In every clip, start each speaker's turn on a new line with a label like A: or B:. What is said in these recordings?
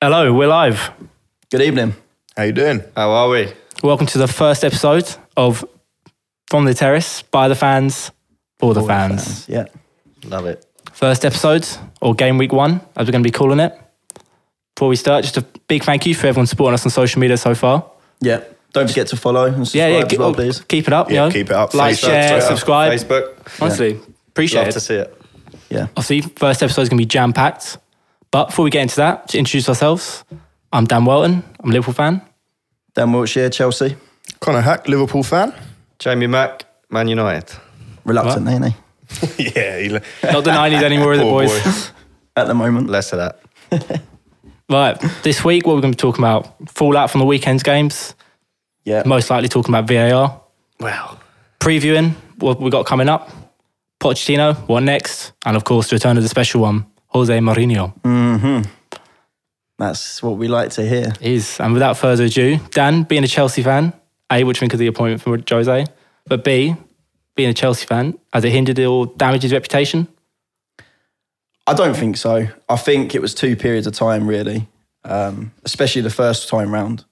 A: Hello, we're live.
B: Good evening.
C: How you doing?
B: How are we?
A: Welcome to the first episode of From the Terrace by the fans for the fans.
B: Yeah. Love it.
A: First episode or game week one, as we're going to be calling it. Before we start, just a big thank you for everyone supporting us on social media so far.
B: Yeah. Don't forget to follow and subscribe
A: Yeah, yeah,
B: as
A: keep,
B: well,
A: oh,
B: please.
A: keep it up.
C: Yeah,
A: you know.
C: keep it up.
A: Like,
C: Facebook,
A: share,
C: Twitter,
A: subscribe.
D: Facebook.
A: Honestly, appreciate
D: Love
A: it.
D: to see it.
B: Yeah.
A: Obviously, first episode is going to be jam packed. But before we get into that, to introduce ourselves, I'm Dan Welton. I'm a Liverpool fan.
B: Dan Wiltshire, Chelsea.
C: Connor Hack, Liverpool fan.
D: Jamie Mack, Man United.
B: Reluctant, ain't he?
C: yeah, he,
A: Not the 90s anymore, is it, boys?
B: At the moment.
D: Less of that.
A: Right, this week what we're going to be talking about fallout from the weekend's games.
B: Yeah.
A: Most likely talking about VAR,
D: Wow.
A: previewing what we got coming up, Pochettino, what next, and of course the return of the special one, Jose Mourinho.
B: That's what we like to hear.
A: Is and without further ado, Dan, being a Chelsea fan, a what do you think of the appointment for Jose, but b being a Chelsea fan, has it hindered or damaged his reputation?
B: I don't think so. I think it was two periods of time, really. Um, especially the first time round.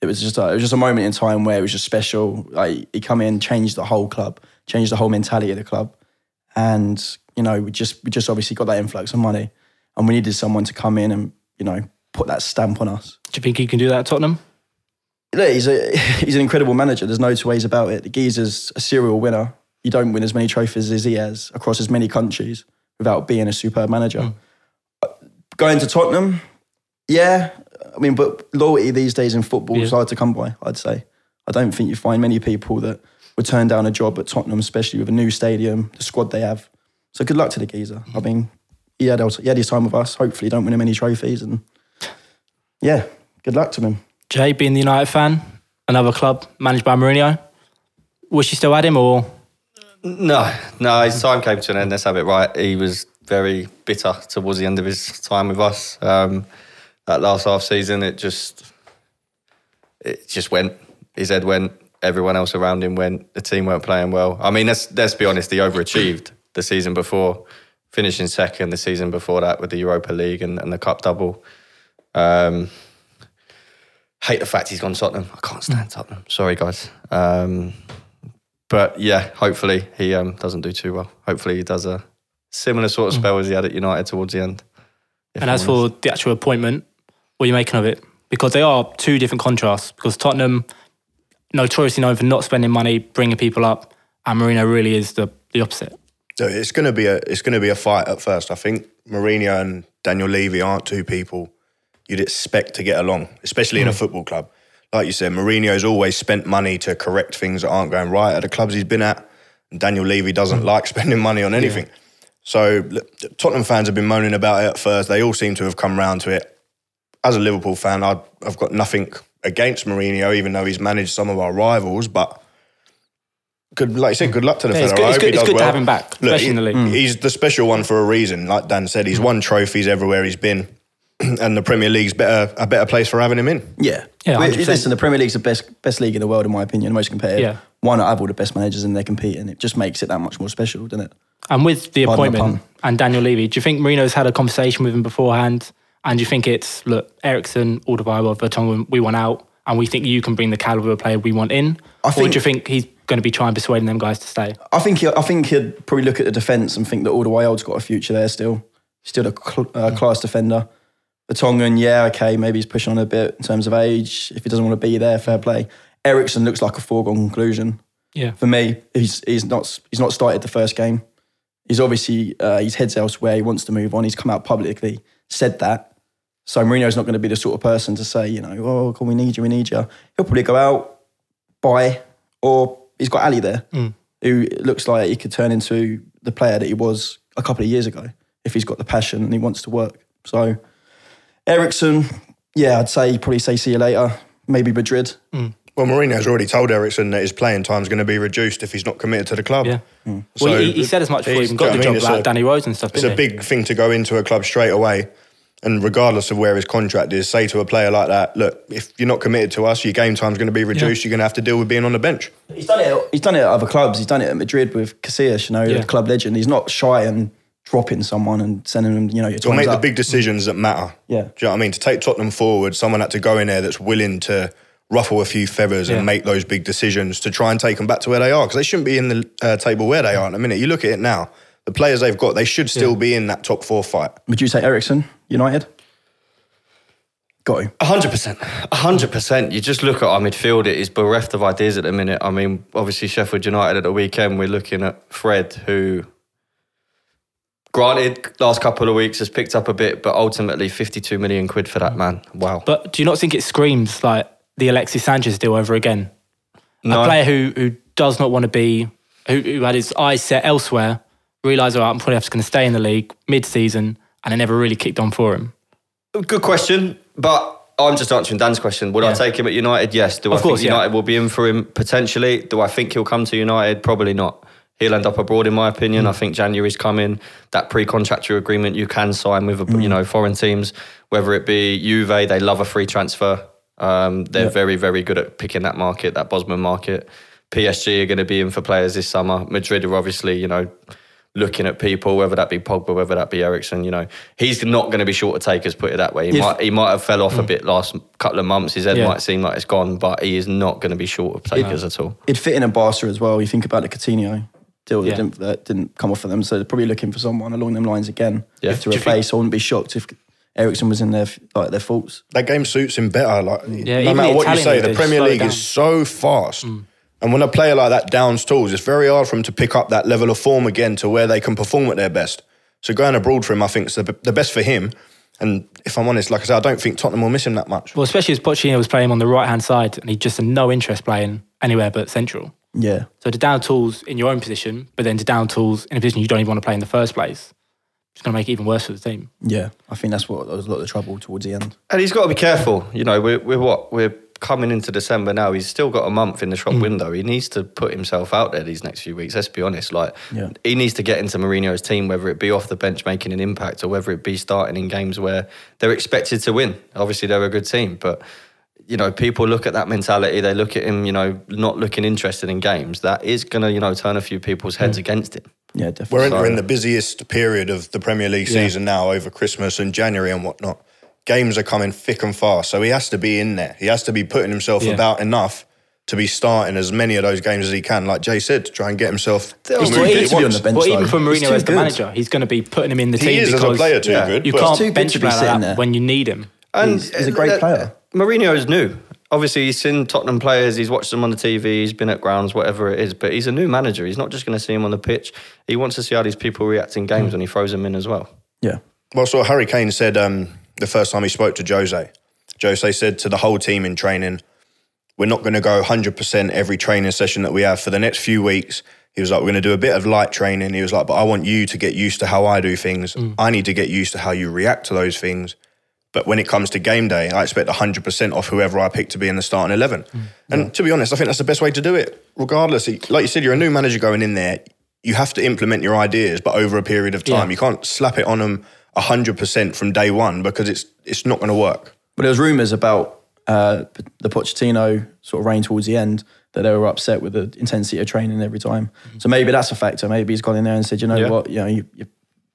B: It was just a, it was just a moment in time where it was just special. Like he come in, changed the whole club, changed the whole mentality of the club, and you know we just we just obviously got that influx of money, and we needed someone to come in and you know put that stamp on us.
A: Do you think he can do that at Tottenham?
B: Look, he's a he's an incredible manager. There's no two ways about it. The geezer's a serial winner. You don't win as many trophies as he has across as many countries without being a superb manager. Uh, Going to Tottenham, yeah. I mean, but loyalty these days in football is
A: Yeah.
B: hard to come by. I'd say. I don't think you find many people that would turn down a job at Tottenham, especially with a new stadium, the squad they have. So good luck to the geezer. I mean, he had he had his time with us. Hopefully, don't win him any trophies, and yeah, good luck to him.
A: Jay, being the United fan, another club managed by Mourinho, wish you still had him or
D: No, no, his time came to an end. Let's have it right. He was very bitter towards the end of his time with us. Um, that last half season, it just, it just went. His head went. Everyone else around him went. The team weren't playing well. I mean, let's let's be honest. He overachieved the season before, finishing second the season before that with the Europa League and, and the Cup double. Um, hate the fact he's gone Tottenham. I can't stand Tottenham. Sorry, guys. Um, but yeah, hopefully he um, doesn't do too well. Hopefully he does a similar sort of spell as he had at United towards the end. if
A: Mm. And
D: I'm
A: as for the actual appointment, what are you making of it? Because they are two different contrasts. Because Tottenham, notoriously known for not spending money, bringing people up, and Marino really is the, the opposite.
C: So it's gonna be a it's gonna be a fight at first. I think Mourinho and Daniel Levy aren't two people you'd expect to get along, especially in a football club. Like you said, Mourinho's always spent money to correct things that aren't going right at the clubs he's been at. And Daniel Levy doesn't
A: Mm.
C: like spending money on anything. So look, Tottenham fans have been moaning about it at first. They all seem to have come round to it. as a Liverpool fan, i I've got nothing against Mourinho, even though he's managed some of our rivals. But good, like you said, good luck to the
A: Yeah, it's
C: fella.
A: good-
C: I
A: it's
C: hope
A: good-
C: he
A: it's
C: does
A: good to
C: well.
A: have him back, especially
C: he-
A: in the league. Mm.
C: He's the special one for a reason. Like Dan said, he's won trophies everywhere he's been, and the Premier League's better a better place for having him in.
B: Yeah.
A: Yeah,
B: We-
A: 100%.
B: Listen, the Premier League's the best best league in the world, in my opinion, the most competitive.
A: Yeah.
B: Why not have all the best managers in there competing? It just makes it that much more special, doesn't it?
A: And with the
B: Pardon the
A: appointment and Daniel Levy, do you think Marino's had a conversation with him beforehand? And do you think it's, look, Ericsson, Alderweireld, Vertonghen, we want out, and we think you can bring the caliber of player we want in?
B: I
A: or
B: think-
A: do you think he's going to be trying persuading them guys to stay?
B: I think he, I think he'd probably look at the defence and think that all the way old's got a future there still. Still a cl- uh, class defender. The Tongan, yeah, okay, maybe he's pushing on a bit in terms of age. If he doesn't want to be there, fair play. Ericsson looks like a foregone conclusion.
A: Yeah.
B: for me, he's he's not he's not started the first game. He's obviously uh, his head's elsewhere. He wants to move on. He's come out publicly said that. So Mourinho's not going to be the sort of person to say, you know, oh, can we need you? We need you. He'll probably go out, buy, or he's got Ali there, who looks like he could turn into the player that he was a couple of years ago if he's got the passion and he wants to work. So Ericsson, yeah, I'd say probably say see you later. Maybe Madrid.
C: Well, Mourinho's already told Ericsson that his playing time's going to be reduced if he's not committed to the club.
A: Yeah.
C: Mm. So
A: well, he, he said as much before he
C: he's-
A: even got
C: I
A: the
C: mean,
A: job
C: it's
A: about
C: a-
A: Danny Rose and stuff,
C: It's
A: didn't
C: a big thing to go into a club straight away. And regardless of where his contract is, say to a player like that, look, if you're not committed to us, your game time's going to be reduced. You're going to have to deal with being on the bench.
B: He's done it. He's done it at other clubs. He's done it at Madrid with Casillas, you know,
A: Yeah.
B: the club legend. He's not shy and dropping someone and sending them, you know, your
C: Or
B: time's
C: make the
B: up.
C: big decisions that matter.
B: Yeah.
C: Do you know what I mean? To take Tottenham forward, someone had to go in there that's willing to ruffle a few feathers
A: Yeah.
C: and make those big decisions to try and take them back to where they are because they shouldn't be in the uh, table where they are in a minute. You look at it now, the players they've got, they should still be in that top four fight.
B: Would you say Ericsson, United? Got him.
D: hundred percent, hundred percent. You just look at our midfield; it is bereft of ideas at the minute. I mean, obviously Sheffield United at the weekend, we're looking at Fred, who, granted, last couple of weeks has picked up a bit, but ultimately fifty-two million quid for that man. Wow.
A: But do you not think it screams like the Alexis Sanchez deal over again?
D: No.
A: A player who who does not want to be, who, who had his eyes set elsewhere, realised, all right, I'm probably just going to stay in the league mid-season, and it never really kicked on for him.
D: Good question, but I'm just answering Dan's question. Would I take him at United? Yes. Do I
A: Of course,
D: think
A: yeah.
D: United will be in for him potentially? Do I think he'll come to United? Probably not. He'll end up abroad, in my opinion. I think January's coming. That pre-contractual agreement you can sign with, you know, foreign teams, whether it be Juve, they love a free transfer. Um, they're very, very good at picking that market, that Bosman market. PSG are going to be in for players this summer. Madrid are obviously, you know, looking at people, whether that be Pogba, whether that be Ericsson, you know, he's not going to be short of takers, put it that way. He, might, he might have fell off a bit last couple of months. His head
A: Yeah.
D: might seem like it's gone, but he is not going to be short of takers at all.
B: It'd fit in a Barca as well. You think about the Coutinho deal that,
A: Yeah.
B: didn't, that didn't come off for them. So they're probably looking for someone along them lines again
D: Yeah.
B: to
D: Do you
B: replace. I wouldn't be shocked if Ericsson was in their like their faults.
C: that game suits him better. Like no
A: even
C: matter
A: the
C: what you
A: Italian
C: say,
A: league,
C: the
A: they
C: Premier
A: slow it
C: League
A: down. Mm.
C: is so fast. And when a player like that downs tools, it's very hard for him to pick up that level of form again to where they can perform at their best. So going abroad for him, I think, is the, the best for him. And if I'm honest, like I said, I don't think Tottenham will miss him that much.
A: Well, especially as Pochettino was playing on the right hand side, and he just had no interest playing anywhere but central.
B: Yeah.
A: So to down tools in your own position, but then to down tools in a position you don't even want to play in the first place, it's going to make it even worse for the team.
B: Yeah. I think that's what that was a lot of the trouble towards the end.
D: And he's got to be careful. You know, we're, we're what? We're coming into December now. He's still got a month in the shop window. He needs to put himself out there these next few weeks. Let's be honest. Like,
B: Yeah.
D: he needs to get into Mourinho's team, whether it be off the bench making an impact or whether it be starting in games where they're expected to win. Obviously, they're a good team, but. You know, people look at that mentality. They look at him, you know, not looking interested in games. That is going to, you know, turn a few people's heads against him.
B: Yeah, definitely.
C: We're entering the busiest period of the Premier League season now over Christmas and January and whatnot. Games are coming thick and fast. So he has to be in there. He has to be putting himself
A: Yeah.
C: about enough to be starting as many of those games as he can, like Jay said, to try and get himself
B: He's
C: as moved
B: too
C: as he
B: good to be on
C: wants.
B: the bench.
A: Well,
B: though.
A: even for
B: He's
A: Mourinho
B: too
A: as the
B: good.
A: manager, he's going to be putting him in the
C: He
A: team
C: is as
A: because
C: a player too good.
A: you
C: but-
A: can't
B: He's too good
A: bench
B: to
A: him
B: be
A: like
B: sitting
A: that
B: there.
A: when you need him.
D: And
B: He's- he's a great
D: uh,
B: player.
D: Mourinho's new. Obviously, he's seen Tottenham players. He's watched them on the TV. He's been at grounds, whatever it is. But he's a new manager. He's not just going to see him on the pitch. He wants to see how these people react in
B: Hmm.
D: games when he throws them in as well.
B: Yeah.
C: Well, so Harry Kane said um, the first time he spoke to Jose, Jose said to the whole team in training, we're not going to go 100% every training session that we have for the next few weeks. He was like, we're going to do a bit of light training. He was like, but I want you to get used to how I do things. I need to get used to how you react to those things. But when it comes to game day, I expect 100% off whoever I pick to be in the starting 11. And to be honest, I think that's the best way to do it. Regardless, like you said, you're a new manager going in there. You have to implement your ideas, but over a period of time.
A: Yeah.
C: You can't slap it on them 100% from day one because it's, it's not going to work.
B: But there was rumours about uh, P- the Pochettino sort of reign towards the end that they were upset with the intensity of training every time. So maybe that's a factor. Maybe he's gone in there and said, you know
D: Yeah.
B: what, you know, you, you,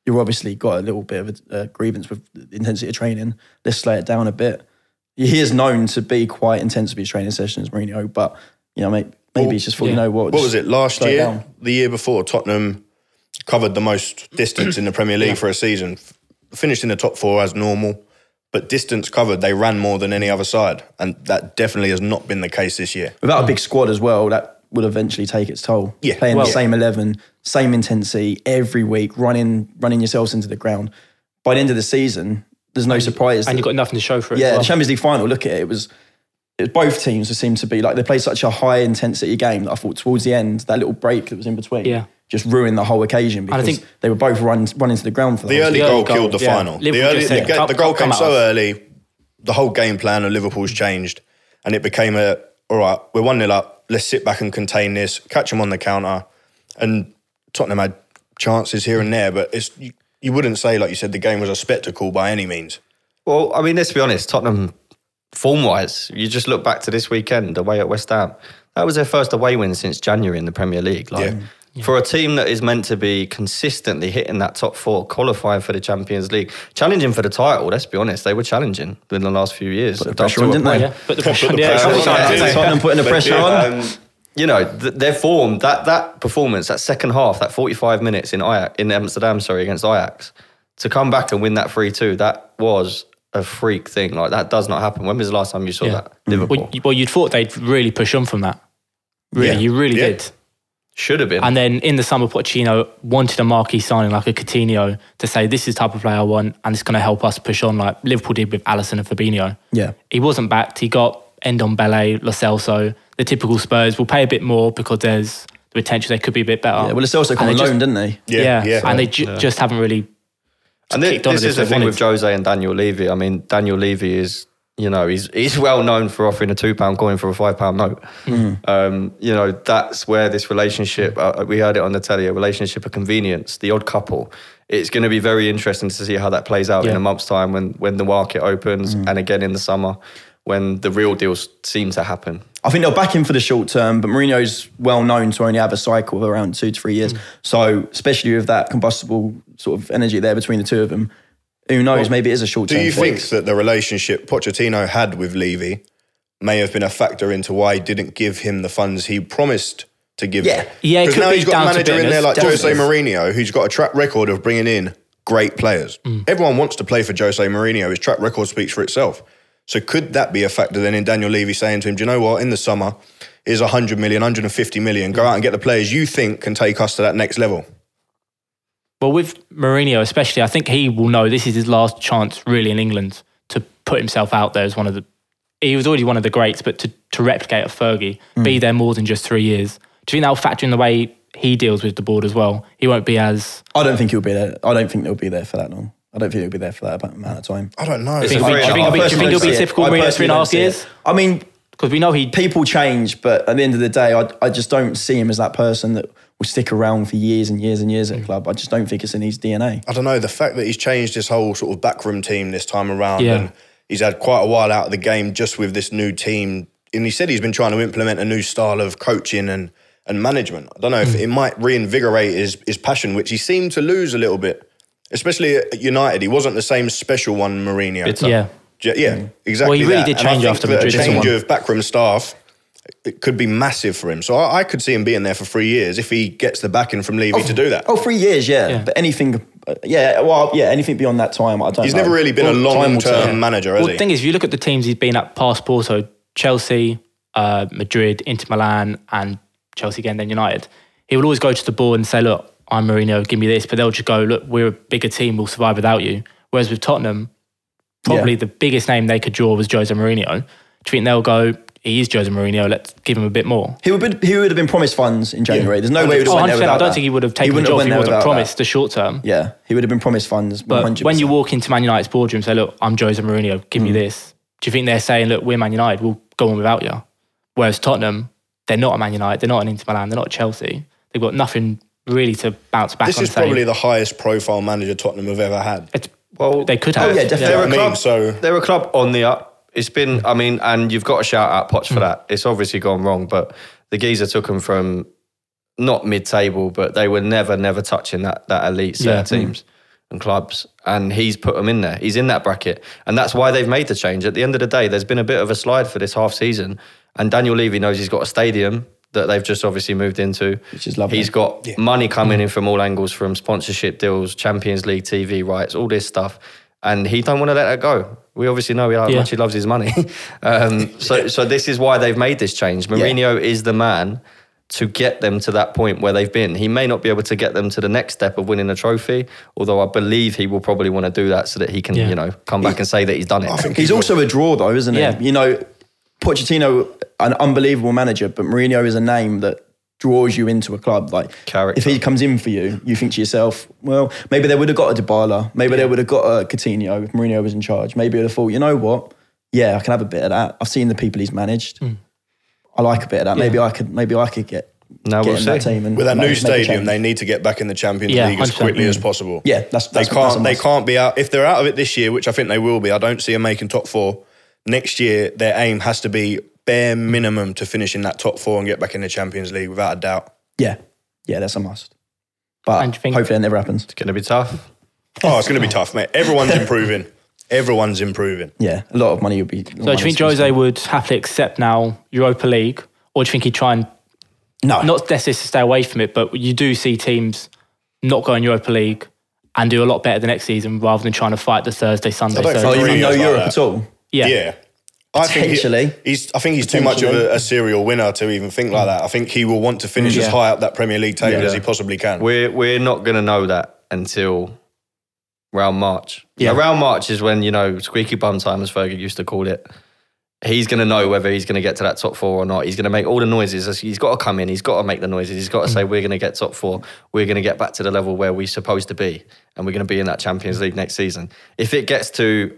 B: you've obviously got a little bit of a uh, grievance with the intensity of training. Let's slow it down a bit. He is known to be quite intense with his training sessions, Mourinho, but you know, maybe, maybe he's just thought, you know what,
C: What was it last
B: slow
C: year?
B: down.
C: The year before, Tottenham covered the most distance in the Premier League for a season. F- Finished in the top four as normal, but distance covered, they ran more than any other side, and that definitely has not been the case this year.
B: without a big squad as well, that would eventually take its toll.
C: Yeah,
B: playing
C: well-
B: the same eleven, same intensity every week, running running yourselves into the ground. By the end of the season, there's no surprise.
A: And
B: that-
A: you've got nothing to show for it. as
B: yeah,
A: well.
B: the Champions League final. Look at it. It was. It was both teams that seemed to be like they played such a high intensity game that I thought towards the end that little break that was in between
A: Yeah.
B: just ruined the whole occasion because
A: think-
B: they were both run running to the ground for the,
C: The
B: whole
C: early
A: early
C: goal,
A: goal,
C: killed the
A: yeah.
C: final. The,
A: Liverpool
C: early,
A: just
C: the,
A: said,
C: ga-
A: "Come-
C: the goal
A: come
C: came
A: at
C: so
A: us."
C: early, the whole game plan of Liverpool's changed, and it became a all right. We're one 0 up. Let's sit back and contain this. Catch them on the counter, and Tottenham had chances here and there, but it's you, you wouldn't say like you said the game was a spectacle by any means.
D: Well, I mean, let's be honest. Tottenham, form wise, you just look back to this weekend away at West Ham. That was their first away win since January in the Premier League. Like,
C: Yeah.
D: For a team that is meant to be consistently hitting that top four, qualifying for the Champions League, challenging for the title, let's be honest, they were challenging in the last few years.
B: the pressure on, didn't they?
A: Yeah, but the pressure.
C: the
A: yeah,
C: pressure
A: sometimes,
C: on, yeah.
A: yeah.
B: Tottenham putting the pressure on.
D: Um, you know, th- their form, that that performance, that second half, that 45 minutes in Ajax, in Amsterdam, sorry, against Ajax, to come back and win that 3-2, that was a freak thing. Like that does not happen. When was the last time you saw
A: Yeah.
D: that? Liverpool.
A: Well, you- well, you'd thought they'd really push on from that. Really,
C: Yeah.
A: you really
C: Yeah.
A: did.
D: Should have been.
A: And then in the summer, Pochettino wanted a marquee signing like a Coutinho to say this is the type of player I want, and it's going to help us push on like Liverpool did with Allison and Fabinho.
B: Yeah.
A: he wasn't backed. He got Endon Bellet, Lo Celso, the typical Spurs will pay a bit more because there's the potential they could be a bit better.
B: Yeah, well, it's also come
A: And they just-
B: alone, didn't they?
C: Yeah, yeah.
A: and they ju- just haven't really.
D: And thi-
A: kicked on as
D: this
A: if
D: is the
A: they
D: thing
A: wanted.
D: with Jose and Daniel Levy. I mean, Daniel Levy is, you know, he's he's well known for offering a two pound coin for a five pound note. Um, you know, that's where this relationship. Uh, we heard it on the telly. A relationship of convenience. The odd couple. It's going to be very interesting to see how that plays out in
A: Yeah.
D: a month's time when when the market opens, and again in the summer when the real deals seem to happen.
B: I think they'll back him for the short term, but Mourinho's well known to only have a cycle of around two to three
A: Mm.
B: years. So, especially with that combustible sort of energy there between the two of them, who knows? maybe it is a short term.
C: Do you think that the relationship Pochettino had with Levy may have been a factor into why he didn't give him the funds he promised to give
B: Yeah.
C: him?
A: Yeah, it
C: 'Cause
A: could
C: now
A: be
C: he's got
A: down
C: a
A: to
C: manager in there
A: business,
C: like
B: definitely.
C: Jose Mourinho, who's got a track record of bringing in great players.
A: Mm.
C: Everyone wants to play for Jose Mourinho. His track record speaks for itself. So could that be a factor then in Daniel Levy saying to him, do you know what, in the summer, is 100 million, 150 million, go out and get the players you think can take us to that next level?
A: Well, with Mourinho especially, I think he will know this is his last chance really in England to put himself out there as one of the. He was already one of the greats, but to, to replicate a Fergie,
B: Mm.
A: be there more than just three years. Do you think that'll factor in the way he deals with the board as well? He won't be as
B: I don't think he'll be there. I don't think they'll be there for that long. I don't think he'll be there for that amount of time.
C: I don't know.
D: It's
A: Do you think-
D: a very-
A: do you think-
D: I
A: do you think
D: personally
A: he'll be
D: don't see it.
A: typical
B: I
A: Mourinho three
B: personally
A: and a
B: don't
A: half
B: see it.
A: years?
B: I mean,
A: Because we know he
B: people change, but at the end of the day, I, I just don't see him as that person that will stick around for years and years and
A: Mm.
B: years at a club. I just don't think it's in his DNA.
C: I don't know, the fact that he's changed his whole sort of backroom team this time around
A: Yeah.
C: and he's had quite a while out of the game just with this new team. And he said he's been trying to implement a new style of coaching and, and management. I don't know
A: Hmm.
C: if it might reinvigorate his, his passion, which he seemed to lose a little bit, especially at United. He wasn't the same special one Mourinho.
A: yeah.
C: J- Yeah, exactly.
A: Hmm. Well, he really
C: that.
A: did
C: And I
A: change
C: think
A: after
C: that
A: Madrid,
C: A
A: didn't
C: change
A: he?
C: of backroom staff it could be massive for him. So I, I could see him being there for three years if he gets the backing from Levy to do that.
B: Oh, three years, yeah.
A: Yeah.
B: But anything, uh, yeah, well, yeah, anything beyond that time, I don't.
C: He's
B: know.
C: never really been a
B: Well, time
C: long
B: will tell.
C: term manager, has
A: Well,
C: he?
A: the thing is, if you look at the teams he's been at past Porto, Chelsea, uh, Madrid, Inter Milan, and Chelsea again, then United, he will always go to the board and say, Look, I'm Mourinho, give me this. But they'll just go, Look, we're a bigger team, we'll survive without you. Whereas with Tottenham, probably
B: Yeah.
A: the biggest name they could draw was Jose Mourinho. Do you think they'll go, He is Jose Mourinho, let's give him a bit more?
B: He would, be, he would have been promised funds in January. There's no way he would have
A: Oh, 100%,
B: went there
A: I
B: without
A: don't
B: that.
A: think he would have taken the
B: wouldn't
A: job if
B: went
A: he
B: there
A: wasn't
B: without
A: promised the short term.
B: that. Yeah, he would have been promised funds.
A: But
B: 100%.
A: Uh, when you walk into Man United's boardroom and say, look, I'm Jose Mourinho, give me this, do you think they're saying, look, we're Man United, we'll go on without you? Whereas Tottenham, they're not a Man United, they're not an Inter Milan, they're not Chelsea. They've got nothing really to bounce back
C: This
A: on.
C: is
A: saying,
C: probably the highest profile manager Tottenham have ever had.
A: it's,
D: Well,
A: they could have.
B: yeah, definitely.
D: They're
C: I
D: a
C: mean,
D: club.
C: so-
D: they're a club on the up. It's been, I mean, and you've got to shout out Potts for that. It's obviously gone wrong, but the geezer took them from not mid-table, but they were never, never touching that that elite set of
A: Yeah.
D: teams and clubs. And he's put them in there. He's in that bracket, and that's why they've made the change. At the end of the day, there's been a bit of a slide for this half season, and Daniel Levy knows he's got a stadium. That they've just obviously moved into, which
B: is lovely.
D: He's got money coming in from all angles, from sponsorship deals, Champions League TV rights, all this stuff, and he don't want to let that go. We obviously know how
A: Yeah.
D: much he loves his money, um, so so this is why they've made this change. Mourinho is the man to get them to that point where they've been. He may not be able to get them to the next step of winning a trophy, although I believe he will probably want to do that so that he can,
A: Yeah.
D: you know, come back and say that he's done it.
C: I think
B: He's also a draw, though, isn't he?
A: Yeah.
B: You know, Pochettino, an unbelievable manager, but Mourinho is a name that draws you into a club. Like,
D: Character.
B: if he comes in for you, you think to yourself, well, maybe they would have got a Dybala. Maybe they would have got a Coutinho if Mourinho was in charge. Maybe they'd have thought, you know what? Yeah, I can have a bit of that. I've seen the people he's managed. I like a bit of that. Maybe I could. Maybe I could get
D: Now
B: get
D: we'll
B: in that
D: see.
B: team and
C: With that
B: like,
C: new
B: make a
C: stadium,
B: change.
C: they need to get back in the Champions
A: Yeah,
C: League as
A: 100%.
C: quickly as possible.
B: Yeah, that's- that's-
C: they can't.
B: that's a
C: they
B: must.
C: can't be out if they're out of it this year, which I think they will be. I don't see them making top four next year. Their aim has to be bare minimum to finish in that top four and get back in the Champions League without a doubt.
B: yeah. yeah, that's a must. But
A: And do you think-
B: hopefully that never happens.
D: It's going to be tough.
C: Oh, it's going to be tough, mate. Everyone's improving. Everyone's improving.
B: Yeah, a lot of money would be.
A: So do you think Jose would happily accept now Europa League, or do you think he'd try and
B: No,
A: not necessarily stay away from it, but you do see teams not go in Europa League and do a lot better the next season rather than trying to fight the Thursday Sunday.
C: don't
B: Oh,
A: So
C: think-
B: you mean
C: Mourinho's
B: no
C: like
B: Europe
C: that.
B: at all?
A: yeah,
C: Yeah. I think he-
B: Potentially.
C: he's. I think he's too much of a,
B: Potentially.
C: a serial winner to even think like that. I think he will want to finish as
A: Yeah.
C: high up that Premier League table
D: Yeah.
C: as he possibly can.
D: We're we're not going to know that until round March.
A: Yeah.
D: Around March is when you know squeaky bum time, as Fergie used to call it. He's going to know whether he's going to get to that top four or not. He's going to make all the noises. He's got to come in. He's got to make the noises. He's got to say, "We're going to get top four. We're going to get back to the level where we're supposed to be, and we're going to be in that Champions League next season." If it gets to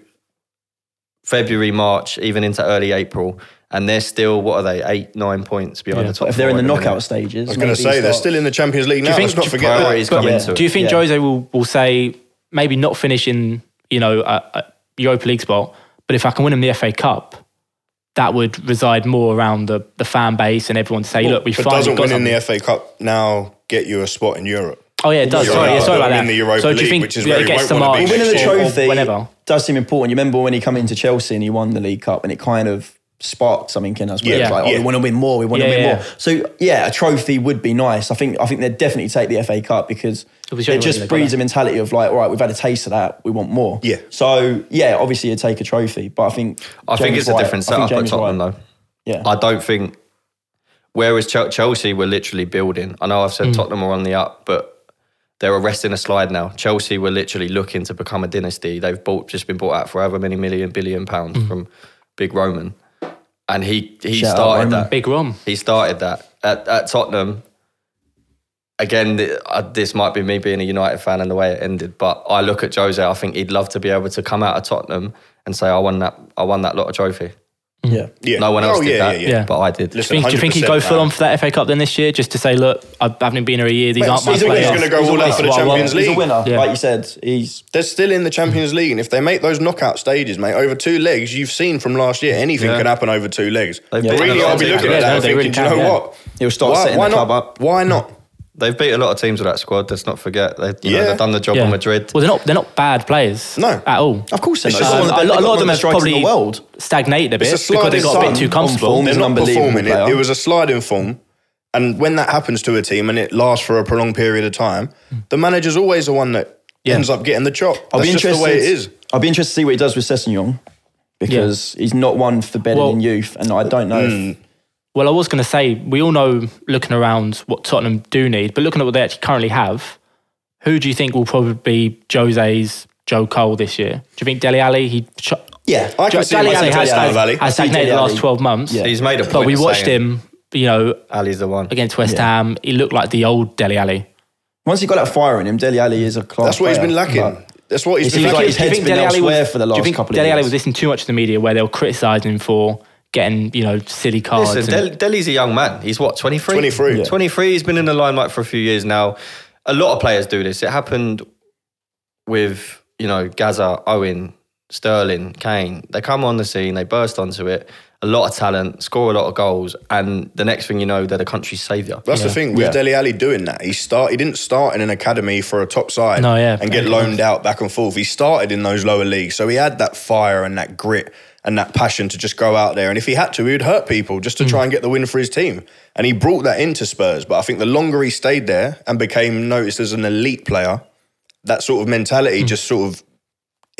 D: February, March, even into early April, and they're still what are they eight, nine points behind
A: Yeah.
D: the top?
B: If they're in
D: four
B: the
D: at minute.
B: knockout stages,
C: I was going to
B: maybe
C: say they're
B: start-
C: still in the Champions League now.
A: think
C: Let's not forget
D: priorities
C: that.
D: come
B: yeah.
D: into it.
A: Do you think
B: Yeah.
A: Jose will, will say maybe not finish in you know a, a Europa League spot, but if I can win him the FA Cup, that would reside more around the, the fan base and everyone say, look, we
C: But
A: finally
C: doesn't
A: got
C: winning
A: something.
C: the FA Cup now get you a spot in Europe?
A: oh yeah, it does.
C: Europa
A: Sorry, yeah, sorry about
C: League,
A: that.
C: in the Europa
A: so do you
C: League,
A: think
C: which is
A: yeah,
C: where
A: it
C: he
A: gets
C: won't
A: to
C: wanna
A: March
C: be
B: Winning the
A: next year or
B: trophy
A: whenever?
B: does seem important. You remember when he come into Chelsea and he won the League Cup, and it kind of sparked something in us. where
C: Yeah.
B: it's like, oh,
C: Yeah.
B: we want to win more. We want
A: Yeah,
B: to win
A: yeah.
B: more. So yeah, a trophy would be nice. I think I think they'd definitely take the FA Cup because
A: It'll be
B: it
A: showing
B: just
A: what
B: breeds
A: they've
B: a mentality of like, all right, we've had a taste of that. We want more.
C: Yeah.
B: So yeah, obviously you'd take a trophy, but I think
D: I think
B: Jamie's
D: it's a
B: right.
D: different
B: I think
D: setup at
B: Jamie's
D: Tottenham,
B: right.
D: though.
B: Yeah.
D: I don't think. Whereas Chel- Chelsea were literally building. I know I've
B: Hmm.
D: said Tottenham are on the up, but they're arresting a slide now. Chelsea were literally looking to become a dynasty. They've bought just been bought out for however many million billion pounds from Big Roman, and he he
B: Hmm. Shout out
D: started
B: Roman.
D: that.
A: Big Rom.
D: He started that at, at Tottenham. Again, th- uh, this might be me being a United fan and the way it ended, but I look at Jose. I think he'd love to be able to come out of Tottenham and say, "I won that. I won that lot of trophy."
B: yeah.
C: Yeah.
D: No one else
C: oh,
D: did
C: yeah,
D: that,
C: Yeah, yeah.
A: Yeah.
D: but I did.
A: Do you think, do you think he'd go
C: 100%,
A: full on
C: man.
A: for that FA Cup then this year, just to say, look, I haven't been here a year. These aren't my
C: he's always
A: players.
C: gonna go
A: These
C: all
A: aren't
C: out for
A: who
C: the
A: I want.
C: Champions League.
B: He's a winner,
A: Yeah.
B: like you said. He's
C: They're still in the Champions League, and if they make those knockout stages, mate, over two legs, you've seen from last year, anything
D: Yeah.
C: can happen over two legs.
D: They've
C: Really,
D: beaten a lot
C: I'll
D: of
C: be
D: teams.
C: looking
A: Yeah,
C: at
A: no,
C: that
A: they
C: and
A: really
C: thinking, do you know
A: can, yeah.
C: what?
B: He'll start setting the
C: not?
B: club up.
C: Why not?
D: They've beat a lot of teams with that squad. Let's not forget. They, you know,
C: Yeah.
D: they've done the job
A: Yeah.
D: on Madrid.
A: Well, they're not they're not bad players.
C: No.
A: at all.
B: of course they're
C: It's
B: not.
C: just
B: Um,
C: one of
A: a,
C: the-
A: lot, a lot of them
B: one
A: have
B: the strikers in
A: probably
B: the world.
A: stagnated a bit
C: It's a
A: because they got a bit
C: sliding
A: too
B: sun on
A: comfortable.
B: form.
C: They're
B: He's
C: not
B: an unbelievable
C: performing. It,
B: player.
C: it was a slide in form. And when that happens to a team and it lasts for a prolonged period of time, the manager's always the one that ends up getting the chop.
B: I'll
C: That's
B: be
C: just
B: interested.
C: the way it is.
B: I'll be interested to see what he does with Sessegnon because he's not one for betting
A: Well-
B: in youth, and I don't know.
C: Hmm.
B: if,
A: Well, I was going to say we all know looking around what Tottenham do need, but looking at what they actually currently have, who do you think will probably be Jose's Joe Cole this year? Do you think Deli Ali? He ch-
B: yeah,
C: I can see
A: Dele
C: myself
A: Alli has,
C: as Dele Alli.
A: stag- has
B: I see
A: stagnated the
B: Dele
A: last
B: Alli.
A: twelve months.
B: Yeah.
D: He's made a point.
A: But we
D: of
A: watched
D: saying,
A: him, you know,
D: Ali's the one.
A: against West Ham. He looked like the old Deli Ali.
B: once he got that fire in him, Deli Ali is a class.
C: That's what he's
B: player,
C: been lacking.
B: but-
C: That's what he's
B: It
C: been
B: seems
C: lacking.
B: like his head's been
A: Dele Alli
B: elsewhere
A: was-
B: for the
A: do you
B: last
A: think
B: couple of
A: Dele Alli
B: years.
A: was listening too much to the media where they were criticising him for getting, you know, silly cards.
D: Listen,
A: and-
D: Del- Delhi's a young man. He's what, 23?
C: 23. Yeah.
D: 23. He's been in the limelight for a few years now. A lot of players do this. It happened with, you know, Gaza, Owen, Sterling, Kane. They come on the scene, they burst onto it. A lot of talent, score a lot of goals, and the next thing you know, they're the country's saviour.
C: That's the thing with
B: Yeah.
C: Deli Ali doing that. He start. He didn't start in an academy for a top side.
A: No, yeah.
C: and get
A: Yeah.
C: loaned out back and forth. He started in those lower leagues, so he had that fire and that grit and that passion to just go out there. And if he had to, he would hurt people just
A: Mm.
C: to try and get the win for his team. And he brought that into Spurs. But I think the longer he stayed there and became noticed as an elite player, that sort of mentality
A: Mm.
C: just sort of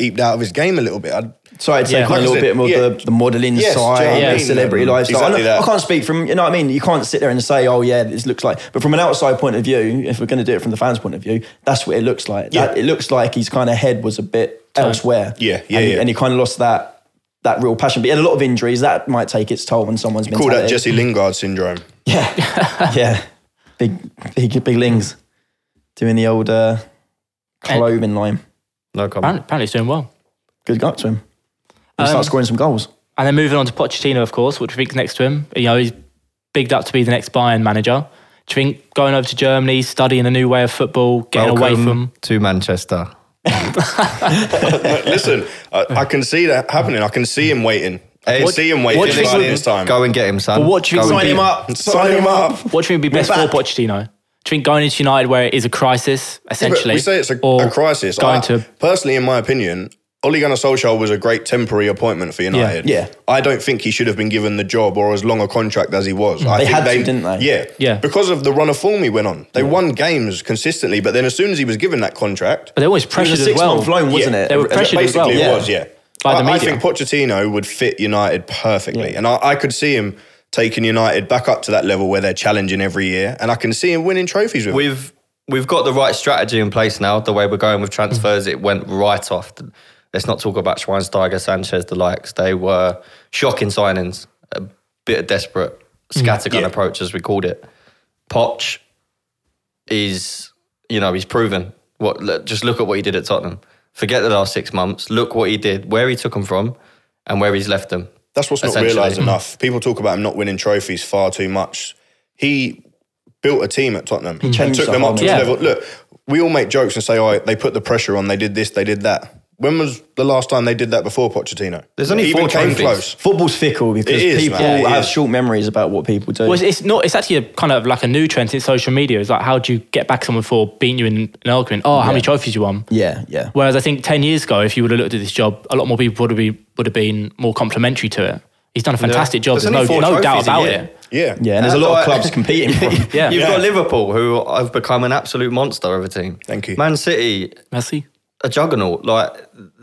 C: eeped out of his game a little bit. I'd,
B: So I'd take
A: Yeah. Like
B: on a
A: I
B: little
C: said,
B: bit more
C: yeah.
B: the, the modelling
C: Yes, do you know
B: side,
C: what I
B: the
C: mean?
B: celebrity
C: Yeah.
B: lifestyle.
C: Exactly
B: I, know-
C: that.
B: I can't speak from you know what I mean. You can't sit there and say, oh yeah, this looks like. But from an outside point of view, if we're going to do it from the fans' point of view, that's what it looks like. That,
C: Yeah.
B: it looks like his kind of head was a bit elsewhere.
C: Yeah, yeah,
B: and,
C: yeah.
B: and he kind of lost that that real passion. But he had a lot of injuries. That might take its toll on someone's
C: call
B: mentality.
C: that Jesse Lingard syndrome.
B: Yeah, yeah. Big, big, big lings doing the old uh, clothing line.
D: No comment.
A: apparently, apparently he's doing well.
B: Good luck to him. He'll
A: Um,
B: start scoring some goals.
A: And then moving on to Pochettino, of course, what do you think's next to him? You know, he's bigged up to be the next Bayern manager. Do you think going over to Germany, studying a new way of football, getting away from
D: to Manchester.
C: Listen, I, I can see that happening. I can see him waiting. I can
D: What-
C: see him
D: what do
C: waiting
D: you think
C: five
D: would-
C: years' time.
D: Go and get him, son.
A: But what do you
D: Go
A: think
D: and
A: would
D: get
A: be-
B: up.
C: Sign him up.
A: what do you think would be best
B: We're
A: for
B: back.
A: Pochettino? Do you think going into United where it is a crisis
C: But
A: essentially?
C: we say it's a,
A: or
C: a crisis.
A: Going
C: I-
A: to
C: personally, in my opinion, Ole Gunnar Solskjaer was a great temporary appointment for United.
B: Yeah.
C: I don't think he should have been given the job or as long a contract as he was. I
B: They
C: think
B: had to, didn't they?
C: Yeah,
A: Yeah.
C: Because of the run of form he went on, they won games consistently. But then as soon as he was given that contract,
A: but they're always
B: It
A: pressured
B: was a
A: as
B: six
A: well.
B: month loan, wasn't
C: Yeah,
B: it?
A: they were
B: As a-
A: pressured as well.
C: basically
B: Yeah.
C: it was. Yeah,
A: By the
C: I, I
A: media.
C: think Pochettino would fit United perfectly, and I, I could see him taking United back up to that level where they're challenging every year, and I can see him winning trophies with. him.
D: We've we've got the right strategy in place now. The way we're going with transfers, it went right off. Let's not talk about Schweinsteiger, Sanchez, the likes. They were shocking signings, a bit of desperate scattergun
C: Mm. Yeah.
D: approach, as we called it. Poch is, you know, he's proven. What? look- Just look at what he did at Tottenham. Forget the last six months. Look what he did, where he took them from, and where he's left them.
C: That's what's not
D: Essentially.
A: Mm.
C: realised enough. People talk about him not winning trophies far too much. He built a team at Tottenham and
B: changed
C: took
B: the
C: them
B: whole
C: up to his
A: team.
C: level. Look, we all make jokes and say, "Oh, they put the pressure on. They did this. They did that." When was the last time they did that before Pochettino?
D: There's only
C: He
D: four
C: even came
D: trophies.
C: close.
B: Football's fickle because
C: It is,
B: people
C: man. Yeah, it
B: have
C: is.
B: short memories about what people do.
A: Well, it's, it's not. It's actually a kind of like a new trend in social media. It's like, how do you get back someone for beating you in an argument? Oh, how many trophies you won?
B: yeah, yeah.
A: Whereas I think ten years ago, if you would have looked at this job, a lot more people would have been would have been more complimentary to it. He's done a fantastic job.
D: There's
A: There's,
D: only
A: no,
D: four
A: no doubt
D: trophies a
A: about
D: year.
A: it.
C: Yeah,
B: Yeah, and there's a lot of
D: That's why-
B: clubs competing for him.
A: Yeah,
D: You've
A: yeah.
D: got Liverpool, who have become an absolute monster of a team.
C: Thank you.
D: Man City,
A: Messi.
D: a juggernaut. Like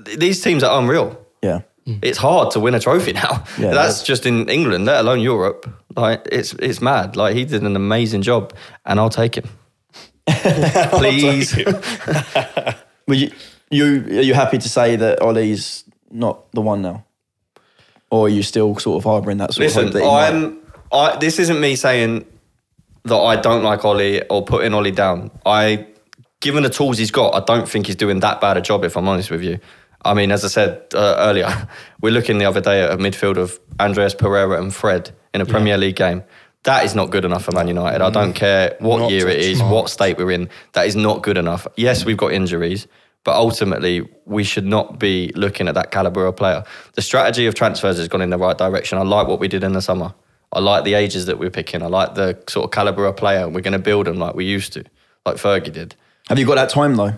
D: th- these teams are unreal.
B: Yeah.
D: It's hard to win a trophy now.
B: Yeah, it
D: That's just in England, let alone Europe. Like it's it's mad. Like he did an amazing job, and I'll take him. Please,
B: Well, you, you are you happy to say that Ollie's not the one now, or are you still sort of harbouring that sort of
D: listen.
B: hope that he might-
D: I'm. I, this isn't me saying that I don't like Ollie or putting Ollie down. I, given the tools he's got, I don't think he's doing that bad a job. If I'm honest with you, I mean, as I said uh, earlier, we're looking the other day at a midfield of Andreas Pereira and Fred in a Premier League game. That is not good enough for Man United. I don't care what
C: Not
D: year
C: a
D: it is, what state we're in. That is not good enough. Yes, we've got injuries, but ultimately we should not be looking at that caliber of player. The strategy of transfers has gone in the right direction. I like what we did in the summer. I like the ages that we're picking. I like the sort of caliber of player. We're going to build them like we used to, like Fergie did.
B: Have you got that time though?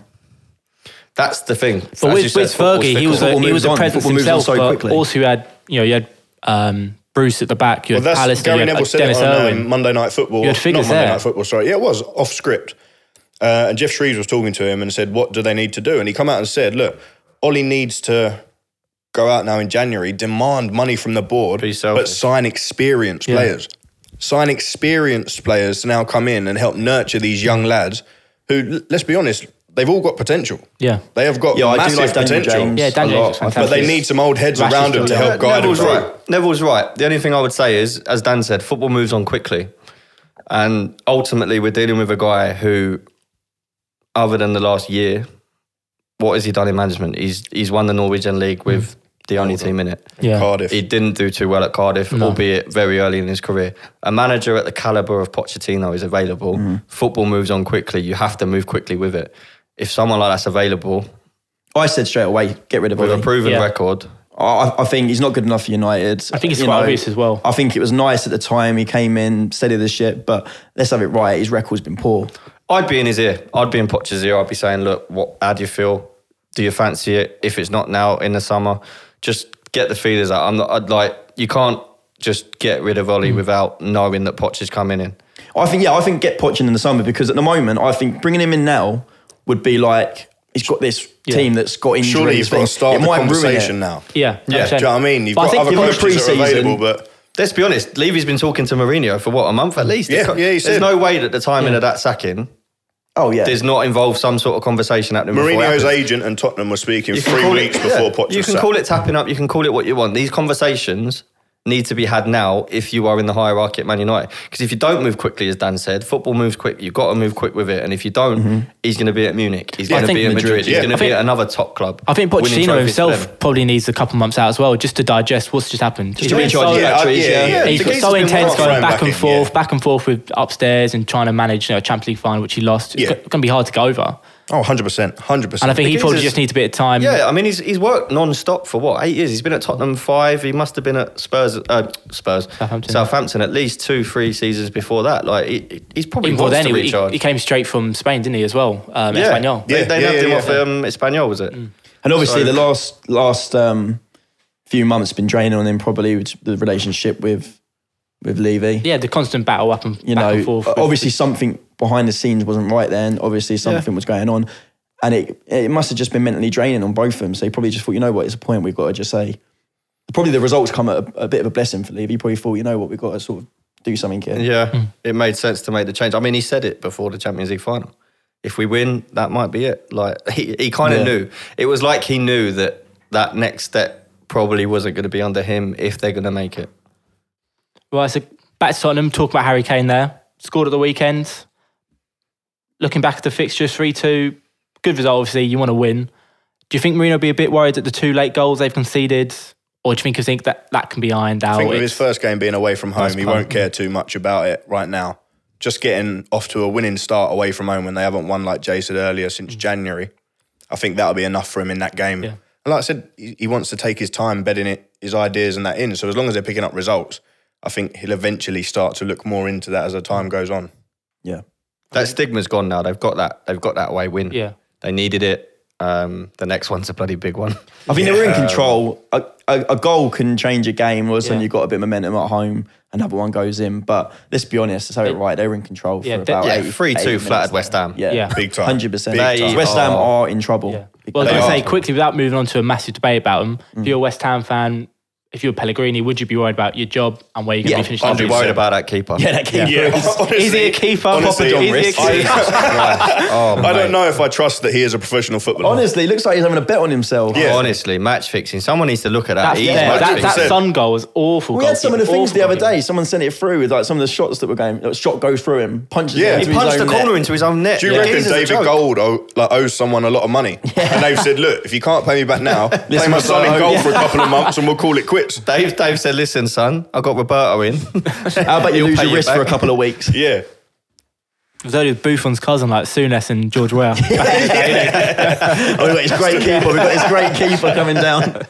D: That's the thing.
A: But with, with Fergie, he was a,
B: Football
A: he was
B: moves
A: a
B: on.
A: presence
B: Football moves on
A: himself.
B: so
A: but
B: quickly.
A: also, you had you know you had um, Bruce at the back. You
C: Well,
A: had
C: that's
A: Pallister,
C: Gary
A: you had
C: Neville
A: uh,
C: said
A: Dennis
C: it on
A: Irwin.
C: um, Monday Night Football.
A: You had figures
C: not Monday
A: there.
C: Night Football, sorry. Yeah, it was off script. Uh, and Jeff Shreves was talking to him and said, "What do they need to do?" And he come out and said, "Look, Ollie needs to go out now in January, demand money from the board,
D: Be selfish.
C: but sign experienced players. Sign experienced players to now come in and help nurture these young lads. Who, l- let's be honest, they've all got potential.
A: Yeah.
C: they have got
B: Yeah, I do
C: massive
B: like Daniel
C: potential.
B: James
A: Yeah, Daniel
C: a lot,
A: James is fantastic.
C: but they need some old heads
A: Rash is
C: around them to
A: still-
C: help guide them.
D: Neville's Oh, right. Neville's right. The only thing I would say is, as Dan said, football moves on quickly, and ultimately we're dealing with a guy who, other than the last year, what has he done in management? He's he's won the Norwegian league with the only team in it.
A: Hmm. Yeah.
C: Cardiff.
D: He didn't do too well at Cardiff, albeit very early in his career. A manager at the caliber of Pochettino is available.
A: Hmm.
D: Football moves on quickly. You have to move quickly with it. If someone like that's available
B: I said straight away, get rid of
D: with a
B: Ollie.
D: proven
A: Yeah.
D: record,
B: I, I think he's not good enough for United.
A: I think it's
B: You
A: quite
B: know,
A: obvious as well.
B: I think it was nice at the time he came in, steady the ship, but let's have it right. His record's been poor.
D: I'd be in his ear. I'd be in Poch's ear. I'd be saying, look, what? How do you feel? Do you fancy it? If it's not now in the summer, just get the feelers out. I'm not. I'd like you can't just get rid of
C: Hmm.
D: Ollie without knowing that Poch is coming in.
B: I think, yeah, I think get Poch in in the summer because at the moment, I think bringing him in now would be like he's got this team that's got injuries.
C: Surely you've got to
B: thing.
C: start
B: it
C: the
B: might ruin it.
C: conversation now.
A: Yeah,
D: Yeah,
C: Do
A: 100%.
C: you know what I mean? You've
A: But I
C: got
A: think
C: other
A: given the
C: coaches that are
B: pre-season-
C: available, but
D: Let's be honest. Levy's been talking to Mourinho for what a month at least.
C: Yeah,
D: It co-
C: yeah, he
D: There's
C: said.
D: no way that the timing of that sacking
B: Oh, yeah.
D: does not involve some sort of conversation happening. before it
C: Mourinho's
D: happens.
C: agent and Tottenham were speaking
D: You can
C: three
D: call
C: weeks
D: it-
C: before
D: yeah,
C: Poch
D: You
C: was
D: can
C: sacked.
D: call it tapping up. You can call it what you want. These conversations need to be had now if you are in the hierarchy at Man United. Because if you don't move quickly, as Dan said, football moves quick. You've got to move quick with it. And if you don't, he's going to be at Munich. He's going
A: Mm-hmm.
D: to
A: think
D: be at Madrid.
B: Madrid,
D: He's
C: yeah.
D: going
C: I
D: to be
A: think-
D: at another top club.
A: I think
D: winning
A: Pochettino
D: trophies for them.
A: himself probably needs a couple months out as well, just to digest what's just happened. Just
D: to recharge your
C: yeah,
D: batteries,
C: yeah,
D: yeah.
C: yeah.
A: He's
C: the
A: got
C: game's
A: so
C: been
A: intense
C: rough
A: going
C: going
A: back
C: back
A: and
C: in,
A: forth,
C: yeah.
A: back and forth with upstairs and trying to manage, you know, Champions League final, which he lost. It's
C: Yeah.
A: going to be hard to go over.
C: Oh, 100%. 100%.
A: And I think he
D: Because
A: probably
D: it's-
A: just needs a bit of time.
D: Yeah, I mean, he's, he's worked non-stop for what eight years. He's been at Tottenham five. He must have been at Spurs, uh, Spurs,
A: Southampton.
D: Southampton at least two, three seasons before that. Like he, he's probably
A: Even before
D: wants
A: then,
D: to
A: he,
D: recharge.
A: he came straight from Spain, didn't he, as well? Um,
D: yeah,
A: Espanyol.
D: They,
C: Yeah,
D: they
C: yeah,
D: nabbed
C: yeah,
D: him
C: yeah.
D: off um, Espanyol, was it?
B: And obviously, the
D: So-
B: last last um, few months been draining on him probably with the relationship with with Levy.
A: Yeah, the constant battle up and,
B: you
A: back
B: know, uh,
A: and forth. with-
B: obviously something behind the scenes wasn't right then. Obviously something was going on, and it it must have just been mentally draining on both of them. So he probably just thought, you know what, it's a point we've got to just say. Probably the results come at a, a bit of a blessing for Levy. He probably thought, you know what, we've got to sort of do something here.
D: Yeah, it made sense to make the change. I mean, he said it before the Champions League final. If we win, that might be it. Like he, he kind of
B: Yeah.
D: knew. It was like he knew that that next step probably wasn't going to be under him if they're going to make it.
A: Right, so back to Tottenham, talk about Harry Kane there. Scored at the weekend. Looking back at the fixture, 3 2. Good result, obviously. You want to win. Do you think Marino will be a bit worried at the two late goals they've conceded? Or do you think you think that that can be ironed out?
C: I think with his
A: It's-
C: first game being away from home, he
A: punt.
C: won't care too much about it right now. Just getting off to a winning start away from home when they haven't won, like Jay said earlier, since January, I think that'll be enough for him in that game.
A: Mm. Yeah.
C: And like I said, he, he wants to take his time bedding it, his ideas and that in. So as long as they're picking up results, I think he'll eventually start to look more into that as the time goes on.
B: Yeah.
D: That stigma's gone now. They've got that. They've got that away win.
A: Yeah.
D: they needed it. Um, the next one's a bloody big one.
B: I think they were in control. A, a, a goal can change a game. All of a sudden,
A: Yeah.
B: you've got a bit of momentum at home. Another one goes in. But let's be honest, let's have it right. They were in control for
A: Yeah, they-
B: about
D: yeah,
B: 80
D: three
B: 80
D: two
B: minutes.
D: flattered West Ham.
B: Yeah,
A: Yeah.
C: Big time.
B: hundred percent.
C: Big time.
B: West Ham
D: They
B: are in trouble.
A: Oh. Yeah. Well, I was
C: They
A: going to say
C: are.
A: quickly, without moving on to a massive debate about him, if you're a West Ham fan, if you're Pellegrini, would you be worried about your job and where you're going to
B: Yeah,
A: be finishing?
D: I'd
A: up?
D: be worried about that keeper.
B: yeah, that keeper.
C: Yeah,
B: is-
C: honestly,
A: Is he a keeper? Papa
C: Honestly,
A: John Is he a
D: Risk.
A: keeper?
D: oh,
C: I don't
D: mate.
C: know if I trust that he is a professional footballer.
B: Honestly, looks like he's having a bet on himself.
C: Yeah.
D: Honestly, match fixing. Someone needs to look at that.
A: That's,
D: He's
A: yeah,
D: match
A: that,
C: hundred
A: that
D: fixing.
C: percent.
A: Sun goal was awful.
B: We had some of the
A: goalkeeping,
B: things the
A: awful
B: other day. Someone sent it through with like some of the shots that were going. The shot goes through him, punches
C: Yeah.
B: it
C: He
B: into
D: He
B: his
D: punched the
B: own
D: corner
B: net.
D: into his own net.
C: Do you
D: Yeah.
C: reckon
D: Geezer's a
C: David
D: joke.
C: Gold owe, like, owes someone a lot of money? And they've said, look, if you can't pay me back now, play my
B: must
C: son
B: go.
C: in goal for a couple of months and we'll call it quits.
D: Dave, Dave said, "Listen, son, I got Roberto in.
B: How about you
D: He'll
B: lose
D: pay
B: your
D: you
B: wrist for a
D: back.
B: couple of weeks?
C: Yeah.
A: It was only with Buffon's cousin, like Souness and George Weah.
B: Oh, we've got this great keeper. We've got this great keeper coming down.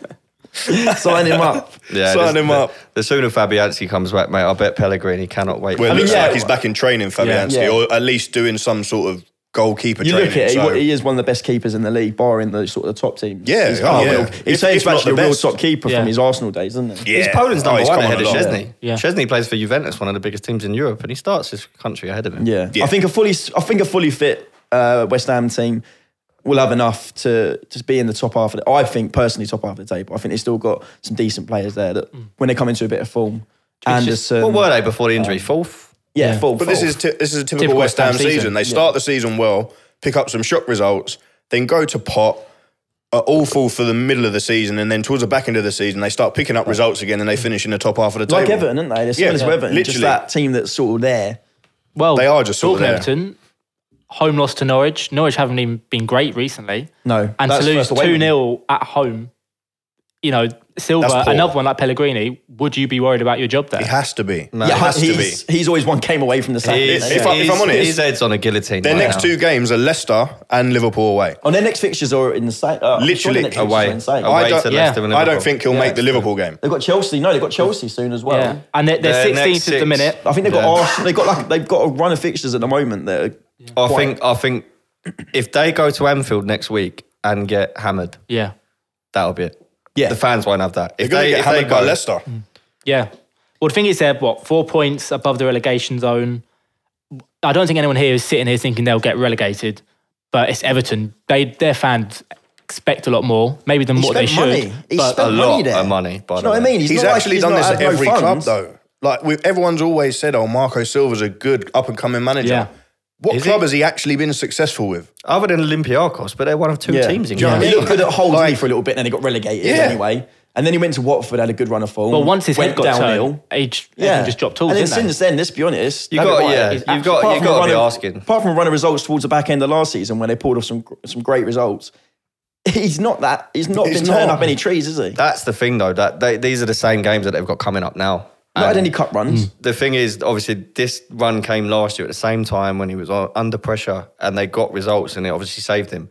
B: Sign him up.
D: Yeah,
C: Sign
D: just-
C: him
D: the,
C: up.
D: The sooner Fabianski comes back, mate, I bet Pellegrini cannot wait.
C: Well, it
D: for
C: looks
D: that.
C: like he's back in training, Fabianski,
B: Yeah.
C: or at least doing some sort of goalkeeper
B: You
C: training.
B: look at it, he-
C: so-
B: he is one of the best keepers in the league, barring the sort of the top teams.
C: Yeah,
B: he's,
C: oh,
B: oh,
C: yeah.
B: well, he's
C: If-
B: saying
C: if not
B: actually
C: the
B: a real
C: best.
B: top keeper
A: Yeah.
B: from his Arsenal days, isn't he?
C: yeah.
D: He's Poland's
C: Oh,
D: number
C: he's
D: one
C: come on
D: ahead
C: a
D: of
C: lot.
D: Chesney.
A: Yeah.
D: Chesney plays for Juventus, one of the biggest teams in Europe, and he starts his country ahead of him.
B: Yeah.
C: Yeah.
B: I think a fully I think a fully fit uh, West Ham team will have enough to just be in the top half of the I think personally top half of the table. I think they've still got some decent players there that
C: Mm.
B: when they come into a bit of form. Anderson.
D: What were they before the
C: Um,
D: injury? Fourth.
B: yeah,
A: Yeah.
B: full.
C: But this is, ti- this is a typical, West Ham season. They start the season well, pick up some shock results, then go to pot, are awful for the middle of the season, and then towards the back end of the season, they start picking up results again and they finish in the top half of the table.
B: like Everton, aren't they? They're similar
C: Yeah,
B: to Everton. Just
C: literally.
B: that team that's sort of there.
A: Well,
C: They are just sort of
A: talking
C: there.
A: Everton, home loss to Norwich. Norwich haven't even been great recently.
B: No.
A: And
B: that's
A: to lose
B: first away
A: 2
B: win.
A: 0 at home, you know, Silva,
C: That's poor.
A: another one like Pellegrini, would you be worried about your job there?
C: It has to be.
B: Yeah,
C: it has to be.
B: he's, he's always one game away from the sack.
D: He's-
C: If I- if I'm
D: he's-
C: honest,
D: his head's on a guillotine.
C: Their
D: right
C: next
D: now.
C: two games are Leicester and Liverpool away.
B: On their next fixtures are insane. Uh, I'm sure
C: Literally
B: their next fixtures
D: away,
B: are insane.
D: away
C: don't-
D: to
A: yeah.
D: Leicester. and
C: I
D: Liverpool.
C: don't think he'll make the Liverpool game.
B: They've got Chelsea. No, they've got Chelsea soon as well.
A: yeah. And they're, they're
D: Their
A: 16th at
D: next
A: the
D: six-
A: minute.
B: I think they've got
D: Yeah.
B: Arsenal. They've got like they've got a run of fixtures at the moment that are
D: I
B: quite-
D: think. I think if they go to Anfield next week and get hammered,
A: Yeah.
D: that'll be it.
B: Yeah.
D: the fans won't have that.
C: They're
D: If
C: going to
D: they,
C: get
D: if they
C: hammered
D: go,
C: by Leicester.
A: Yeah. Well, the thing is, they're what four points above the relegation zone. I don't think anyone here is sitting here thinking they'll get relegated, but it's Everton. They their fans expect a lot more, maybe than what they
B: spent
A: should.
B: money. He
A: but
B: spent
D: a
B: money
D: lot
B: there.
D: of money, by
B: Do you
D: the
B: know what I
D: way.
B: mean?
C: He's,
B: not
C: actually
B: he's
C: done
B: not
C: this
B: had
C: at
B: no
C: every club,
B: funds.
C: though. Like we everyone's always said, "Oh, Marco Silva's a good up-and-coming manager."
A: Yeah.
C: What
D: Is
C: club
D: he?
C: has he actually been successful with?
D: other than Olympiacos, but they're one of two
B: Yeah.
D: teams in
B: Yeah.
D: Europe.
B: He looked good at Hull didn't he,
C: Like-
B: for a little bit, and then he got relegated
C: Yeah.
B: anyway. And then he went to Watford, had a good run of form.
A: but uh, once his head
B: went
A: got
B: downhill.
A: turned, he j-
B: yeah,
A: everyone just dropped tools.
B: And then
A: didn't they?
B: since then, let's be honest,
D: You
B: they've
D: got-
B: been right.
D: yeah,
B: It's
D: you've got-
B: absolutely- apart
D: you've
B: from
D: got to
B: the
D: be
B: run of-
D: asking.
B: Apart from running results towards the back end of last season, when they pulled off some gr- some great results, he's not that. He's not
C: He's
B: been turning
C: not.
B: up any trees, is he?
D: That's the thing, though. That they, these are the same games that they've got coming up now.
B: Not had any cup
A: Hmm.
B: runs.
D: the thing is, obviously, this run came last year at the same time when he was uh, under pressure and they got results and it obviously saved him.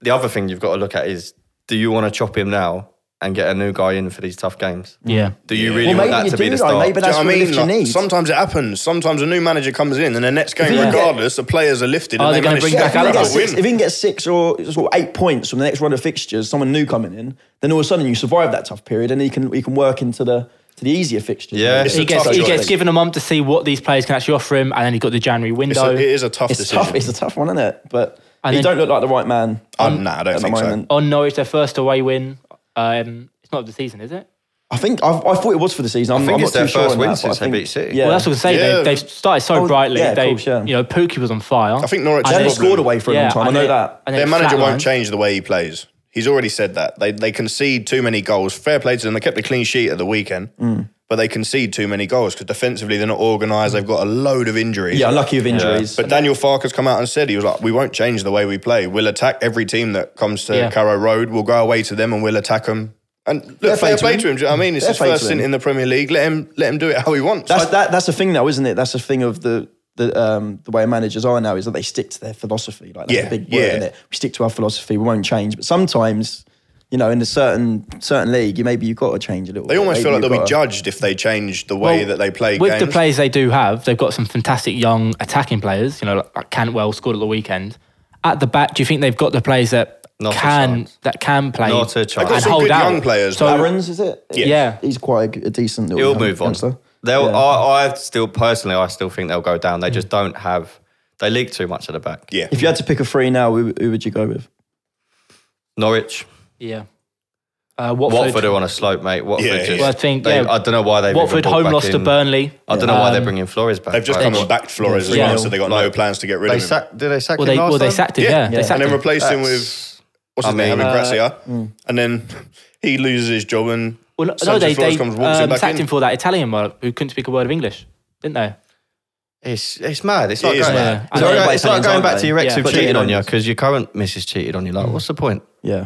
D: The other thing you've got to look at is do you want to chop him now and get a new guy in for these tough games?
B: Mm.
A: Yeah.
D: Do you
B: Well,
D: really want
B: maybe
D: that
B: you
D: to
B: do,
D: be
B: though.
D: the start?
B: Maybe
C: Do you
B: that's what
C: know what I
B: the
C: mean?
B: lift you
C: Like,
B: need.
C: sometimes it happens. Sometimes a new manager comes in and the next game,
B: you
C: regardless, the players are lifted.
A: Oh,
C: and
A: they're gonna
C: manage
A: bring
C: to
A: back
B: if, you
C: get
B: get
A: Alex.
C: a
B: six,
C: win.
B: if you can get six or sort of eight points from the next run of fixtures, someone new coming in, then all of a sudden you survive that tough period and you can you can work into the to the easier fixtures.
D: Yeah.
C: It's
A: He
C: a
A: gets,
C: tough
A: he
C: choice.
A: gets given a month to see what these players can actually offer him, and then he got the January
C: It's
A: window.
C: a, it is a tough
B: it's
C: decision.
B: tough. It's a tough one, isn't it? But
A: And
B: he
A: then-
B: don't look like the right man
C: Um, nah, I don't
B: at the
C: think so.
B: moment.
A: On Norwich, their first away win. Um, it's not of the season, is it?
B: I think I've, I thought it was for the season. I'm,
D: think
B: I'm
D: it's
B: not
D: their
B: too sure
D: first
B: on
D: win
B: that, but
D: since
B: I think-
D: they beat City.
B: Yeah,
A: Well, that's what I'm saying.
C: Yeah.
A: They, they started so
B: Oh,
A: brightly.
B: yeah, of
A: they,
B: course, yeah.
A: you know, Pookie was on fire.
C: I think Norwich
A: And
B: they
A: then
B: haven't
A: problem.
B: scored away for a long time. I
A: and
B: know
A: then-
B: that.
A: and
C: Their
A: then
C: manager
A: flatlined.
C: won't change the way he plays. He's already said that. They they concede too many goals. Fair play to them. They kept a clean sheet at the weekend, but they concede too many goals because defensively they're not organised. They've got a load of injuries.
B: Yeah, unlucky with injuries.
C: But Daniel Farker's come out and said he was like, "We won't change the way we play. We'll attack every team that comes to
A: Yeah.
C: Carrow Road. We'll go away to them and we'll attack them." And look, fair,
B: play to
C: play
B: him.
C: to him. Do you know what I mean? It's
B: Fair
C: his
B: play
C: first
B: to him.
C: stint in the Premier League. Let him let him do it how he wants.
B: That's that. That's the thing, now, isn't it? That's the thing of the the um the way managers are now is that they stick to their philosophy. Like that's
C: Yeah,
B: a big word,
C: yeah.
B: isn't it? We stick to our philosophy. We won't change. But sometimes, you know, in a certain certain league, you maybe you've got to change a little.
C: they
B: bit.
C: almost
B: Maybe
C: feel like
B: you've
C: they'll be
B: gotta-
C: judged if they change the way
A: Well,
C: that they play
A: with
C: games.
A: the players they do have, they've got some fantastic young attacking players. You know, like, like Cantwell scored at the weekend. At the back, do you think they've got the players that
D: Not a
A: can
D: chance.
A: that can play
D: Not a chance. They've got
A: and
C: some
A: hold
C: good
A: out?
C: young players,
A: So,
C: though.
B: Aaron's is it?
C: Yeah.
A: Yeah.
B: he's quite a, a decent. little
D: He'll
B: young
D: move on.
B: youngster.
D: They'll.
B: Yeah.
D: I, I still personally, I still think they'll go down. They just don't have. They leak too much at the back.
C: yeah,
B: If you had to pick a three now, who, who would you go with?
D: Norwich,
A: yeah. Uh, Watford.
D: Watford are on a slope, mate. Watford.
C: Yeah,
D: just,
A: Well, I think,
D: they-
A: yeah.
D: I don't know why they.
A: Watford home loss to Burnley.
D: I don't know why they're
A: Um,
D: bringing Flores back.
C: they've just
D: right?
C: come and backed Flores as
A: Yeah.
C: well, so they got no
D: Like,
C: plans to get rid
D: They
C: of him.
D: sacked. Did they sack
A: Well,
D: him
A: they
D: last
A: well they
D: time?
A: sacked him.
C: Yeah.
A: Yeah,
B: Yeah.
A: they sacked
C: and then
A: him.
C: replaced him with
D: That's-
C: what's his
D: I
C: name,
D: mean-
C: Emin Grazia,
A: Mm.
C: and then he loses his job and
A: Well, no,
C: Sergio
A: they,
C: Flores
A: they
C: comes waltzing
A: um,
C: back
A: sacked
C: in.
A: him for that Italian bloke who couldn't speak a word of English, didn't they?
D: It's it's mad. It's like
C: is
D: going,
C: mad.
A: Yeah.
D: It's
A: And
D: like,
B: everybody's
D: it's like
B: saying,
D: going
B: aren't
D: back to
B: they?
D: your ex
A: Yeah.
D: who
A: But
D: cheated
B: they
D: on you
B: don't.
D: because your current missus cheated on you. Like, what's the point?
B: Yeah,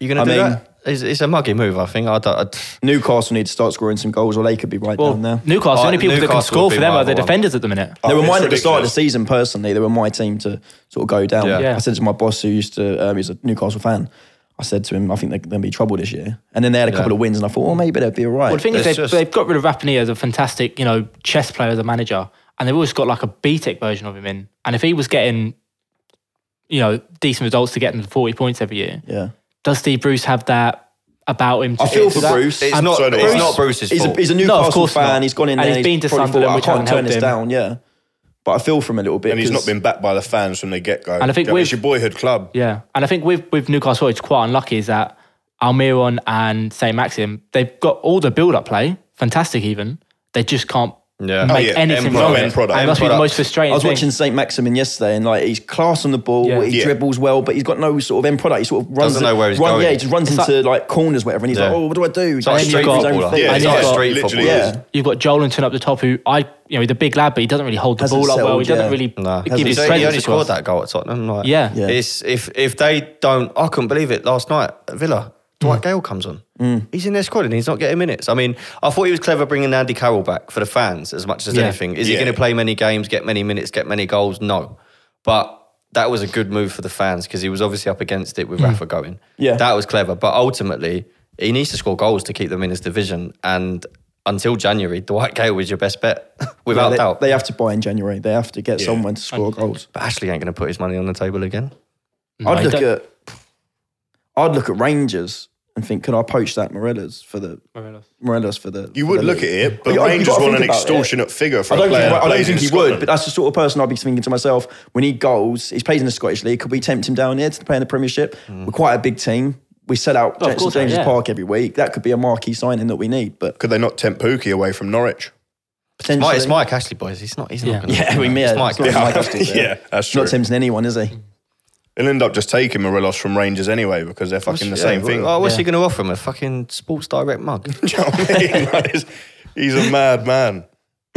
D: You're gonna
B: I
D: do
B: mean-
D: that? It's, it's a muggy move. I think. I don't.
B: Newcastle need to start scoring some goals, or they could be right
A: Well,
B: down there.
A: Newcastle.
D: Oh,
A: the only people that
D: Newcastle
A: can
D: would
A: score
D: be
A: for them
D: my
A: are the
D: other one.
A: defenders at the minute.
B: They were
C: it's
B: mine at the start of the
C: ridiculous.
B: season. Personally, they were my team to sort of go down.
D: Yeah.
A: Yeah.
B: I said to my boss, who used to um, he's a Newcastle fan. I said to him, I think they're going to be trouble this year. And then they had a couple
D: Yeah.
B: of wins, and I thought, oh, maybe they'll be all right.
A: Well, the thing is,
D: It's
A: they've,
D: just-
A: they've got rid of Rapini as a fantastic, you know, chess player as a manager, and they've always got like a B-Tech version of him in. And if he was getting, you know, decent results to get them to forty points every year,
B: yeah,
A: does Steve Bruce have that about him? To
B: I feel
A: to
B: for
A: that?
B: Bruce.
D: It's
A: I'm
D: not.
C: sorry,
D: It's
C: Bruce-
D: not Bruce's
B: he's a,
D: fault.
B: he's a
A: of
B: Newcastle
A: course
B: fan.
A: not.
B: He's gone in
A: And
B: there.
A: he's been to
B: probably
A: Sunderland,
B: thought,
A: which
B: I can't
A: hasn't
B: turn
A: helped
B: this
A: him.
B: down. Yeah, but I feel for him a little bit.
C: and he's not
B: 'cause-
C: been backed by the fans from the get go.
A: And I think
C: it's
A: with-
C: your boyhood club.
A: Yeah, and I think with with Newcastle, it's quite unlucky is that Almiron and Saint Maxim, they've got all the build-up play, fantastic even. They just can't
D: Yeah. Oh,
A: make
C: yeah,
A: anything
C: end
A: from
C: product,
A: it.
C: end product,
A: And it
C: end
A: must be the
D: product.
A: most frustrating.
B: I was
A: thing.
B: watching Saint Maximin yesterday, and like he's class on the ball.
A: Yeah.
B: He
C: Yeah.
B: dribbles well, but he's got no sort of end product. He sort of runs.
D: Doesn't know where he's
B: run-
D: going.
B: Yeah, he just runs
A: It's
B: into like, corners, whatever, and he's
D: Yeah.
B: like, oh, what do I do? It's
D: like a
A: street
D: footballer.
C: Yeah,
A: And he's
C: it's like
A: got-
C: street
D: literally
C: football.
B: Yeah.
A: You've got Jolinton up the top, who I, you know, he's a big lad, but he doesn't really hold the
B: Hasn't
A: ball up well. He
B: settled,
A: doesn't
B: yeah.
A: really
D: No,
A: give his
D: he's
A: presence
D: only, he only
A: across.
D: scored that goal at Tottenham. Like,
A: Yeah.
B: Yeah.
D: It's if if they don't, I couldn't believe it last night at Villa. Dwight Gale comes on. He's in their squad and he's not getting minutes. I mean, I thought he was clever bringing Andy Carroll back for the fans as much as
A: Yeah.
D: anything. Is
C: Yeah.
D: he going to play many games, get many minutes, get many goals? No, but that was a good move for the fans because he was obviously up against it with Rafa going.
B: Yeah.
D: that was clever. But ultimately, he needs to score goals to keep them in his division. And until January, Dwight Gale was your best bet without
B: they,
D: doubt.
B: they have to buy in January. They have to get
C: Yeah.
B: someone to score goals.
D: but Ashley ain't going to put his money on the table again.
A: No,
B: I'd
A: he
B: look
A: don't-
B: at I'd look at Rangers and think, could I poach that Morelos for the Morelos for the?
C: You would look at it, but Rangers want an extortionate figure for
B: I
C: a
B: don't, think,
C: player. that
B: I don't
C: plays
B: think
C: in
B: he
C: Scotland.
B: would, but that's the sort of person I'd be thinking to myself when he goals. He's plays in the Scottish League. Could we tempt him down here to play in the Premiership?
C: Mm.
B: We're quite a big team. We sell out
A: Oh, of
B: St
A: course,
B: James's
A: yeah.
B: Park every week. That could be a marquee signing that we need. But
C: Could they not tempt Pookie away from Norwich?
B: potentially,
D: Mike, it's Mike Ashley, boys. He's not. He's
A: Yeah.
D: not going to.
B: Yeah, we may.
D: It's
B: It's
D: Mike.
B: not Mike Ashley,
C: yeah, that's true.
B: not tempting anyone, is
A: Mm.
B: he?
C: He'll end up just taking Morelos from Rangers anyway because they're fucking the same thing.
D: Oh, what's
A: Yeah.
D: he going to offer him? A fucking Sports Direct mug?
C: Do you know what I mean? Like, it's- he's a mad man.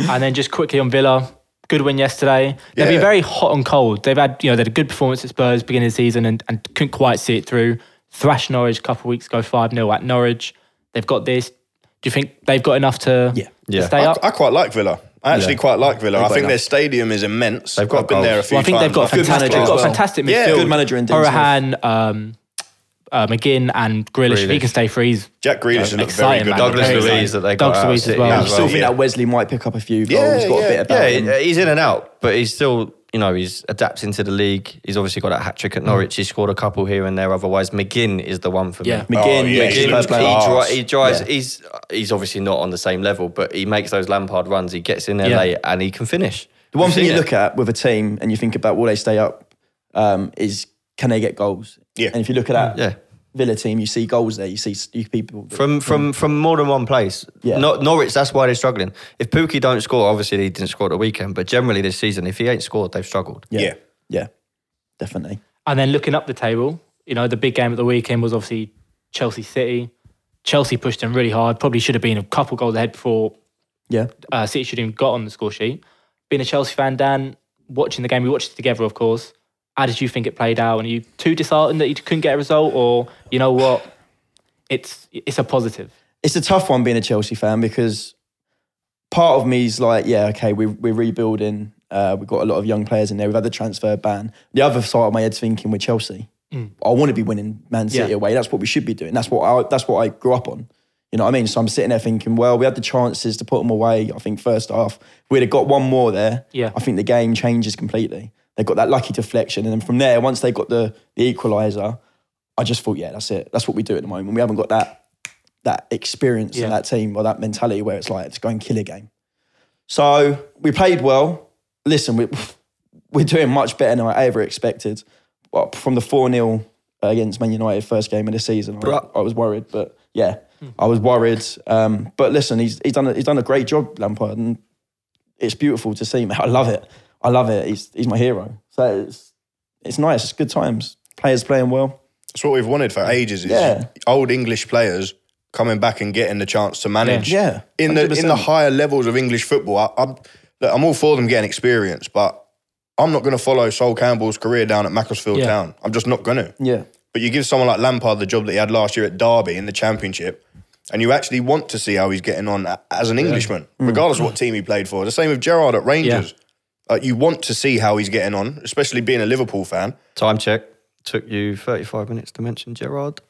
A: And then just quickly on Villa, good win yesterday. They've
C: Yeah.
A: been very hot and cold. They've had, you know, they had a good performance at Spurs beginning of the season and, and couldn't quite see it through. Thrash Norwich a couple of weeks ago, 5 0 at Norwich. They've got this. Do you think they've got enough to
B: Yeah.
D: Yeah.
A: to stay
C: I,
A: up.
C: I quite like Villa. I actually
D: Yeah.
C: quite like Villa. I
B: got
C: think
B: enough.
C: their stadium is immense.
D: They've got
C: I've been
D: goals.
C: there a few
A: Well, I think they've
C: times.
A: got a
C: Good
A: fantastic,
C: manager
A: they've
C: as
A: got a
C: well.
A: fantastic
C: Yeah,
A: midfield.
C: good
B: manager in Dean
A: Horahan, um, uh, McGinn, and Grealish. If he
D: Grealish.
A: can stay free, he's
C: Jack Grealish looked very
A: exciting.
C: good.
A: Man.
D: Douglas
A: Very
D: Luiz
A: exciting.
D: that they got
A: Douglas
D: out of
A: Luis as
D: City
A: well.
B: I
D: as
B: still
D: well.
B: think that Wesley might pick up a few goals.
C: Yeah,
B: He's got
C: yeah.
B: a bit about
D: Yeah,
B: him.
D: he- he's in and out, but he's still, you know, he's adapting to the league. He's obviously got a hat trick at Norwich. He scored a couple here and there. Otherwise, McGinn is the one for
A: Yeah.
D: me. Uh,
B: McGinn,
C: Oh, yeah,
B: makes
C: he's
B: his first
C: been
B: player.
C: class.
D: he, dri- he drives.
B: Yeah.
D: He's he's obviously not on the same level, but he makes those Lampard runs. He gets in there
A: Yeah.
D: late and he can finish.
B: The one thing you look at with a team and you think about will they stay up um, is can they get goals?
C: Yeah.
B: And if you look at that
D: yeah.
B: Villa team, you see goals there. You see s- you people that-
D: From from from more than one place.
B: Yeah.
D: Nor- Norwich, that's why they're struggling. If Pookie don't score, obviously he didn't score at the weekend, but generally this season, if he ain't scored, they've struggled.
C: Yeah.
B: yeah, definitely.
A: And then looking up the table, you know, the big game at the weekend was obviously Chelsea City. Chelsea pushed them really hard. Probably should have been a couple goals ahead before
B: Yeah,
A: uh, City should have even got on the score sheet. Being a Chelsea fan, Dan, watching the game, we watched it together, of course. How did you think it played out? And are you too disheartened that you couldn't get a result, or you know what? It's it's a positive.
B: it's a tough one being a Chelsea fan because part of me is like, yeah, okay, we're, we're rebuilding. Uh, we've got a lot of young players in there. We've had the transfer ban. The other side of my head's thinking we're Chelsea. I want to be winning Man City
A: Mm. Yeah.
B: away. That's what we should be doing. That's what I, that's what I grew up on. You know what I mean? So I'm sitting there thinking, well, we had the chances to put them away. I think first half we'd have got one more there.
A: Yeah.
B: I think the game changes completely. They got that lucky deflection, and then from there, once they got the the equaliser, I just thought, yeah, that's it. That's what we do at the moment. We haven't got that that experience
A: Yeah.
B: in that team or that mentality where it's like it's going kill a game. So we played well. Listen, we we're doing much better than I ever expected. Well, from the four 0 against Man United first game of the season, I,
D: Bruh.
B: I was worried, but yeah, I was worried. Um, but listen, he's he's done a, he's done a great job, Lampard, and it's beautiful to see him. I love it. I love it. He's he's my hero. So it's it's nice. It's good times. Players playing well.
C: That's what we've wanted for ages. Is
B: Yeah.
C: old English players coming back and getting the chance to manage.
B: Yeah.
C: in the in the
B: 100%.
C: higher levels of English football, I, I'm look, I'm all for them getting experience, but I'm not going to follow Sol Campbell's career down at Macclesfield
A: Yeah.
C: Town. I'm just not going to.
B: Yeah.
C: But you give someone like Lampard the job that he had last year at Derby in the Championship, and you actually want to see how he's getting on a- as an Englishman,
B: Mm.
C: regardless of what team he played for. The same with Gerrard at Rangers. Uh, you want to see how he's getting on, especially being a Liverpool fan.
D: Time check. Took you 35 minutes to mention Gerard.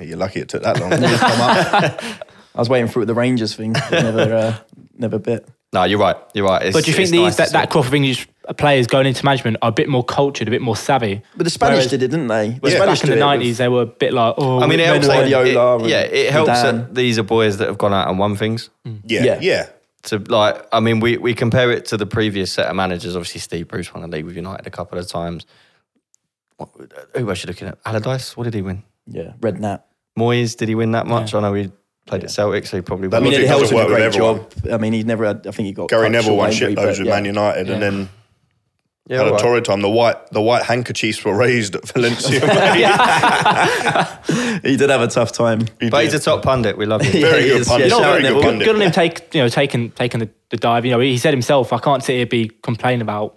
C: You're lucky it took that long. It's come up.
B: I was waiting for it with the Rangers thing. but Never, uh, never bit.
D: No, you're right. You're right. It's,
A: But do you think
D: it's
A: these,
D: nice to
A: that, that
D: see.
A: crop of English players going into management are a bit more cultured, a bit more savvy?
B: But the Spanish
A: Whereas
B: did it, didn't they? The
C: Yeah.
B: Spanish
A: back in the
B: did it with-
A: nineties, they were a bit like, oh,
D: I mean, it
A: we're
D: helps. That,
A: men-
D: it,
B: Guardiola and
D: yeah, it helps
B: Zidane.
D: that these are boys that have gone out and won things.
C: yeah,
B: Yeah.
C: yeah.
D: to like I mean we we compare it to the previous set of managers. Obviously Steve Bruce won the league with United a couple of times. What, who was she looking at? Allardyce? What did he win?
B: Yeah, Red Nat.
D: Moyes? Did he win that much? I know he played at Celtic, so he probably
C: That
B: I
D: won.
B: mean,
C: logic
B: Eddie Howe's
C: doesn't
B: did a
C: work
B: great
C: with
B: job. I mean, he's never had. I think he got
C: Gary
B: cut
C: Neville
B: short,
C: won
B: didn't he? But,
C: shitloads with
B: yeah.
C: Man United, and then
D: yeah,
C: had a
D: all right.
C: torrid time. The white the white handkerchiefs were raised at Valencia.
B: He did have a tough time.
D: but he's a top pundit. We love him.
C: Very
B: he
C: good
B: is,
C: pundit,
B: yeah,
C: very
B: shout
C: good
B: Neville.
C: pundit.
A: good on him take you know taking taking the, the dive. You know, he said himself, I can't sit here be complain about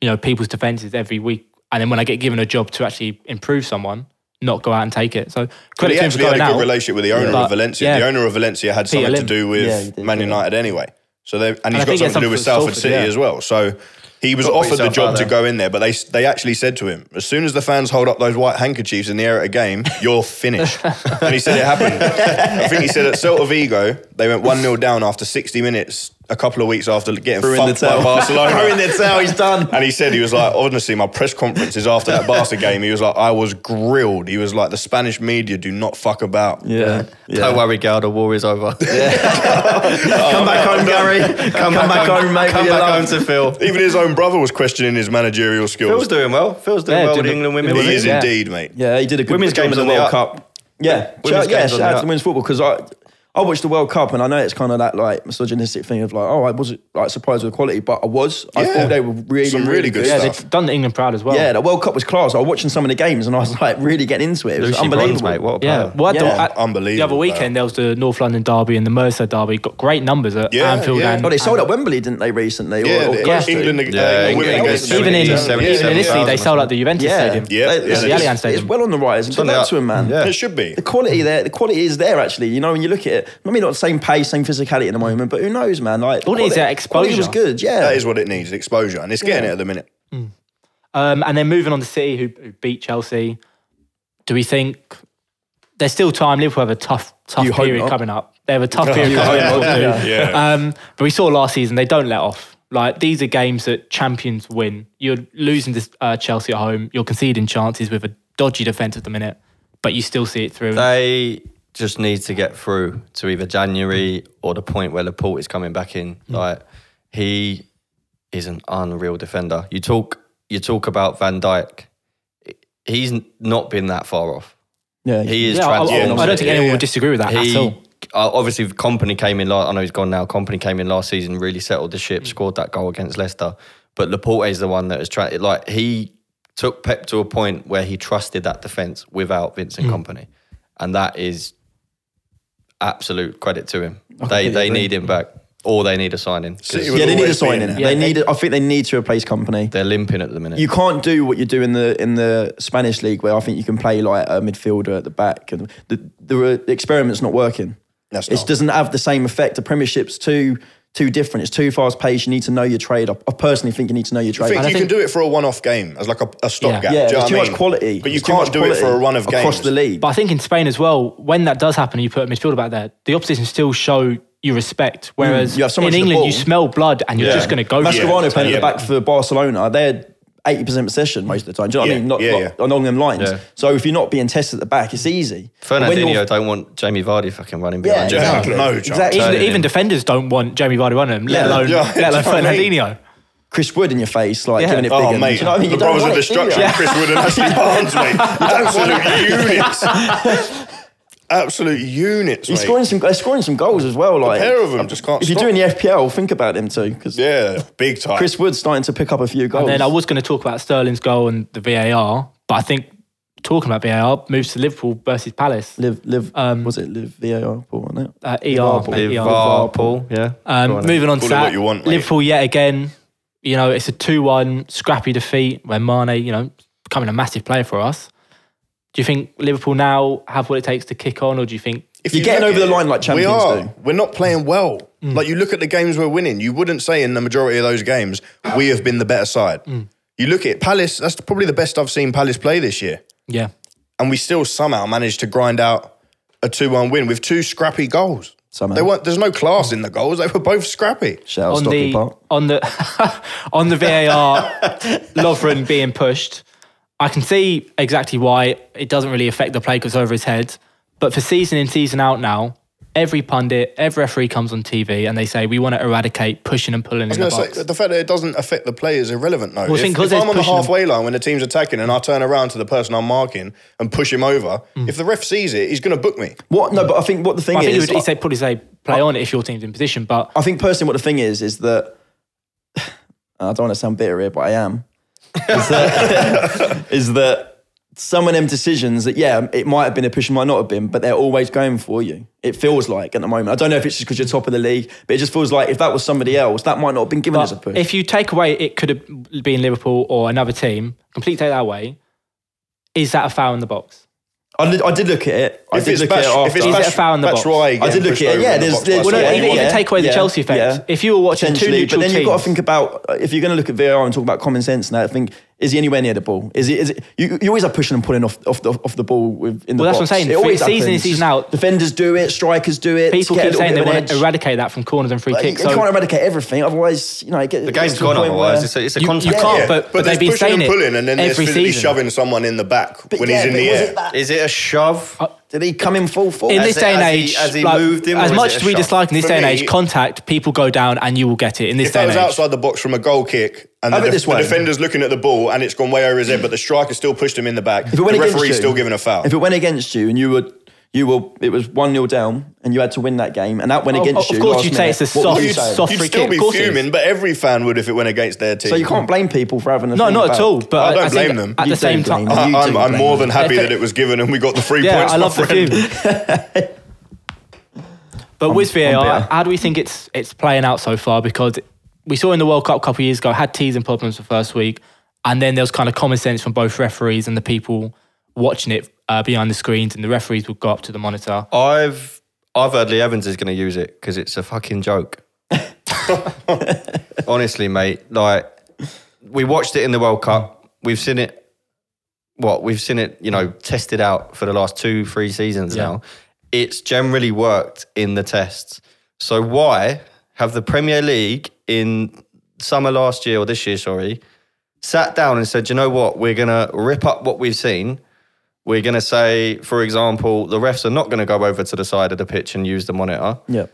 A: you know people's defenses every week, and then when I get given a job to actually improve someone, not go out and take it. So
C: But
A: credit
C: he
A: to him for
C: actually had a
A: going
C: good
A: out.
C: relationship with the owner
A: But,
C: of Valencia.
A: yeah.
C: The owner of Valencia had
A: Peter
C: something to
A: Lim.
C: do with
B: Yeah, he did,
C: Man
B: yeah.
C: United anyway. So they and, he's
A: I
C: got
A: think he had
C: something to do with
A: something
C: Salford
A: with
C: City
A: Salford, yeah.
C: as well. So he was
D: Got to put
C: offered the
D: yourself
C: job
D: out
C: to
D: there.
C: go in there, but they they actually said to him, as soon as the fans hold up those white handkerchiefs in the air at a game, you're finished. and he said it happened. I think he said at Celta Vigo they went one 0 down after 60 minutes. A couple of weeks after getting
B: Threw in the
C: thumped by
B: towel.
C: Barcelona,
B: Threw in the towel, he's done.
C: and he said he was like, honestly, my press conferences after that Barca game, he was like, I was grilled. He was like, the Spanish media do not fuck about.
B: Yeah.
D: Don't worry, Gal. The war is over.
B: Come back home, Gary. Come, back home, mate.
D: Come
B: with your
D: back home
B: love.
D: to Phil.
C: Even his own brother was questioning his managerial
D: Phil's
C: skills.
D: doing well. Phil's doing
A: Yeah,
D: well
A: doing
D: with
A: the-
D: England women.
A: doing
C: he
A: the-
C: is
A: Yeah.
C: indeed, mate.
B: Yeah, he did a good
D: Women's
B: good job
D: games
B: in
D: on
B: the
D: the
B: World
D: up.
B: Cup. Yeah,
D: Women's
B: shout, yeah,
D: games
B: shout
D: on the
B: out
D: up.
B: to women's football because I, I watched the World Cup and I know it's kind of that like misogynistic thing of like, oh, I wasn't like surprised with the quality, but I was. I
C: Yeah.
B: thought they were really,
C: Some really good
A: Yeah,
C: stuff.
A: they've done the England proud as well.
B: Yeah, the World Cup was class. I was watching some of the games and I was like really getting into it. It was
D: Lucy
B: unbelievable.
D: Bronze, mate. What a player.
A: Yeah, well, at
B: Yeah.
A: the, at
C: Unbelievable,
A: The other weekend, there was the North London derby and the Merseyside derby. Got great numbers at
C: Yeah,
A: Anfield
C: yeah.
A: and
B: Oh, they sold at Wembley, didn't they, recently? Or-
C: Yeah,
B: or
C: the-
B: close to.
C: England, uh,
D: Yeah,
C: women
D: England
C: against
D: against
A: even in,
D: 77,
A: even in Italy, they
D: 77,000
A: sold out the Juventus
B: Yeah,
A: Stadium.
C: Yeah,
B: They-
C: yeah,
B: it's-
C: it is.
A: Allianz Stadium.
B: It's well on the rise. And
D: on
B: good
D: the
B: luck
D: up.
B: to him, man.
D: Yeah.
C: It should be.
B: The quality there, the quality is there actually. You know, when you look at it, bit, maybe not the same pace, same physicality at the moment, but who knows, man? Like,
A: All it is
B: quality-
A: that
B: quality was
A: exposure.
B: good, yeah.
C: That is what it needs, exposure, and it's getting
B: Yeah.
C: it at the minute.
A: Um, and then moving on to City, who, who beat Chelsea. Do we think there's still time? Liverpool have a tough, tough
B: You hope
A: period
B: not.
A: coming up. They have a tough period coming up. too. Um, but we saw last season they don't let off. Like these are games that champions win. You're losing to uh, Chelsea at home. You're conceding chances with a dodgy defense at the minute, but you still see it through.
D: They just need to get through to either January or the point where Laporte is coming back in. Like he is an unreal defender. You talk you talk about Van Dijk. He's n- not been that far off.
B: yeah.
D: He is
A: yeah, I, I-
D: transformed.
A: I don't think
C: Yeah,
A: anyone
C: yeah.
A: would disagree with that at all.
D: He uh, obviously company came in. Last, I know he's gone now. Company came in last season, really settled the
B: Mm.
D: ship, scored that goal against Leicester. But Laporte is the one that has tried. Like he took Pep to a point where he trusted that defense without
B: Mm.
D: Vincent Company, and that is absolute credit to him. They
B: completely
D: they
B: agree.
D: need him back, or they need a signing. 'cause
C: City
B: yeah, they need a
C: always be
B: sign
C: in
B: in.
C: there.
B: They need. I think they need to replace company.
D: They're limping at the minute.
B: You can't do what you do in the in the Spanish league, where I think you can play like a midfielder at the back, and the the, the experiment's not working.
C: That's
B: it
C: not-
B: doesn't have the same effect. The Premiership's too too different. It's too fast paced. You need to know your trade. I, I personally think you need to know your
C: I
B: trade.
C: think
A: And I
C: you
A: think-
C: can do it for a one-off game as like a, a stopgap.
B: yeah,
C: do you know
B: there's
C: what
B: too
C: I
B: much
C: mean?
B: quality.
C: But you
B: There's too
C: can't
B: much
C: do it for a
B: quality
C: run of games
B: across the league.
A: But I think in Spain as well, when that does happen, and you put a midfielder back there, the opposition still show you respect. Whereas
B: Mm, you have so
A: in
B: much of the
A: England, you
B: ball.
A: smell blood and you're just going to go. for it.
B: Mascherano playing
C: Yeah.
B: at the back for Barcelona, they're eighty percent possession most of the time. Do you know what
C: Yeah,
B: I mean? Not,
C: yeah,
B: not
C: yeah.
B: along them lines.
D: Yeah.
B: So if you're not being tested at the back, it's easy. When you're-
D: Fernandinho don't want Jamie Vardy fucking running
B: Yeah,
D: behind him.
B: exactly.
C: No chance.
B: exactly.
A: Even,
D: Totally.
A: even defenders don't want Jamie Vardy on them, let
B: Yeah.
A: alone
C: Yeah.
A: let alone
C: Do you know what I mean?
A: Fernandinho.
B: Chris Wood in your face, like
A: Yeah.
B: giving it big.
C: Oh,
B: and-
C: mate.
B: do you know what I mean? You
C: the brothers
B: don't
C: of
B: want it, do you?
C: destruction, Chris Wood and Ashley Barnes, mate. Absolute units. Absolute units,
B: He's
C: mate.
B: scoring some. They're scoring some goals as well. Like
C: pair of 'em just can't
B: If you're
C: stop.
B: doing the FPL, think about them too, because
C: yeah, big time.
B: Chris Wood's starting to pick up a few goals.
A: Then I was going to talk about Sterling's goal and the VAR, but I think talking about VAR moves to Liverpool versus Palace.
B: live, live.
A: um,
B: was it live VAR? Paul, wasn't it?
A: Uh, ER, mate, ER.
D: Liverpool, yeah.
A: Um,
D: Go on then.
A: moving on to
C: Call it what
A: that,
C: you want, mate.
A: Liverpool yet again. You know, it's a two-one scrappy defeat where Mane, you know, becoming a massive player for us. Do you think Liverpool now have what it takes to kick on, or do you think
C: if
B: You're getting
C: look
B: over
C: at
B: the line like
C: we
B: champions
C: are.
B: do. Mm.
C: We're not playing well. Like you look at the games we're winning, you wouldn't say in the majority of those games we have been the better side.
B: Mm.
C: You look at Palace. That's probably the best I've seen Palace play this year,
A: yeah?
C: and we still somehow managed to grind out a two-one win with two scrappy goals.
B: Somehow.
C: They weren't. There's no class in the goals. They were both scrappy.
B: Shout out
A: on
B: Stockley
A: the
B: Park.
A: on the on the VAR Lovren being pushed. I can see exactly why it doesn't really affect the play because over his head. But for season in season out now, every pundit, every referee comes on TV and they say we want to eradicate pushing and pulling in the
C: I was
A: box.
C: gonna say, the fact that it doesn't affect the player is irrelevant, though. if
A: think 'cause
C: if
A: it's
C: I'm on the
A: pushing them-
C: halfway line when the team's attacking and I turn around to the person I'm marking and push him over, if the ref sees it, he's going to book me.
B: What? No, but I think what the thing
A: I think he
B: is,
A: would he'd say, probably say play on it if your team's in position, but
B: I think personally, what the thing is, is that I don't want to sound bitter here, but I am. Is that, is that some of them decisions that, yeah, it might have been a push, it might not have been, but they're always going for you. It feels like at the moment. I don't know if it's just because you're top of the league, but it just feels like if that was somebody else, that might not have been given as a push.
A: if you take away it could have been Liverpool or another team, completely take that away. Is that a foul in the box?
B: I, did, I did look at it. I
C: If
B: did
C: it's
B: look
C: Bash-
B: at it
C: if
B: after.
C: it's
A: Is it a foul in the
C: Bash-
A: box?
C: Batshuayi
B: I did
C: getting
B: look
C: pushed
B: at it.
C: over
B: Yeah,
C: in the
B: there's,
C: box
B: there's
C: by
A: Well, no,
C: someone.
A: even if you take away the Chelsea effect, if you were watching two
B: Potentially,
A: neutral
B: but then you've got to
A: teams-
B: think about uh, if you're going to look at VAR and talk about common sense. Now, I think is he anywhere near the ball? Is it? Is it? You, you always are pushing and pulling off off the, off the ball with in the
A: Well, that's
B: box.
A: what I'm saying.
B: It always
A: Season in,
B: happens.
A: season out-
B: defenders do it, strikers do it.
A: People
B: to get
A: keep
B: a
A: saying
B: little
A: they
B: bit of an
A: want to
B: edge.
A: eradicate that from corners and free
B: But you,
A: kicks.
B: you
A: so
B: can't eradicate everything, otherwise you know it gets,
D: The game's
B: gets to
D: gone
B: a point
D: otherwise.
B: where-
D: It's a, it's a
A: you, you
D: contact.
A: can't,
C: Yeah,
A: but, but, they've
C: there's
A: been
C: pushing
A: saying
C: and
A: it
C: pulling, and then there's
A: every
C: physically
A: season.
C: shoving someone in the back
B: But
C: when
B: yeah,
C: he's in
B: but
C: the
B: was
C: air.
B: it that-
D: Is it a shove?
B: Did he come in full force?
A: In
D: Has
A: this
D: it-
A: day and
D: has he-
A: age,
D: has he
A: like,
D: moved him or
A: as
D: is
A: much
D: it a
A: as we
D: shot?
A: dislike in this
C: For
A: day and
C: me-
A: age, contact people go down and you will get it in this
C: If
A: day
C: that
A: and
C: was
A: age.
C: outside the box from a goal kick and
B: Have
C: the,
B: it this
C: the
B: way.
C: defender's looking at the ball and it's gone way over his head, but the striker still pushed him in the back,
B: If it
C: the
B: went against
C: referee's
B: you,
C: still giving a foul.
B: If it went against you and you were you were it was one 0 down and you had to win that game and that went
A: Of- Oh,
B: against
A: of
B: you.
A: course
B: last
A: you'd say
B: minute,
A: it's a
B: what would
A: soft-
B: you say?
A: soft-
C: You'd
A: free
C: still
A: kick,
C: be
A: of course it is.
C: fuming, but every fan would if it went against their team.
B: So you can't blame people for having a
A: no,
B: thing
A: not at
B: about-
A: all. But
C: I don't
A: think
C: blame them.
A: At
B: You
A: the
B: do
A: same
B: blame
A: time,
B: them.
C: I,
B: You
C: I'm,
B: do
C: I'm
B: blame
C: more
B: them.
C: than happy
A: If it-
C: that it was given and we got the three
A: yeah,
C: points.
A: I
C: my
A: love the fume.
C: friend.
A: but with
B: I'm
A: VAR,
B: bitter.
A: how do we think it's it's playing out so far? Because we saw in the World Cup a couple of years ago, had teasing problems the first week, and then there was kind of common sense from both referees and the people watching it uh, behind the screens, and the referees would go up to the monitor.
D: I've I've heard Lee Evans is going to use it because it's a fucking joke. Honestly, mate, like we watched it in the World Cup. We've seen it. What we've seen it, you know, tested out for the last two, three seasons
A: Yeah.
D: now. It's generally worked in the tests. So why have the Premier League in summer last year or this year, sorry, sat down and said, you know what, we're gonna rip up what we've seen. We're gonna say, for example, the refs are not gonna go over to the side of the pitch and use the monitor
B: Yeah.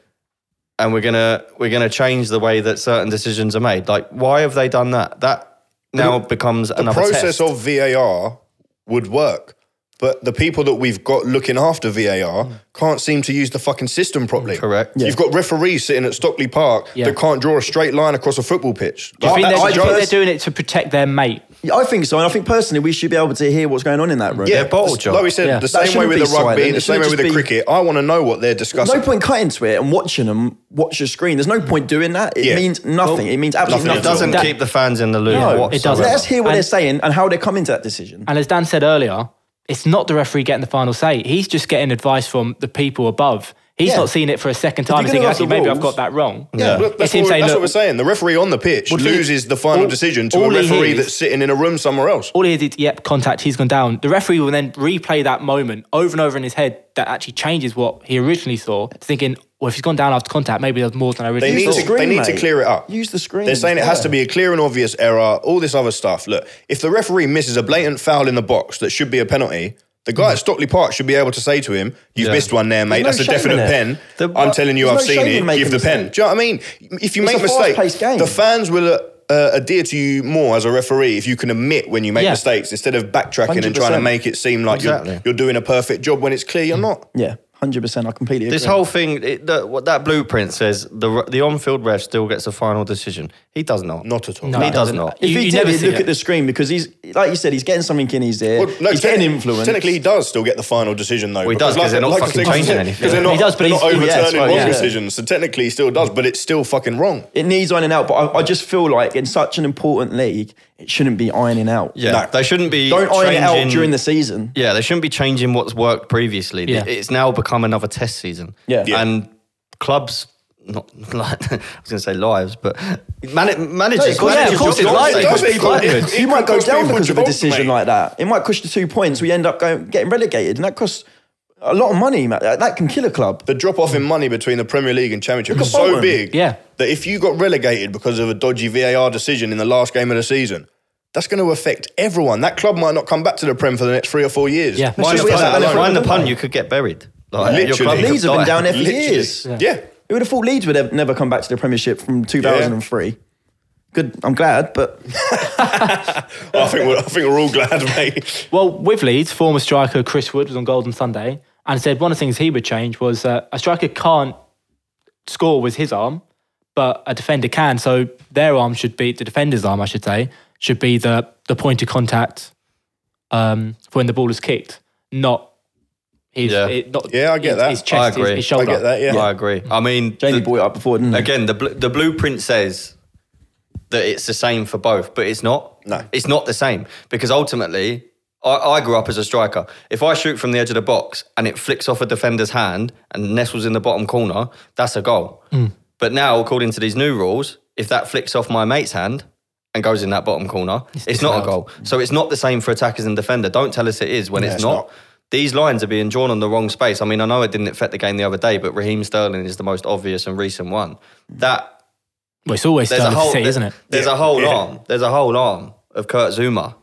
D: and we're gonna we're gonna change the way that certain decisions are made. Like, why have they done that? That now becomes
C: the
D: another
C: process
D: test.
C: of VAR would work, but the people that we've got looking after VAR
B: Hmm.
C: can't seem to use the fucking system properly.
D: Correct.
C: You've got referees sitting at Stockley Park
A: Yeah.
C: that can't draw a straight line across a football pitch.
A: Do you think, they're,
C: Like, that's
A: do you think
C: jokes.
A: they're doing it to protect their mate?
B: Yeah, I think so. And I think personally, we should be able to hear what's going on in that room.
C: yeah,
D: They're bottle
C: that's- like we said,
A: Yeah.
C: the
A: That
C: same way
B: shouldn't
C: with
B: be
C: the rugby,
B: silent.
C: the
B: It
C: same way
B: should
C: with
B: just
C: the
B: be-
C: cricket. I want to know what they're discussing.
B: No point cutting to it and watching them watch your screen. There's no point doing that. It
C: Yeah.
B: means nothing. it means absolutely
C: nothing
B: nothing.
D: It doesn't
A: That-
D: keep the fans in the loop.
A: No, it
D: whatsoever.
A: doesn't.
B: Let us hear what
A: And-
B: they're saying and how they're coming to that decision.
A: And as Dan said earlier, it's not the referee getting the final say. He's just getting advice from the people above. He's
B: Yeah.
A: not seeing it for a second time
B: you're
A: and thinking,
B: gonna have
A: actually,
B: the
A: maybe I've
B: rules-
A: got that wrong.
C: Yeah,
A: It
C: look, that's,
A: seems
C: what,
A: saying,
C: that's what
A: look,
C: we're saying. The referee on the pitch loses the final decision to
A: all
C: a
A: he
C: referee
A: hears-
C: that's sitting in a room somewhere else.
A: all he did, yep, contact, he's gone down. The referee will then replay that moment over and over in his head that actually changes what he originally saw, thinking, well, if he's gone down after contact, maybe there's more than I
C: They
A: originally
C: need,
B: the
A: thought.
C: to, they
B: screen,
C: need to
B: mate.
C: clear it up.
B: Use the screen,
C: They're saying it has
B: yeah.
C: to be a clear and obvious error, all this other stuff. Look, if the referee misses a blatant foul in the box that should be a penalty, the guy at Stockley Park should be able to say to him, You've
D: Yeah.
C: missed one there, mate.
B: There's
C: That's
B: no
C: a
B: shame in
C: definite
B: it.
C: pen.
B: The-
C: I'm telling you,
B: there's
C: I've
B: no
C: seen
B: shame in
C: it.
B: making
C: Give the pen.
B: mistakes.
C: Do you know what I mean? If you
B: It's
C: make
B: a fast-paced
C: mistakes,
B: game.
C: the fans will uh, adhere to you more as a referee if you can admit when you make
A: Yeah.
C: mistakes instead of backtracking and trying to
B: 100%.
C: make it seem like
D: Exactly.
C: you're, you're doing a perfect job when it's clear you're not.
B: Yeah, hundred percent. I completely agree.
D: This whole thing, it, the, what that blueprint says, the the on-field ref still gets a final decision. He does not.
C: Not at all.
A: No,
D: he
A: it
D: does
A: doesn't.
D: not.
B: if
A: You-
B: he
A: you
B: did,
A: never
B: he'd
A: see
B: look
A: it.
B: at the screen because he's like you said, he's getting something in his ear.
C: Well, no,
B: he's getting
C: technically-
B: influence.
C: Technically, he does still get the final decision, though.
D: he does, 'cause they're not fucking changing anything.
C: Because they're not,
A: He does, but
C: they're not
A: he's- yeah,
C: overturning
A: that's right,
C: wrong
A: yeah.
C: decisions. So technically, he still does, but it's still fucking wrong.
B: it needs ironing out, but I, I just feel like in such an important league, it shouldn't be ironing out.
D: Yeah,
C: No.
D: they shouldn't be.
B: Don't iron it out
D: changing-
B: during the season.
D: Yeah, they shouldn't be changing what's worked previously.
A: Yeah.
D: It's now become another test season.
B: Yeah. Yeah.
D: And clubs, not like, I was going to say lives, but man-
B: No,
D: managers.
B: of course-
A: yeah, of
D: managers-
A: course it's
D: Don't
A: likely,
D: say-
A: because
C: It
A: people-
C: could-
A: it
C: it
B: You might
C: could
B: go
C: cost
B: down
C: people
B: because of a
C: jobs,
B: decision
C: mate.
B: like that. It might cost you two points. We end up going getting relegated, and that costs a lot of money. Matt. That that can kill a club.
C: The drop off in money between the Premier League and Championship
B: Look
C: is
B: at
C: so
B: Bolton.
C: big
A: Yeah.
C: that if you got relegated because of a dodgy VAR decision in the last game of the season, that's going to affect everyone. That club might not come back to the Prem for the next three or four years.
A: Yeah.
D: Mind
B: Should
D: the
B: we have that
D: pun,
B: benefit
D: mind the
B: of the
D: pun
B: doubt?
D: you could get buried. Like,
C: Literally.
D: your club could
B: Leeds have been
D: die.
B: down there for
C: Literally.
B: years.
C: Yeah.
B: Who would have thought Leeds would have never come back to the Premiership from 2003? Good, I'm glad, but
C: I think we're, I think we're all glad, mate.
A: Well, with Leeds, former striker Chris Wood was on Golden Sunday and said one of the things he would change was uh, a striker can't score with his arm, but a defender can. So their arm should be the defender's arm, I should say, should be the the point of contact um, for when the ball is kicked, not his.
D: Yeah.
A: it- not,
C: Yeah, I get
A: his,
C: that.
A: His chest,
D: I agree.
A: His, his
D: I
A: shoulder.
C: I get that, yeah.
D: I agree. I mean,
B: Jamie
D: the-
B: brought it up before, didn't he?
D: again, the bl- the blueprint says that it's the same for both, but it's not.
C: No.
D: it's not the same because ultimately, I, I grew up as a striker. If I shoot from the edge of the box and it flicks off a defender's hand and nestles in the bottom corner, that's a goal. But now, according to these new rules, if that flicks off my mate's hand. And goes in that bottom corner. It's, not a goal, so it's not the same for attackers and defender. Don't tell us it is when it's,
C: it's
D: not.
C: not.
D: These lines are being drawn on the wrong space. I mean, I know it didn't affect the game the other day, but Raheem Sterling is the most obvious and recent one. That
A: Well, it's always
D: there's a
A: Sterling
D: whole,
A: City, isn't it?
D: There's
C: Yeah,
D: a whole
C: yeah.
D: arm. There's a whole arm of Kurt Zuma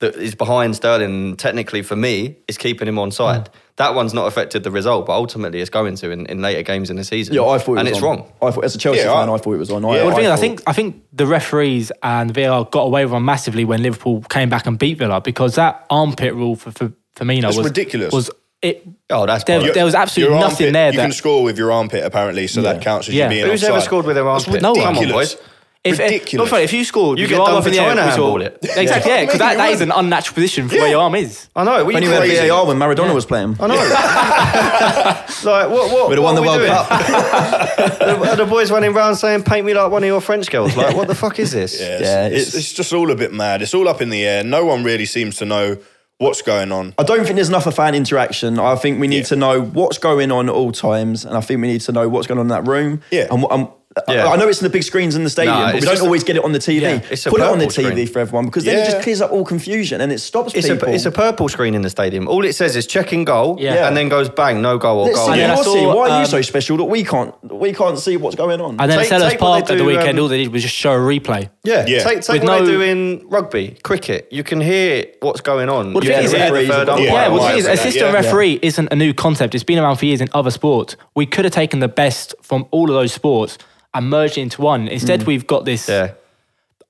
D: that is behind Sterling. Technically, for me, is keeping him on
A: Hmm.
D: side. That one's not affected the result, but ultimately, it's going to in, in later games in the season.
B: yeah, I thought it
D: and
B: was
D: it's
B: on.
D: wrong.
B: I thought, as a Chelsea
C: Yeah, I-
B: fan, I, thought it was on.
C: Yeah.
A: Well, the thing is, I
B: thought-
A: think I think the referees and VAR got away with one massively when Liverpool came back and beat Villa because that armpit rule for, for Firmino
C: That's
A: was
C: ridiculous.
A: Was it?
D: Oh, that's
A: There-
D: bollocks.
A: there was absolutely
C: Your
A: nothing
C: armpit-
A: there
C: You
A: that-
C: can score with your armpit, apparently, so that counts as
A: Yeah.
C: you being
D: Who's
C: offside.
D: ever scored with their
C: That's
D: armpit?
A: No one.
C: ridiculous.
D: Come on, boys.
A: If, if,
C: Ridiculous.
A: not funny, if you scored,
D: You
A: your
D: get
A: arm
D: done
A: up
D: for
A: in the air,
D: trying to
A: we
D: handball
A: scored.
D: it.
A: Exactly, yeah, because
C: Making
A: that,
C: it
A: that
C: run.
A: is an unnatural position for where
C: Yeah.
A: your arm is.
D: I know. What
B: when
D: are
B: he
D: you
B: went
D: crazy?
B: VAR when Maradona was playing,
D: I know. like what? What?
B: We'd have won
D: what
B: the
D: are we
B: World
D: doing?
B: Cup.
D: the, the boys running around saying, "Paint me like one of your French girls." Like, what the fuck is this?
C: Yeah,
B: Yeah,
C: it's,
B: it's-
C: it's, it's just all a bit mad. It's all up in the air. No one really seems to know what's going on.
B: I don't think there's enough of fan interaction. I think we need
C: Yeah.
B: to know what's going on at all times, and I think we need to know what's going on in that room.
C: Yeah.
B: And, what- and I-
D: Yeah.
B: I know it's in the big screens in the stadium,
D: Nah,
B: but we
D: it's
B: don't
D: just a-
B: always get it on the TV.
D: it's a
B: Put it on the
D: purple
B: TV
D: screen.
B: for everyone because then it
C: Yeah.
B: just clears up all confusion and it stops
D: It's
B: people.
D: a, it's a purple screen in the stadium. All it says is check in goal,
A: Yeah.
D: and then goes bang, no goal or
B: Let's
D: goal.
B: see
A: And then I
B: your
A: saw,
B: team. Why are you
A: um,
B: so special that we can't that we can't see what's going on?
A: And then
D: Take-
A: at Sellers
D: take what they
A: Park at the
D: do,
A: weekend,
D: um,
A: all they did was just show a replay.
D: Yeah,
C: Yeah.
D: take, take
A: With
D: what
A: no-
D: they do in rugby, cricket. You can hear what's going on.
A: Well,
D: you
A: the
D: can
A: thing is-
D: hear the
B: referees
D: third
B: have got-
D: umpire.
A: Yeah,
C: Yeah,
A: well, the
C: why
A: thing is,
C: is it that?
A: assistant
C: Yeah.
A: referee isn't a new concept. It's been around for years in other sports. We could have taken the best from all of those sports and merged it into one. Instead, we've got this
D: yeah.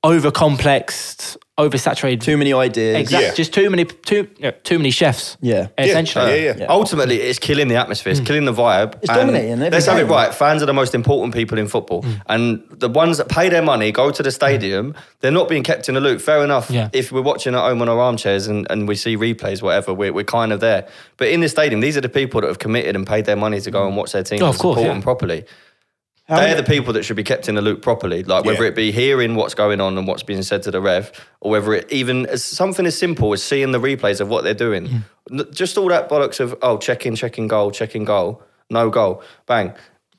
A: over complexed, oversaturated.
B: too many ideas.
A: exactly,
C: Yeah.
A: just too many, too yeah, too many chefs.
B: Yeah. Yeah.
A: essentially.
C: Yeah, yeah, yeah.
D: Ultimately, it's killing the atmosphere. It's
A: Mm.
D: killing the vibe.
B: It's
D: and
B: dominating every
D: Let's have it
B: game.
D: right. Fans are the most important people in football,
A: Mm.
D: and the ones that pay their money go to the stadium. They're not being kept in the loop. Fair enough.
A: Yeah.
D: If we're watching at home on our armchairs and, and we see replays, whatever, we're, we're kind of there. But in the stadium, these are the people that have committed and paid their money to go and watch their team
A: Oh,
D: and
A: of course,
D: support
A: yeah.
D: them properly.
B: How
D: They're
B: many-
D: the people that should be kept in the loop properly, like whether
C: Yeah.
D: it be hearing what's going on and what's being said to the rev, or whether it even as something as simple as seeing the replays of what they're doing.
C: Hmm.
D: N- Just all that bollocks of oh, check in, check in, goal, check in, goal, no goal, bang.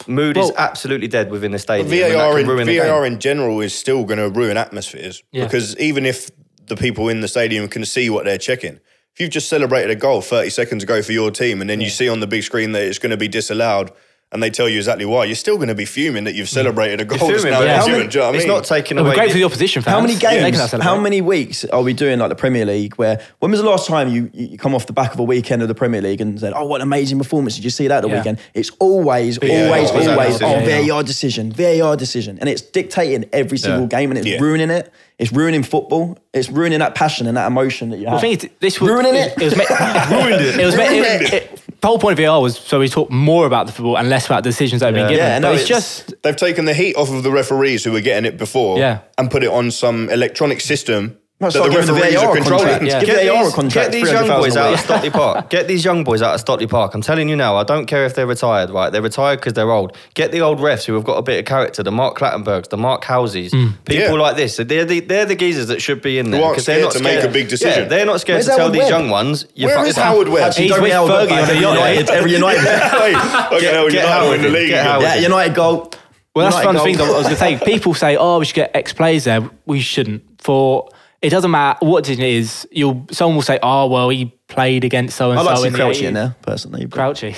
D: Mood is
A: Well-
D: absolutely dead within the stadium. and that
C: VAR
D: can
C: in,
D: ruin the
C: VAR
D: game.
C: in general is still going to ruin atmospheres
A: Yeah.
C: because even if the people in the stadium can see what they're checking, if you've just celebrated a goal 30 seconds ago for your team and then you see on the big screen that it's going to be disallowed and they tell you exactly why, you're still going to be fuming that you've
D: Mm.
C: celebrated a goal. that's
D: Fuming,
C: now
D: but
A: yeah.
C: it's
A: How
C: doing,
D: many-
C: do you know what I
D: it's
C: mean?
D: not taking
A: It'd be
D: away.
A: great for the opposition fans.
B: How many
A: They can
B: games?
A: now celebrate.
B: How many weeks are we doing like the Premier League? Where when was the last time you, you come off the back of a weekend of the Premier League and said, "Oh, what an amazing performance! Did you see that the
A: Yeah.
B: weekend?" It's always,
C: Yeah,
B: always,
C: yeah, yeah.
B: always,
A: Yeah,
B: oh,
A: yeah.
B: VAR decision, VAR decision, and it's dictating every single game, and it's
C: Yeah.
B: ruining it. It's ruining football. It's ruining that passion and that emotion that you have.
A: The thing is, this was
B: ruining it.
A: It was meant, ruined it. was meant,
B: Ruined
A: it- it- the whole point of VR was so we talk more about the football and less about the decisions that have been
D: Yeah.
A: given.
B: Yeah,
A: but
B: no,
A: it's,
B: it's-
A: just
C: They've taken the heat off of the referees who were getting it before
A: Yeah.
C: and put it on some electronic system
B: No,
C: that
B: start
C: the
B: giving the
C: referees
B: VAR
C: are
B: a
C: controlling.
B: contract.
A: Yeah.
B: Give
D: Get
B: VAR a
D: these-
B: contract.
D: Get these young
B: 300,000
D: boys
B: a
D: out of
B: week.
D: Stockley Park. Get these young boys out of Stockley Park. I'm telling you now, I don't care if they're retired, right? They're retired because they're old. Get the old refs who have got a bit of character, the Mark Clattenburgs, the Mark Houseys, people
C: Yeah.
D: like this. They're the, they're the geezers that should be in there.
C: aren't
D: 'cause they're
C: scared
D: not
C: to make a big decision.
D: Yeah, they're not scared
B: Where's
D: to tell
B: Howard
D: these
B: Webb?
D: young ones, you
C: Where
D: fucked
C: is
D: up.
C: Howard Webb?
B: Actually,
A: He's
B: don't
A: with
B: get Howard
A: Fergie on
B: back
A: the
B: every
A: yacht.
B: United, every United.
C: Hey, okay, hell,
D: get
C: you're now in the
D: Howard in,
C: league.
D: get Howard
B: yeah, United goal.
A: well, that's
B: United
A: one thing that
B: goal.
A: I was going to say. People say, "Oh, we should get X players there." We shouldn't. For it doesn't matter what it is. You'll someone will say, "Oh, well, he played against so and
B: I
A: so."
B: like to see
A: in the
B: Crouchy in
A: 80s."
B: there personally. but-
A: Crouchy.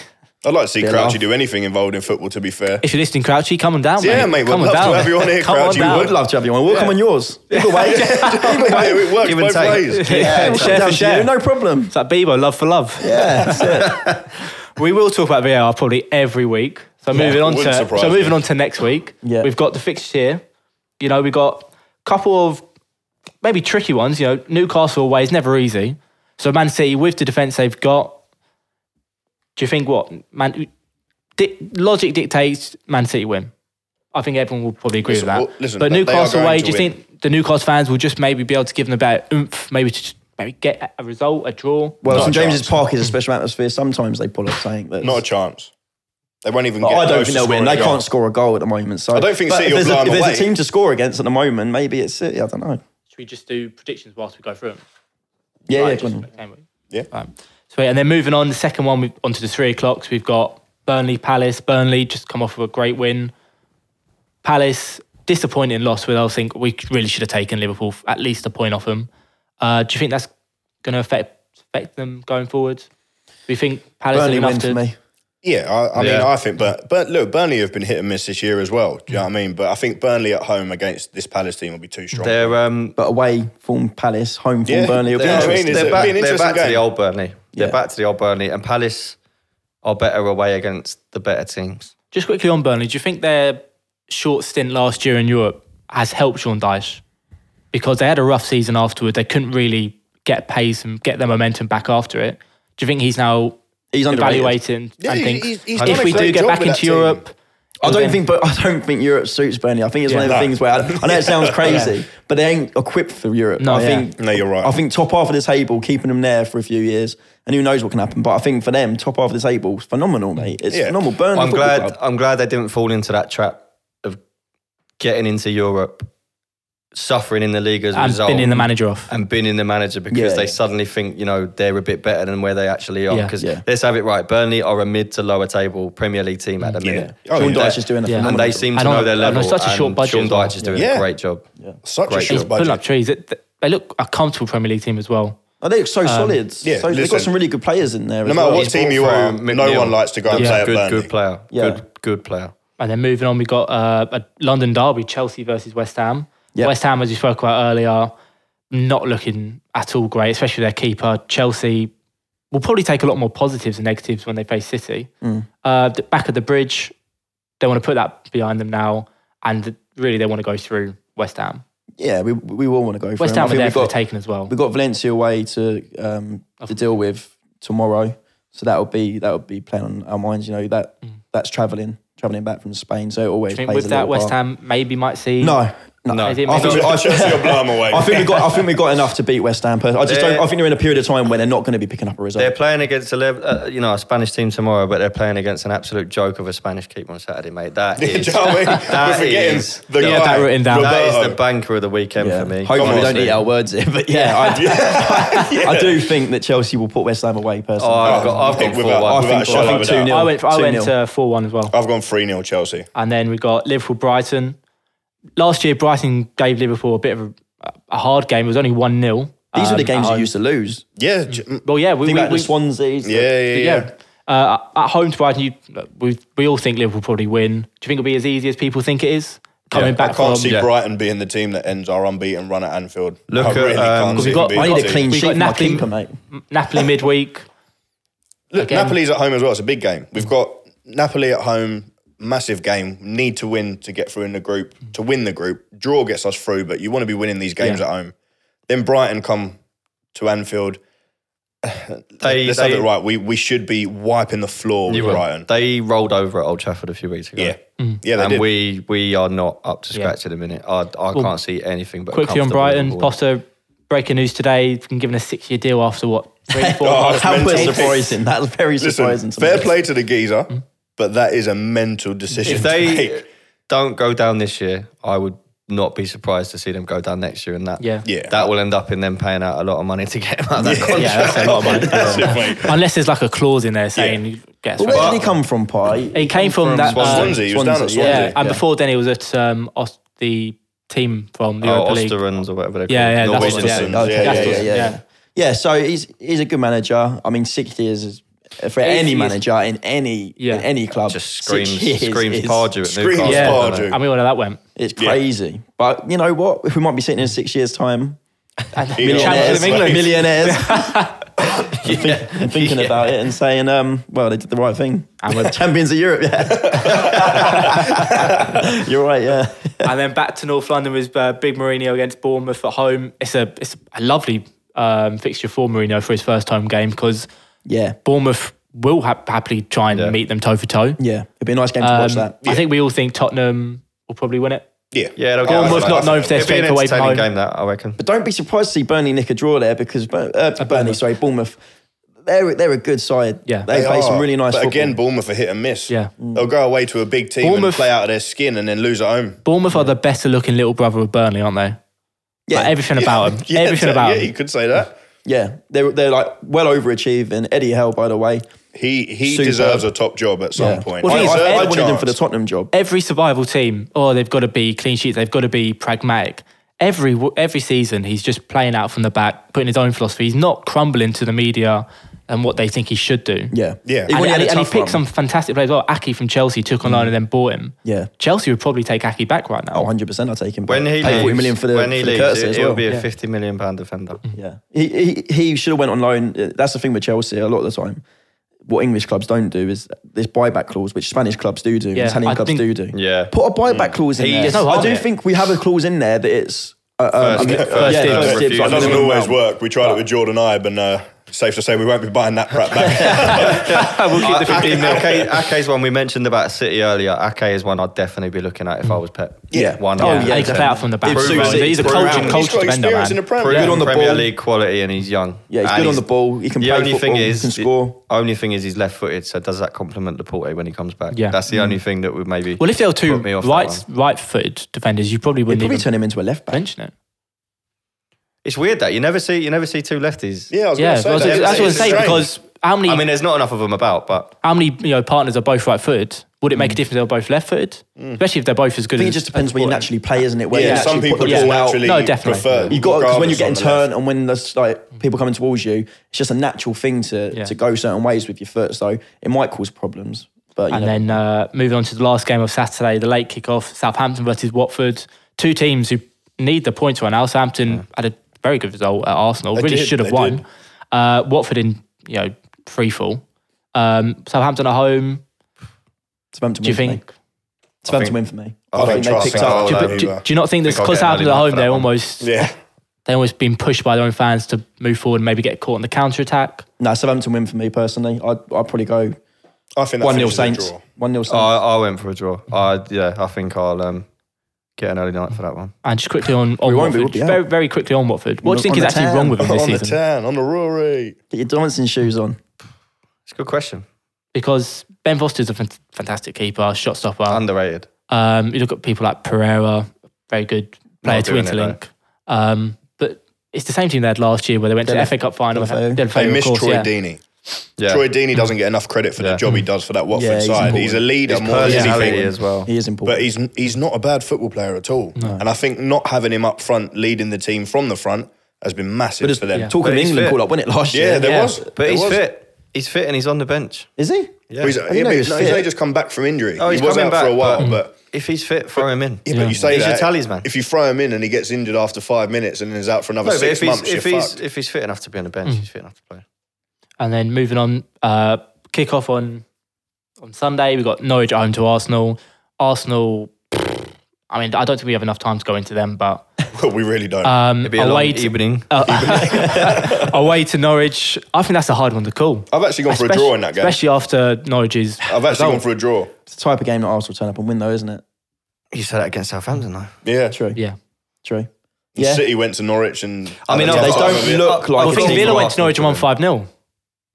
C: I'd like to see
B: Bit
C: Crouchy
B: off.
C: do anything involved in football, to be fair.
A: If you're listening, Crouchy, come on down.
C: Yeah, mate, we'd
A: come on
C: love to
A: down.
C: have you on here,
A: come
C: Crouchy, we
A: on
B: I'd
A: down.
B: love to have you on. We'll come on yours. Either way.
C: Yeah, it works
D: Give and
C: both
D: take.
C: ways.
A: Yeah,
B: Come
A: share
B: down
A: for
B: to
A: share.
B: you, No problem.
A: It's like Bebo, love for love.
B: Yeah, that's it.
A: We will talk about VAR probably every week. So moving on
C: wouldn't
A: to
C: surprise
A: so moving
C: me.
A: on to next week.
B: Yeah.
A: We've got the fixtures here. You know, we've got a couple of maybe tricky ones. You know, Newcastle away is never easy. So Man City with the defence they've got. Do you think what man di- logic dictates Man City win? I think everyone will probably agree
C: Listen,
A: with that.
C: well, listen,
A: but
C: they- they are
A: Newcastle
C: going
A: away,
C: to
A: do you
C: win.
A: think the Newcastle fans will just maybe be able to give them a better oomph, maybe to just maybe get a result, a draw?
B: Well,
C: Not
B: St
C: a
B: James's
C: chance.
B: Park is a special atmosphere. Sometimes they pull up saying that.
C: Not a chance. They won't even
B: But
C: get
B: I don't think
C: close to
B: they'll win.
C: scoring
B: They
C: a goal.
B: can't score a goal at the moment. So I
C: don't think City
B: if there's,
C: will
B: a,
C: blow
B: if there's
C: them
B: a
C: away.
B: team to score against at the moment, maybe it's City. I don't know.
A: Should we just do predictions whilst we go through them?
B: Yeah,
A: Right,
B: yeah.
A: just-
B: go on.
A: okay, wait.
C: Yeah.
D: Um,
A: Right. Sweet. And then moving on, the second one, we onto the three o'clocks. We've got Burnley Palace. Burnley just come off of a great win. Palace, disappointing loss, where I think we really should have taken Liverpool f- at least a point off them. Uh, do you think that's going to affect affect them going forward? Do you think Palace
B: Burnley
A: are
B: win
A: enough to?
B: for me.
C: Yeah, I, I mean,
D: Yeah.
C: I think, but but look, Burnley have been hit and miss this year as well. Do you know what I mean? But I think Burnley at home against this Palace team will be too strong.
D: They're, um,
B: But away, form Palace, home form
C: Yeah.
B: Burnley. It'll be
C: Yeah, I mean,
B: interesting.
C: it's-
D: they're
C: it'd
D: back,
C: be an
D: they're
C: interesting
D: back to the
C: game.
D: old Burnley. They're
B: Yeah.
D: back to the old Burnley, and Palace are better away against the better teams.
A: Just quickly on Burnley, do you think their short stint last year in Europe has helped Sean Dyche? Because they had a rough season afterward. They couldn't really get pace and get their momentum back after it. Do you think he's now
B: He's underrated.
A: evaluating
C: Yeah,
A: and
C: he's-
A: thinks
C: he's- he's
A: if
C: done a
A: we do
C: great
A: get
C: job
A: back
C: with
A: into
C: that team.
A: Europe?
B: I
A: then-
B: don't think, but I don't think Europe suits Burnley. I think it's one of
A: Yeah.
B: the
C: No.
B: things where I, I know it sounds crazy, but they ain't equipped for Europe.
A: No.
B: I
A: Yeah.
B: think
C: No, you're right.
B: I think top half of the table, keeping them there for a few years, and who knows what can happen. But I think for them, top half of the table is phenomenal, mate. It's
C: Yeah.
B: phenomenal. Burnley.
D: I'm
B: Football
D: glad.
B: Club.
D: I'm glad they didn't fall into that trap of getting into Europe, suffering in the league as a
A: and
D: result.
A: binning the manager off.
D: and been in the manager because
B: Yeah,
D: they
B: yeah.
D: suddenly think you know they're a bit better than where they actually are.
A: Yeah.
D: Because
B: Yeah.
D: let's have it right, Burnley are a mid to lower table Premier League team at the minute.
C: Oh,
B: Sean
C: yeah.
B: Dyche is doing a
A: Yeah.
D: And
B: phenomenal
D: they seem to
A: And on-
D: know their
A: and
D: level.
A: on such a
D: and
A: short budget
D: Sean
A: as well.
D: Dyche is doing
C: Yeah.
D: a great job.
C: Such
D: Great.
C: a
A: He's
C: short
A: pulling up
C: budget.
A: trees. It, they look a comfortable Premier League team as well.
B: Oh, they
A: Um,
B: look so solid.
C: yeah,
B: so, they've
C: listen.
B: got some really good players in there.
C: No
B: as
C: matter
B: well.
C: what team you are,
D: Brought from
C: no
D: McNeil.
C: one likes to go and
A: Yeah.
C: play at
D: Good,
C: Burnley.
D: good player.
B: Yeah.
D: Good, good player.
A: And then moving on, we've got uh, a London derby, Chelsea versus West Ham.
B: Yep.
A: West Ham, as you spoke about earlier, not looking at all great, especially their keeper. Chelsea will probably take a lot more positives and negatives when they face City.
B: Mm.
A: Uh, the back of the bridge, they want to put that behind them now, and really they want to go through West Ham.
B: Yeah, we, we all want to go for
A: West
B: him. I
A: Ham are
B: think
A: there
B: we've
A: for the
B: got,
A: taking as well.
B: we've got Valencia away to um, to deal with tomorrow, so that'll be that'll be playing on our minds. You know that that's traveling traveling back from Spain, so it always
A: I think
B: plays
A: Mm. with
B: a
A: that,
B: little
A: West
B: part.
A: Ham maybe might see.
B: No, no.
D: No.
A: Is it
B: I think,
A: maybe-
B: I,
C: Chelsea will blow 'em away.
B: I think we got. I think we got enough to beat West Ham. Personally. I just don't.
D: They're-
B: I think they're in a period of time when they're not going to be picking up a result.
D: They're playing against a level, uh, you know, a Spanish team tomorrow, but they're playing against an absolute joke of a Spanish keeper on Saturday, mate. That
C: Do
D: is,
C: you know what I mean?
D: That
C: We're forgetting
D: is-
C: the
D: Yeah,
C: guy,
A: that written down.
D: that is
C: Roberto.
D: the banker of the weekend
B: Yeah.
D: for me.
B: Hopefully, we don't
D: Honestly.
B: eat our words here. But yeah, I, I do think that Chelsea will put West Ham away.
D: Oh,
B: Personally,
D: I've got, I've
C: I think
D: got four
C: without-
B: I
D: one.
B: think,
C: without a
B: I
C: shadow
B: think
C: of a
B: two
C: doubt.
B: 0
A: I went, I went to 4 1 as well.
C: I've gone 3 0 Chelsea.
A: And then we got Liverpool Brighton. Last year, Brighton gave Liverpool a bit of a, a hard game. It was only 1 0.
B: These were the games you used to lose.
C: Yeah. j- mm,
A: Well, yeah, Oh, we,
B: Think
A: we,
B: about
A: we-
B: the Swansea's. the-
C: Yeah, yeah, yeah.
A: yeah. Uh, at home to Brighton, you, we, we all think Liverpool probably win. Do you think it'll be as easy as people think it is? Coming
C: I
A: back
C: can't
A: from.
C: see
D: yeah.
C: Brighton being the team that ends our unbeaten run at Anfield.
D: Look
C: I
D: at,
C: really
D: um,
C: can't see
A: we've
C: them
A: got-
C: being
A: I
B: I
C: the
B: need a
C: team.
B: clean
A: We've
B: sheet
A: got
B: for my
A: Napoli-
B: keeper, mate.
A: Napoli midweek.
C: Look,
A: again.
C: Napoli's at home as well. It's a big game. We've got Napoli at home, massive game. Need to win to get through in the group. To win the group, draw gets us through, but you want to be winning these games
A: Yeah.
C: at home. Then Brighton come to Anfield.
D: They,
C: Let's
D: they,
C: have it right. We we should be wiping the floor with
D: you were-
C: Brighton.
D: they rolled over at Old Trafford a few weeks ago.
C: yeah,
A: Mm.
C: yeah, they
D: and
C: did.
D: we we are not up to
A: Yeah.
D: scratch at the minute. I, I can't see anything but
A: Quickly on
D: comfortable
A: Brighton,
D: forward.
A: Potter breaking news today, been given a six year deal after what? Three, four
C: Oh,
A: months?
C: it's
B: That was
C: mental.
B: surprising. That was very
C: Listen,
B: surprising. to me.
C: fair play to the geezer,
A: Mm.
C: but that is a mental decision.
D: If
C: to
D: they
C: make.
D: don't go down this year, I would not be surprised to see them go down next year, and that
A: Yeah.
C: Yeah.
D: that will end up in them paying out a lot of money to get him out of that contract.
A: Yeah, that's a lot of money.
C: That's it, mate.
A: Unless there's like a clause in there saying you get
B: But where
A: well,
B: did he come from, Pi?
A: He came from that, uh,
C: Swansea, he was down at Swansea.
A: yeah, and before then he was at um, Os- the team from the
D: Oh,
A: Europa League.
D: Osterunds or whatever they're
A: Yeah, yeah,
D: called.
A: that's what-
D: Norwegian
A: yeah.
D: team.
B: Okay,
C: Yeah,
B: yeah,
A: yeah,
B: yeah, yeah,
A: yeah.
B: yeah, Yeah, so he's he's a good manager. I mean, six years is for any
A: years.
B: manager in any
A: Yeah.
B: in any club.
D: Just
B: six
D: screams,
B: years
D: screams
B: is-
D: Pardew at
C: Screams
D: Newcastle.
A: Yeah.
C: Pardew.
D: doesn't it?
A: I mean, where that went.
B: It's crazy, but you know what? We might be sitting in six years' time,
A: And
C: Yeah.
A: Champions
B: millionaires,
A: of England.
B: millionaires, and think- and thinking about it and saying, um, "Well, they did the right thing."
A: And we're-
B: champions of Europe. Yeah, you're right. Yeah,
A: and then back to North London was uh, Big Mourinho against Bournemouth at home. It's a it's a lovely um, fixture for Mourinho for his first home game because
B: yeah,
A: Bournemouth will hap happily try and
D: Yeah.
A: meet them toe for toe.
B: yeah. It'd be a nice game to
A: Um,
B: watch that.
A: I think we all think Tottenham will probably win it.
C: Yeah,
D: Yeah, they'll get
C: I
D: out
A: Bournemouth
D: of that.
C: think-
A: not
C: I
A: known
C: think-
A: for their
D: It'll be an
A: strength away from
D: entertaining
A: home.
D: game, that I reckon.
B: But don't be surprised to see Burnley nick a draw there because Bur- uh, Burnley, sorry, Bournemouth. They're they're a good side.
A: Yeah.
B: they, play some
C: are,
B: really nice.
C: But
B: football.
C: again, Bournemouth are hit and miss.
A: Yeah.
C: they'll go away to a big team and
A: Bournemouth-
C: play out of their skin and then lose at home.
A: Bournemouth are the better looking little brother of Burnley, aren't they?
B: yeah,
A: Like everything about them.
C: Yeah,
A: everything
C: yeah,
A: about
C: Yeah,
A: them.
C: you could say that.
B: yeah, they're they're like well overachieving. Eddie Hell, by the way,
C: He he
B: Superb.
C: deserves a top job at some
B: Yeah.
C: point.
A: Well,
B: I,
A: the
C: He
A: thing is,
C: deserves
B: I, I
C: a
B: wanted him for the
C: chance.
B: Tottenham job.
A: every survival team, oh, they've got to be clean sheets, they've got to be pragmatic. Every every season, he's just playing out from the back, putting his own philosophy. He's not crumbling to the media and what they think he should do.
B: Yeah,
C: Yeah.
A: and,
B: Even when
A: and,
B: he
A: he-
B: had a
A: and he
B: tough
A: picked some
B: run.
A: fantastic players. Well, Aki from Chelsea took on loan and then bought him.
B: Yeah.
A: Chelsea would probably take Aki back right
B: Oh,
A: now.
B: 100 percent. I'll take him.
D: When he
B: Pay
D: leaves,
B: 40 million for the,
D: when he
B: for the
D: leaves,
B: Curtis
D: it,
B: as
D: will
B: well.
D: be a
B: yeah.
D: fifty million pound defender.
B: Yeah. He, he he should have went on loan. Uh, That's the thing with Chelsea. A lot of the time, what English clubs don't do is this buyback clause, which Spanish clubs do do,
A: Yeah,
B: Italian
A: I
B: clubs
A: think- Mm.
B: do do.
D: Yeah.
B: Put a buyback clause in
D: He-
B: there.
D: There's no
B: I
A: harm
B: do
A: in it.
B: think we have a clause in there that it's uh, um,
D: First-
B: I mean,
D: first
B: yeah,
D: dibs.
B: first dibs.
D: Refusal.
C: It
B: like
C: doesn't
B: minimum
C: always
B: amount.
C: work. We tried it with Jordan Ibe and uh, safe to say we won't be buying that crap back.
A: we'll keep the 15 mil.
D: Ake, Ake's one we mentioned about City earlier. Ake is one I'd definitely be looking at if I was Pep.
B: Yeah.
D: one.
A: Oh,
D: hundred
A: yeah,
D: percent.
A: he's out from the back.
B: Proven.
A: He's a- he's a
B: Proven.
A: culture,
B: He's
C: He's
A: culture
C: got
A: defender,
C: experience in the
A: man.
C: Prem.
D: Proven
B: Good on the
D: Premier
B: ball.
D: League quality, and he's young.
B: Yeah, he's
D: And
B: good on the ball. He can
D: The
B: play
D: only
B: football.
D: thing is,
B: he can score.
D: The only thing is, he's left footed. So does that complement Laporte when he comes back?
A: Yeah.
D: that's the only thing that would maybe.
A: Well, if there were two
D: put me off that
A: right,
D: one.
A: right-footed defenders, you probably
B: They'd
A: wouldn't
B: probably
A: even
B: turn him into a left back.
A: mention it.
D: it's weird that you never see you never see two lefties.
C: Yeah, I was
A: Yeah,
C: gonna say
A: well,
C: that.
A: that's that's what I'm
C: It's
A: saying
C: strange.
A: because how many
D: I mean, there's not enough of them about, but
A: how many you know partners are both right-footed? Would it make a difference if they're both left-footed? Especially if they're both as good.
B: I think it
A: as,
B: just depends where you naturally play, isn't it? Where
C: yeah,
B: you
C: some
B: actually
C: people
B: put the
C: just
B: ball out.
C: naturally
A: No, definitely.
C: prefer.
B: You got because when you
C: regardless
B: get in
C: on the left.
B: turn and when there's like people coming towards you, it's just a natural thing to,
A: Yeah.
B: to go certain ways with your foot. So it might cause problems. But you
A: And
B: know,
A: then uh, moving on to the last game of Saturday, the late kick-off, Southampton versus Watford. Two teams who need the points right now. Southampton had a very good result at Arsenal.
C: They
A: really
C: did,
A: should have
C: they
A: won.
C: did.
A: Uh, Watford in you know free fall. Um, Southampton at home.
B: Southampton
A: Do you
B: win for me.
A: think?
B: Southampton
D: think-
B: win for me.
D: I think
B: they
C: trust
B: picked
C: that.
B: up.
C: Oh,
A: Do,
C: that-
A: do,
C: I'll
A: do
C: do that.
A: you not think this
D: Think I'll
A: because
D: get an
A: Southampton at
D: early
A: home
D: mark for
A: they're
D: that one.
A: almost
C: Yeah.
A: they're almost being pushed by their own fans to move forward and maybe get caught in the counter attack?
B: No, Southampton win for me personally. I'd, I'd probably go
C: I think that
B: 1 0
C: finishes the
B: Saints.
C: draw.
B: 1 0
D: I,
B: Saints.
D: I went for a draw. I yeah, I think I'll um, get an early night for that one.
A: And just quickly on, on
B: We won't be,
A: Watford,
B: we'll be out.
A: very very quickly on Watford. What do you think
B: On
A: is
B: the
A: actually
B: tan.
A: wrong with them this
C: On the
A: season?
C: tan, on the Rory.
B: Get your dancing shoes on.
D: It's a good question.
A: Because Ben Foster's a fan- fantastic keeper, shot stopper.
D: Underrated.
A: Um, you look at people like Pereira, very good player
D: Not
A: to
D: doing it,
A: interlink. Um, but it's the same team they had last year where they went to
B: Delef-
A: the FA Cup final.
B: Delefeu.
A: Delefeu,
C: They
A: of
C: missed
A: course,
C: Troy
A: yeah.
C: Deeney.
D: Yeah.
C: Troy Deeney doesn't get enough credit for the
D: Yeah.
C: job he does for that Watford
B: Yeah, he's
C: side. He's a
B: important.
C: leader
D: His
C: more than
D: personality
C: anything.
D: as well.
B: He is important.
C: But he's he's not a bad football player at all. And I think not having him up front leading the team from the front has been massive
B: But
C: for them.
A: yeah.
B: Talking
D: But
B: of
D: he's
B: England
D: fit.
B: call up, wasn't it last
C: Yeah,
B: year?
C: there
A: Yeah.
C: was.
D: But
C: there
D: he's
C: was.
D: fit. He's fit and he's on the bench.
B: Is he?
C: Well, he's,
B: I
C: he
B: didn't know he
C: may,
B: was
C: no, he's
B: fit.
C: only just come back from injury.
D: Oh,
C: he
D: he's
C: was
D: coming
C: out
D: back,
C: for a while, but
D: If he's fit, throw him in.
C: Yeah, but you say
D: He's your
C: that
D: talisman.
C: If you throw him in and he gets injured after five minutes and is out for another
D: No, but
C: six
D: if he's,
C: months,
D: if
C: you're
D: he's,
C: fucked.
D: if he's fit enough to be on the bench, he's fit enough to play.
A: And then moving on, uh, kick off on on Sunday. We've got Norwich at home to Arsenal. Arsenal, I mean, I don't think we have enough time to go into them, but
C: well, we really don't.
A: um,
D: It'd be a long
A: away, to,
D: evening.
A: uh, away to Norwich, I think that's a hard one to call.
C: I've actually gone for a
A: Espec-
C: draw in that game.
A: Especially after Norwich's.
C: I've actually gone for a draw.
B: It's the type of game that Arsenal turn up and win, though, isn't it?
D: you said that against Southampton, though.
C: Yeah.
B: True.
A: Yeah.
B: True. Yeah.
C: City went to Norwich and
D: I mean,
C: had
D: no,
C: a
D: they
C: tough time
D: don't
C: of it.
D: look like
A: I
D: a
A: think
D: team
A: Villa
D: for
A: went to Norwich and won 5 0.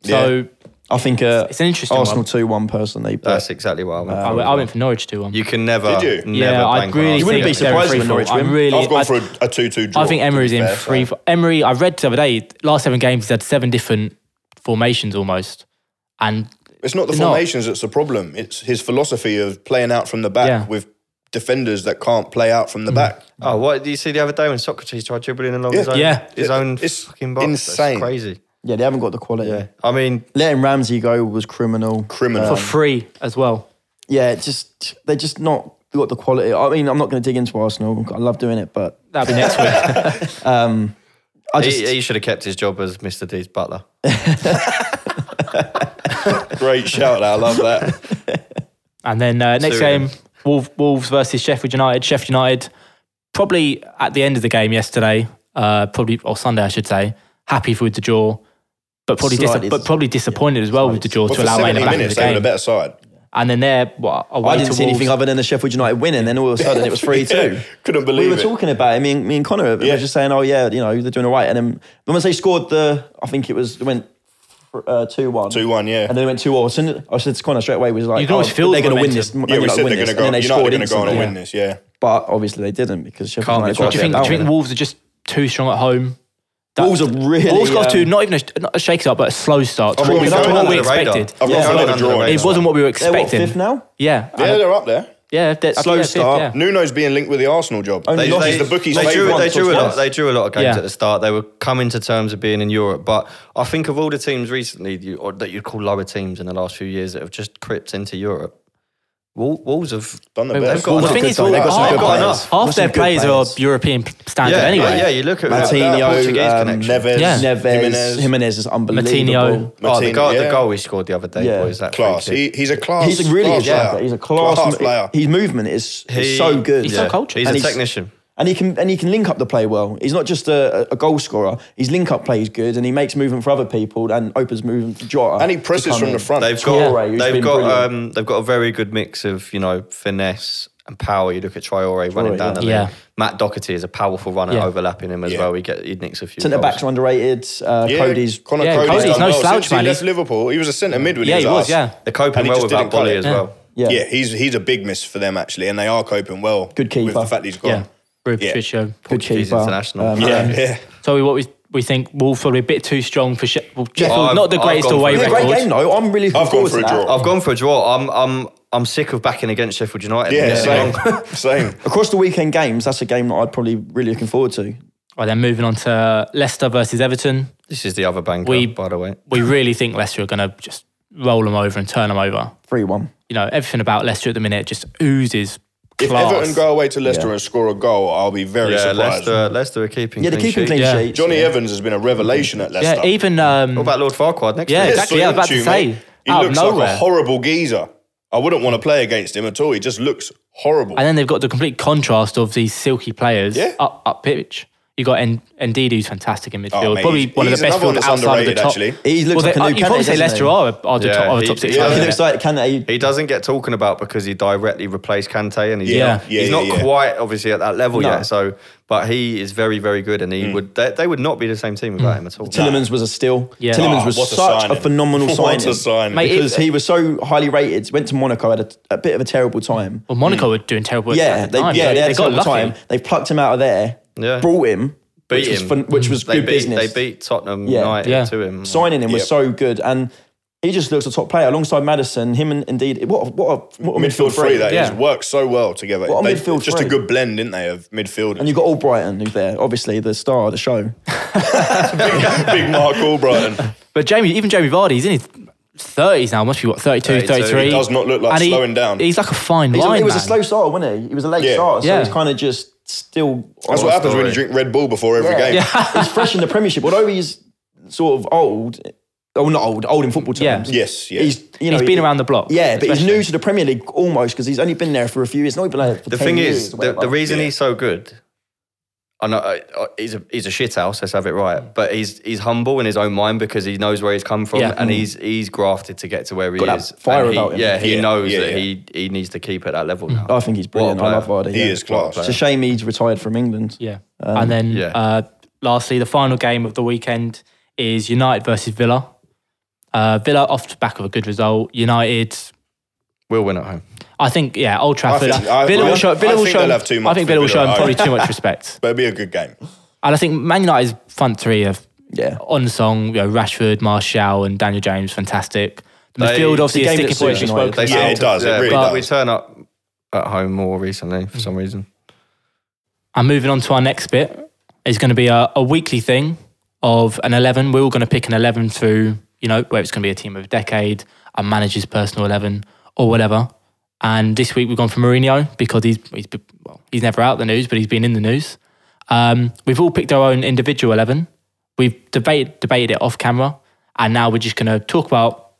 A: So
B: I think uh,
A: it's an interesting
B: Arsenal
A: one.
B: 2 1 personally. But
D: That's exactly what I went
A: I,
D: for.
A: went, I went for Norwich 2 1.
D: You can never,
C: Did you?
D: never
A: Yeah, I
D: bank on
A: really
D: Arsenal.
B: wouldn't be
A: think they're in
B: surprised if
A: free
B: Norwich
A: fall. I'm
B: win.
A: really,
C: I've gone
A: I-
C: for a, a 2-2 draw.
A: I think Emery's
C: to be
A: in
C: fair, so.
A: free. Emery, I read the other day, last seven games, he's had seven different formations almost. And
C: It's not the
A: They're not.
C: formations that's the problem. It's his philosophy of playing out from the back
A: Yeah.
C: with defenders that can't play out from the back.
D: Oh, what did you see the other day when Socrates tried dribbling along his own,
A: Yeah.
D: his own
C: It's
D: fucking box?
C: insane.
D: That's crazy.
B: yeah, they haven't got the quality.
D: Yeah. I mean,
B: Letting Ramsey go was criminal.
C: Criminal.
A: for free as well.
B: yeah, it just they're just not got the quality. I mean, I'm not going to dig into Arsenal. I love doing it, but
A: That'll be next week.
B: I just
D: he, he should have kept his job as Mr. D's butler.
C: Great shout! I love that.
A: And then uh, next
D: Two.
A: game, Wolves, Wolves versus Sheffield United. Sheffield United, probably at the end of the game yesterday, uh, probably or Sunday, I should say, happy with the draw, but probably
B: Slightly
A: dis- but probably disappointed as well with the draw
C: But
A: to
C: for
A: allow Wayne
C: seventy
A: back in the
C: minutes, they were the
A: game.
C: better side.
A: And then they're what, away
B: I didn't
A: to
B: see anything
A: Wolves.
B: other than the Sheffield United winning. Then all of a sudden it was three two.
C: Yeah, couldn't believe
B: We were
C: it.
B: talking about it. Me and, me and Connor we
C: Yeah.
B: were just saying, "Oh yeah, you know they're doing all right." And then but once they scored the, I think it was it went uh, two one.
C: 2-1, yeah.
B: And then it went two all. So I said to Connor straight away, "Was like,
A: You can always
B: oh,
A: feel
B: they're
A: the
B: going to win
A: momentum.
B: this."
C: Yeah, we said
B: win
C: they're going to
B: this. And
C: go.
B: then they
C: United
B: scored
C: going to go on and
B: instantly.
C: win this. Yeah,
B: But obviously they didn't because Sheffield
D: Can't be
B: United
D: trusted.
B: got
A: Do you think,
B: that
A: do you think
B: one.
A: Wolves are just too strong at home? That-
B: Wolves are really,
A: Wolves got to
B: um,
A: not even a, not a shake start, but a slow start. to
C: I've
A: what
C: gone
A: we,
C: for
A: not
C: going
A: what we
D: under the radar.
A: expected.
C: I've
B: Yeah.
C: gone for
D: Going
C: a
D: under the
C: draw.
D: radar.
C: in
A: It
C: that
A: wasn't what we were
B: They're what,
A: expecting.
B: fifth now?
A: Yeah,
C: Yeah, they're up there.
A: yeah. they're-
B: Slow
A: yeah, fifth,
B: start.
A: yeah.
C: Nuno's being linked with the Arsenal job.
B: Only
C: They-
B: lost
C: he's
B: is
C: the bookie's
D: they drew,
C: favourite.
D: they drew a lot.
B: Once.
D: They drew a lot of games
A: Yeah.
D: at the start. They were coming to terms of being in Europe, but I think of all the teams recently you, or that you'd call lower teams in the last few years that have just crept into Europe. Wol- Wolves have
C: Done the
D: they've
C: best.
D: got
A: Well, the
D: enough.
A: thing is,
B: They've
A: well,
B: got some
A: half,
B: good
A: half
B: players. They've got some
A: their
B: good
A: players are
B: players.
A: European standard
D: yeah,
A: anyway.
D: yeah, you look at
B: Martinho,
D: that Portuguese
B: um,
D: connection.
C: Neves,
A: Yeah.
B: Neves, Jimenez.
C: Jimenez,
B: is unbelievable.
A: Matinho.
D: Oh, the
C: Martinho,
D: goal,
C: yeah.
D: the goal we scored the other day,
B: Yeah.
D: boys. That free
C: class.
D: kick.
C: He, he's a class.
B: He's a really
C: class
B: good striker.
C: player.
B: He's a class,
C: player.
B: His movement is, is
D: He-
B: so good.
A: He's so cultured.
D: He's
B: And
D: a
B: he's-
D: technician.
B: And he can and he can link up the play well. He's not just a, a goal scorer. His link up play is good, and he makes movement for other people and opens movement for Jota.
C: And he
B: to
C: presses
B: come
C: from
B: in.
C: the front.
D: They've
B: Traore,
D: got
B: who's
D: they've
B: been
D: got
B: brilliant.
D: um, they've got a very good mix of you know finesse and power. You look at Traore, running
B: Traore,
D: down the
A: yeah.
D: lane.
A: Yeah.
D: Matt Doherty is a powerful runner,
A: Yeah.
D: overlapping him as
C: Yeah.
D: well. He get he nicks a few.
B: Centre
D: goals.
B: backs are underrated. Uh,
C: Yeah,
B: Cody's
C: Connor
A: Yeah,
C: Cody's,
A: Cody's
C: done
A: no
C: well.
A: slouch,
C: Since he
A: man.
C: left
A: He's-
C: Liverpool. He was a centre mid when
A: Yeah,
C: he
A: he
C: was.
A: was,
C: at
A: yeah.
C: Arsenal.
D: They're coping
C: And he
D: well
C: just
D: without
C: didn't cut
D: Bolly
C: it.
D: as well.
B: Yeah.
C: Yeah, he's he's a big miss for them actually, and they are coping well.
B: Good
C: With
B: keeper.
C: the fact he's gone.
A: Yeah, Rui
C: Yeah.
A: Patricio.
B: good
D: Portuguese
B: keeper.
D: international.
B: Um,
C: Yeah,
B: yeah.
C: yeah.
A: Sorry, what we we think Wolves probably a bit too strong for she- well, Sheffield.
D: I've-
A: not the
D: I've
A: greatest
D: gone for
A: away
D: it.
B: It's a
A: record.
B: great game though. I'm really looking
C: I've
B: forward
C: gone for
B: to
C: a
B: that.
C: draw.
D: I've gone for a draw. I'm I'm I'm sick of backing against Sheffield United.
C: Yeah,
D: They're
C: same.
D: wrong.
C: same.
B: Across the weekend games, that's a game that I'd probably really looking forward to.
A: Right, then moving on to Leicester versus Everton.
D: This is the other banker,
A: We-
D: by the way.
A: We really think Leicester are going to just roll them over and turn them over.
B: Three one.
A: You know, everything about Leicester at the minute just oozes
C: If
A: class.
C: Everton go away to Leicester
B: Yeah.
C: and score a goal, I'll be very
D: Yeah,
C: surprised.
D: Leicester, Leicester are keeping.
B: Yeah, they're
D: clean
B: keeping clean
D: sheets.
A: Yeah.
B: sheets.
C: Johnny Evans has been a revelation at Leicester.
A: yeah, even um,
D: What about Lord Farquhar next?
A: Yeah,
D: week?
A: exactly. yeah, I was about to
C: Salute
A: say,
C: you, mate. He
A: out of
C: looks like
A: nowhere.
C: a horrible geezer. I wouldn't want to play against him at all. He just looks horrible.
A: And then they've got the complete contrast of these silky players
C: Yeah.
A: up up pitch. You got N- Ndidi, who's fantastic in midfield,
C: Oh, mate,
A: probably
C: he's-
A: one of
C: he's
A: the best
C: another one
A: fielders
C: that's
A: outside of the
C: underrated,
A: top.
C: actually.
B: He looks like a
A: they-
B: new
A: you probably
B: Kante,
A: say
B: doesn't
A: Leicester
B: he?
A: are, are the
D: Yeah,
A: top, are the
D: he-
A: top six.
D: yeah,
A: clubs,
B: He
A: isn't
B: looks
A: it?
B: like Kante.
D: He doesn't get talking about because he directly replaced Kante, and he's
A: Yeah.
D: not,
C: Yeah,
D: he's
C: yeah,
D: not
C: yeah.
D: quite obviously at that level
B: No.
D: yet. So, but he is very, very good, and he
C: Mm.
D: would they, they would not be the same team without him at all.
B: Tillemans was Mm. a steal.
A: Yeah.
B: Tillemans
A: Oh,
B: was
C: what a
B: such a,
C: signing.
B: phenomenal
C: What
B: signing.
C: a signing.
A: Mate,
B: Because
A: it-
B: he was so highly rated. Went to Monaco had a, a bit of a terrible time.
A: Well, Monaco were doing terrible. at
B: yeah,
A: the
B: they,
A: time,
B: yeah,
A: so
B: they had
A: they
B: a
A: got
B: terrible
A: lucky.
B: time. They plucked him out of there.
D: Yeah.
B: brought him.
D: Beat
B: which was
D: him.
B: fun, which was
D: They
B: good
D: beat
B: business.
D: they beat Tottenham
B: Yeah.
D: United
A: Yeah.
D: to him.
B: signing him was
C: Yep.
B: so good, and he just looks a top player alongside Madison. Him and indeed, what a, what a, what a midfield,
C: midfield three that is
A: Yeah.
C: worked so well together.
B: What a
C: They-
B: midfield
C: it's just
B: three.
C: a good blend, didn't they, of midfielders?
B: And you got Albrighton who's there, obviously the star of the show.
C: big, big Mark Albrighton.
A: But Jamie, even Jamie Vardy, he's in his 30s now, must be what, 32,
D: 32.
A: 33.
D: He
C: does not look like
A: And he-
C: slowing down.
A: He's like a fine
B: He's a-
A: line.
B: he was a
A: man.
B: slow starter, wasn't he? He was a late
C: Yeah.
B: starter, so
A: Yeah.
B: he's kind of just still.
C: That's what happens when you
D: story.
C: drink Red Bull before every game.
B: he's fresh in the Premiership, although he's sort of old. Oh, not old, old in football
A: Yeah.
B: terms.
C: Yes, yeah.
B: He's you know
A: He's been around the block,
B: Yeah, but he's new
A: especially.
B: to the Premier League almost because he's only been there for a few years. Not even like for
D: The
B: 10
D: thing
B: years
D: is,
B: or
D: the, the
B: whatever.
D: reason he's so good, I know I- I- he's a he's a shit house. Let's have it
B: Mm.
D: right, but he's he's humble in his own mind because he knows where he's come from,
A: Yeah.
D: and he's he's grafted to get to where he
B: Mm. Got that
D: is.
B: fire
D: And he-
B: about him. Mm.
D: Yeah, he
C: Yeah,
D: knows
C: yeah,
D: that
C: yeah.
D: he he needs to keep at that level now.
B: I think he's brilliant. I
D: player.
B: love Vardy.
C: he
B: yeah.
C: is class.
B: It's a shame he's retired from England.
A: Yeah. and then
D: yeah.
A: uh, lastly, the final game of the weekend is United versus Villa. Uh, Villa off the back of a good result. United,
D: We'll win at home.
A: I think, yeah, Old Trafford.
C: I think- I-
A: Villa
C: I-
A: will show. Villa
C: I
A: will
C: think
A: show.
C: they'll have too
A: I
C: much
A: think
C: for
A: Villa will
C: Villa
A: show
C: at
A: them probably
C: home.
A: too much respect.
C: But it'd be a good game.
A: And I think Man United's front three are
B: Yeah.
A: on song. You know, Rashford, Martial, and Daniel James, fantastic. The
D: They-
A: midfield obviously
B: the
A: is
B: game
A: sticking
B: that
A: point. as We
B: suits
A: spoke
B: United.
A: about.
C: Yeah, it does, it really
D: but
C: does.
D: We turn up at home more recently for some reason.
A: And moving on to our next bit is going to be a, a weekly thing of an 11. We're all going to pick an 11 through, you know, where it's going to be a team of a decade, a manager's personal 11 or whatever. And this week we've gone for Mourinho because he's, he's be- well, he's never out the news, but he's been in the news. Um, we've all picked our own individual 11. We've debated, debated it off camera. And now we're just going to talk about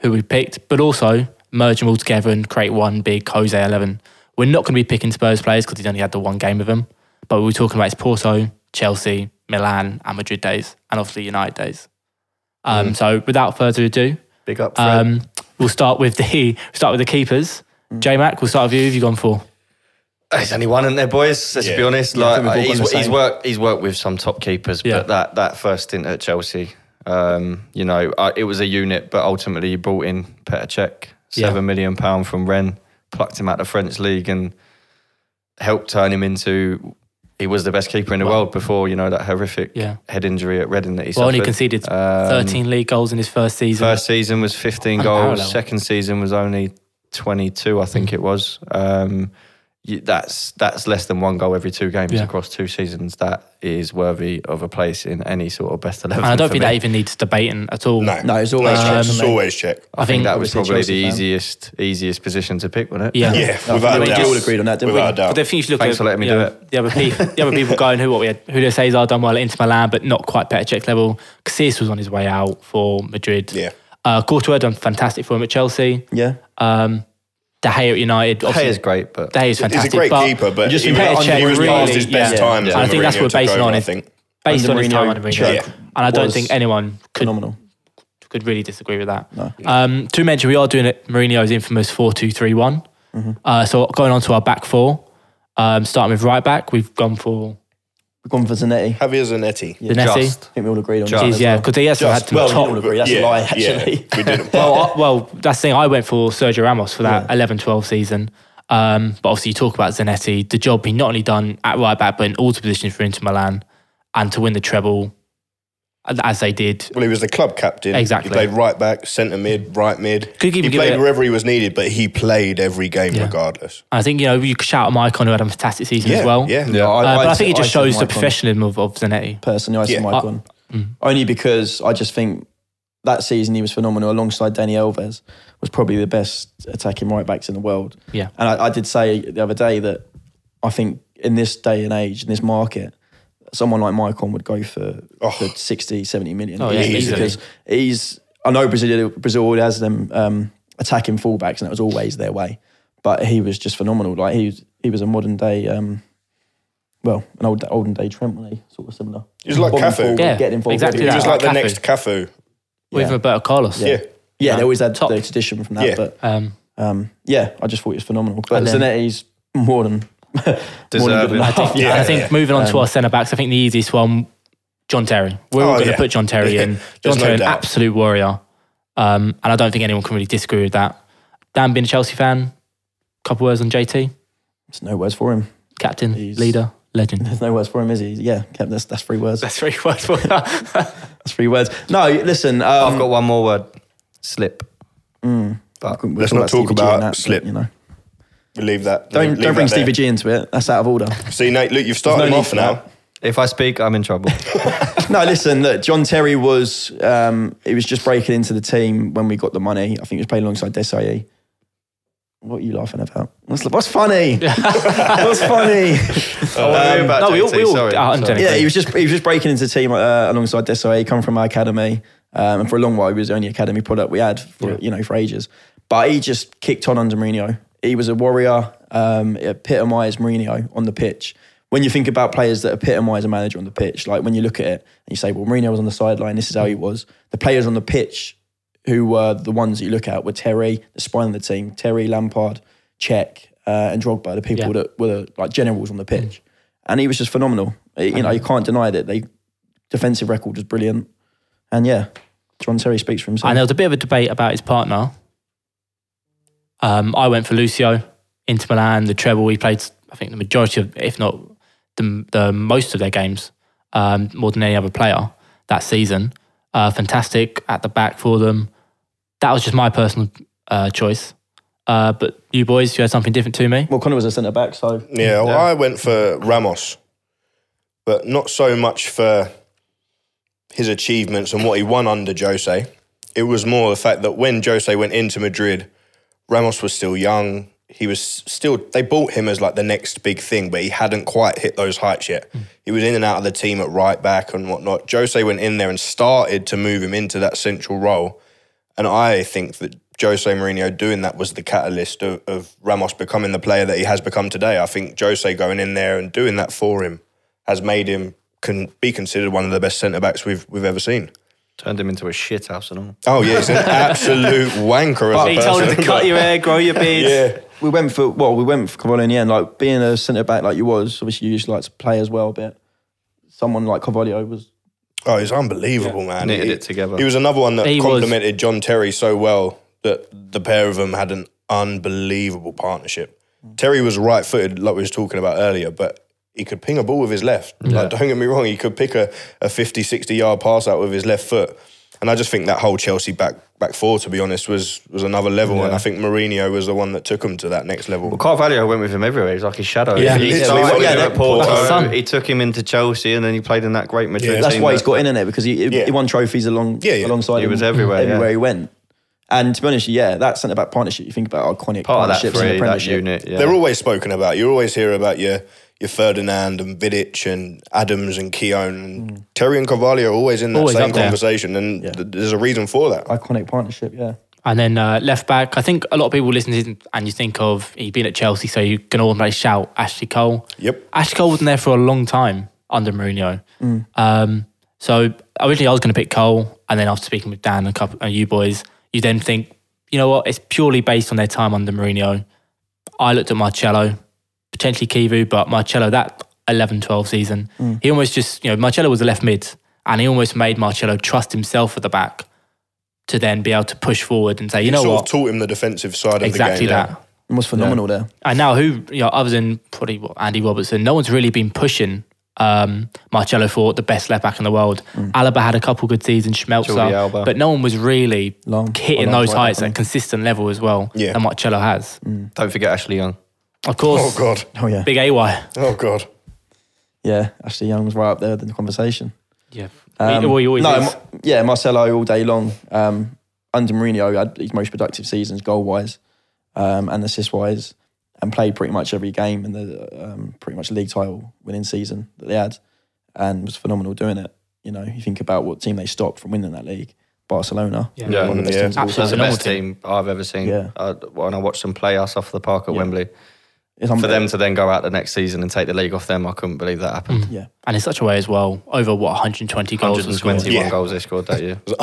A: who we picked, but also merge them all together and create one big Jose 11. We're not going to be picking Spurs players because he's only had the one game with them, but we were talking about his Porto, Chelsea, Milan, and Madrid days, and obviously United days. Um, So without further ado,
D: Big up, Mm. Fred. Mm.
A: um, we'll start with the start with the keepers. J Mac, we'll start with you. Who Have you gone for?
D: There's only one in there, boys. Let's
C: Yeah.
D: be
B: I
D: honest. Like
B: think we've all
D: he's,
B: gone the
D: he's
B: same.
D: worked he's worked with some top keepers,
A: Yeah.
D: but that that first stint at Chelsea, um, you know, I, it was a unit, but ultimately you brought in Petr Cech,
A: Yeah.
D: seven million pound from Rennes, plucked him out of the French league, and helped turn him into. He was the best keeper in the world before you know that horrific
A: Yeah.
D: head injury at Reading that he
A: Well, only
D: suffered.
A: conceded
D: Um,
A: 13 league goals in his first season.
D: First season was 15
A: Unparalleled.
D: goals. Second season was only 22, I think it was. Um, you, that's that's less than one goal every two games
A: Yeah.
D: across two seasons. That is worthy of a place in any sort of best eleven.
A: and I don't
D: for
A: think
D: me.
A: that even needs debating at all.
C: No,
B: No, it's
C: always
B: always
C: check.
B: Chelsea,
C: It's
B: mate.
C: always check.
A: I
D: I think
A: think
D: that was
B: obviously
D: probably the
B: Chelsea fan.
D: easiest easiest position to pick, wasn't it?
A: Yeah.
B: No,
C: Yeah,
B: I
C: without
B: think
C: a
B: we
C: doubt.
B: all agreed on that, didn't we?
C: without a
A: But
C: doubt.
A: if you look
D: Thanks
A: at
D: for letting me
A: you know,
D: do it.
A: The other people, the other people going who what we had Julio Cesar done well at Inter Milan, but not quite Petr Cech level. Casillas was on his way out for Madrid.
C: Yeah.
A: uh, Courtois done fantastic for him at Chelsea.
B: Yeah.
A: Um, De Gea at United.
D: Hey
A: obviously-
D: is great, but
A: De Gea's
C: He's a
A: fantastic.
C: great
A: but
C: keeper, but
B: just
C: he,
B: think
C: was,
A: Petr
C: he was
A: Cech
C: past
A: really-
C: his best
A: yeah.
C: times.
A: And I
C: when
A: think that's
C: Mourinho
A: what
C: took
A: based
C: over,
A: on
C: I
A: is-
C: think
A: based on
B: Under
A: his
B: Mourinho,
A: time under Mourinho.
C: Yeah.
A: And I don't
B: was
A: think anyone could
B: phenomenal.
A: could really disagree with that. Um, to mention, we are doing it Mourinho's infamous 4 2 3 1.
B: Mm-hmm.
A: Uh, so going on to our back four, um, starting with right back, we've gone for
B: We've gone for Zanetti. I
C: Javier Zanetti.
A: the Nessie.
D: Just.
B: think we all agreed on
D: Just-
B: that.
A: Is,
B: as
A: yeah,
B: well.
A: because he has had some
C: well,
A: top.
B: all agree, that's a
C: yeah,
B: lie,
C: yeah,
B: actually.
C: we didn't.
A: Well, I, well, that's the thing. I went for Sergio Ramos for that 11 12 season. Um, but obviously, you talk about Zanetti, the job he not only done at right back, but in all the positions for Inter Milan and to win the treble uh, as they did.
C: Well, he was the club captain.
A: Exactly.
C: He played right back, centre mid, right mid.
A: Could give-
C: he
A: give
C: played
A: it-
C: wherever he was needed, but he played every game
A: Yeah.
C: regardless.
A: I think, you know, you could shout at Maicon, who had a fantastic season
C: Yeah,
A: as well.
C: yeah.
D: Yeah,
A: Uh,
D: I,
A: but
D: I,
A: I, think it
B: I
A: just
B: think
A: shows the
B: Maicon-
A: professionalism of, of Zanetti.
B: Personally, I see
C: Yeah.
B: Mike on.
A: Mm.
B: Only because I just think that season he was phenomenal alongside Danny Alves was probably the best attacking right backs in the world.
A: Yeah.
B: And I, I did say the other day that I think in this day and age, in this market, someone like Maicon would go for, for 60, 70 million.
A: Oh, yeah,
B: Easily,
A: easily.
B: Because he's, I know Brazil, Brazil always has them um, attacking fullbacks and that was always their way. But he was just phenomenal. Like he was, he was a modern day, um, well, an old olden day Trent, wasn't he? Sort of similar.
C: He was like
B: Bombing
C: Cafu.
B: forward,
A: Yeah,
B: getting involved.
A: exactly
C: He
A: Yeah,
C: was
A: like
C: like the
A: Cafu.
C: next Cafu.
A: Or
B: Yeah.
A: even Roberto Carlos.
C: Yeah.
B: Yeah, they always had
A: Top.
B: the tradition from that.
C: Yeah.
B: But
A: Um,
B: um, yeah, I just thought it was phenomenal. But
A: And then-
B: Zanetti's more than more than good
D: Deserving.
A: I
B: enough.
A: think,
C: Yeah,
A: and I think
C: yeah.
A: moving on to our centre backs, I think the easiest one, John Terry. We're all
C: Oh,
A: going to
C: yeah.
A: put John Terry in. John
C: There's no
A: Terry, an
C: doubt.
A: absolute warrior. Um, and I don't think anyone can really disagree with that. Dan being a Chelsea fan, couple words on JT.
B: There's no words for him.
A: Captain,
B: He's-
A: leader, legend.
B: There's no words for him, is he? Yeah, Kev, that's that's three words.
A: That's three words for that.
B: That's three words. No, listen. Um,
A: Mm.
B: mm,
D: have got one more word: slip.
B: we'll
C: Let's not talk
B: Stevie G
C: about
B: and but,
C: slip.
B: You know,
C: Leave that.
B: don't
C: leave
B: don't bring
C: that
B: Stevie
C: there.
B: G into it. That's out of order.
C: See, Nate, look, you've
B: There's
C: started
B: no
C: him
B: need
C: off
B: for
C: now.
B: that.
D: If I speak, I'm in trouble.
B: no, listen. Look, John Terry was um, he was just breaking into the team when we got the money. I think he was playing alongside Desai. What are you laughing about? What's, what's funny? what's funny?
C: Um,
A: no, we all- we all-
D: sorry,
A: oh, I'm
D: sorry.
A: joking.
B: Yeah, he was just he was just breaking into the team uh, alongside Desai. He come from our academy, um, and for a long while he was the only academy product we had for you know for ages. But he just kicked on under Mourinho. He was a warrior. Um, epitomised Mourinho on the pitch. When you think about players that epitomise a manager on the pitch, like when you look at it and you say, "Well, Mourinho was on the sideline. This is how he was." The players on the pitch who were the ones that you look at were Terry, the spine of the team, Terry, Lampard, Czech, uh, and Drogba, the people
A: Yeah.
B: that were the, like generals on the pitch. And he was just phenomenal. You know, you can't deny that. They defensive record was brilliant. And yeah, John Terry speaks for himself.
A: and there was a bit of a debate about his partner. Um, I went for Lucio, Inter Milan, the treble. He played, I think, the majority of, if not the, the most of their games, um, more than any other player that season. Uh, fantastic at the back for them. That was just my personal uh, choice. Uh, but you boys, you had something different to me.
B: Well, Connor was a centre back, so
C: Yeah, well, I went for Ramos, but not so much for his achievements and what he won under Jose. It was more the fact that when Jose went into Madrid, Ramos was still young. He was still, they bought him as like the next big thing, but he hadn't quite hit those heights yet. He was in and out of the team at right back and whatnot. Jose went in there and started to move him into that central role. And I think that Jose Mourinho doing that was the catalyst of, of Ramos becoming the player that he has become today. I think Jose going in there and doing that for him has made him can be considered one of the best centre backs we've we've ever seen.
D: Turned him into a shit house and all.
C: Oh yeah, he's an absolute wanker as a person.
A: your hair, grow your beard.
C: yeah,
B: we went for well, we went for Cavallo in the end. Like being a centre back like you was, obviously you used to like to play as well, but someone like Cavallo was
C: oh, he's unbelievable, man.
D: Knitted
C: He-
D: it together.
C: He was another one that
A: He was.
C: complemented John Terry so well that the pair of them had an unbelievable partnership. Terry was right footed, like we was talking about earlier, but he could ping a ball with his left. Like, don't get me wrong, he could pick a, a 50, 60 yard pass out with his left foot. And I just think that whole Chelsea back back four, to be honest, was was another level. And I think Mourinho was the one that took him to that next level.
D: Carvalho went with him everywhere. He's like his shadow.
C: Yeah,
D: he
C: literally.
D: started
C: Yeah,
D: him
C: that-
D: at Porto.
A: that's the son.
D: He took him into Chelsea, and then he played in that great Madrid.
C: Yeah.
B: That's
D: team
B: why he's
D: that-
B: got in, in it? Because he,
C: Yeah.
B: he won trophies along
C: Yeah, yeah.
B: alongside
D: He was
B: him,
D: everywhere, yeah.
B: everywhere he went. And to be honest, yeah, that centre back partnership. You think about iconic
D: part of that
B: partnerships in
D: three,
B: the
D: that
B: Premiership.
D: unit. Yeah.
C: They're always spoken about. You always hear about your your Ferdinand and Vidic and Adams and Keown and Terry and Carvalho are always in that
A: Hmm. Always
C: same
A: up there.
C: conversation, and th- there's a reason for that.
B: Iconic partnership, yeah.
A: And then uh, left back, I think a lot of people listen to him and you think of he's been at Chelsea, so you're going to automatically shout Ashley Cole.
C: Yep.
A: Ashley Cole wasn't there for a long time under Mourinho. Um, so originally I was going to pick Cole, and then after speaking with Dan and a couple and you boys, you then think, you know what? It's purely based on their time under Mourinho. I looked at Marcello, potentially Kivu, but Marcello that 11-12 season, he almost just you know Marcello was a left mid, and he almost made Marcello trust himself at the back to then be able to push forward and say, you know
C: sort
A: what?
C: of taught him the defensive side of
A: Exactly
C: the game.
A: that.
B: It was phenomenal there.
A: And now who you know, other than probably what, Andy Robertson, no one's really been pushing um, Marcello for the best left back in the world. Alaba had a couple good seasons,
D: Jordi Alba.
A: Schmelzer, but no one was really
B: Long-
A: hitting
B: long
A: those
B: right
A: heights
B: back,
A: at a consistent level as well
C: Yeah.
A: that Marcello has.
D: Don't forget Ashley Young.
A: Of course,
C: Oh god.
B: Oh yeah,
A: big AY.
C: Oh god.
B: yeah. Ashley Young was right up there in the conversation.
A: Yeah,
B: Um,
A: well, he always
B: no,
A: is.
B: Ma- yeah, Marcelo all day long. Um, under Mourinho, he had his most productive seasons, goal wise, um, and assist wise, and played pretty much every game in the um, pretty much league title winning season that they had, and was phenomenal doing it. You know, you think about what team they stopped from winning that league, Barcelona.
A: Yeah.
D: Yeah.
B: one of the best
C: Yeah.
B: teams of all
A: Absolutely.
D: That's the
B: time.
D: best
A: Phenomenal
D: team I've ever seen.
B: Yeah.
D: Uh, when I watched them play us off the park at
B: Yeah. Um,
D: Wembley,
B: It's
D: for them
B: unbelievable.
D: to then go out the next season and take the league off them, I couldn't believe that happened.
B: yeah,
A: and in such a way as well. Over what 120 goals, was scored.
D: 121
C: Yeah.
D: goals they scored that year.
C: It was
B: It's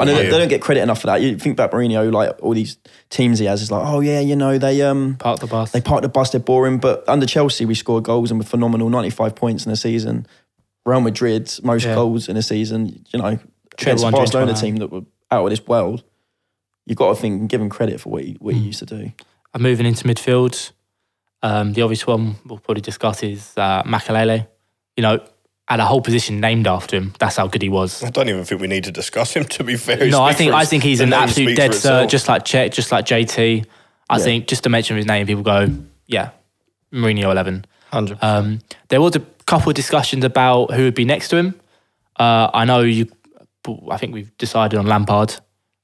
B: unreal. And they, don't-
C: Yeah.
B: they don't get credit enough for that. You think about Mourinho, like all these teams he has, it's like, oh yeah, you know, they um
A: Park the bus.
B: they parked the bus, they're boring. But under Chelsea, we scored goals and were phenomenal, 95 points in a season. Real Madrid, most
A: Yeah.
B: goals in a season, you know, against a
A: on, James
B: Barcelona
A: Varane.
B: team that were out of this world. You've got to think and give him credit for what he, what he used to do.
A: And moving into midfield, um, the obvious one we'll probably discuss is uh, Makalele. You know, had a whole position named after him. That's how good he was.
C: I don't even think we need to discuss him. To be fair, He
A: no, I
C: speaks
A: think
C: for
A: I
C: his-
A: think he's
C: the
A: an
C: name
A: absolute
C: speaks
A: dead
C: for
A: sir,
C: itself.
A: just like Chet, just like JT. I
B: Yeah.
A: think just to mention his name, people go, yeah, Mourinho eleven.
D: 100.
A: Um, there was a couple of discussions about who would be next to him. Uh, I know you. I think we've decided on Lampard,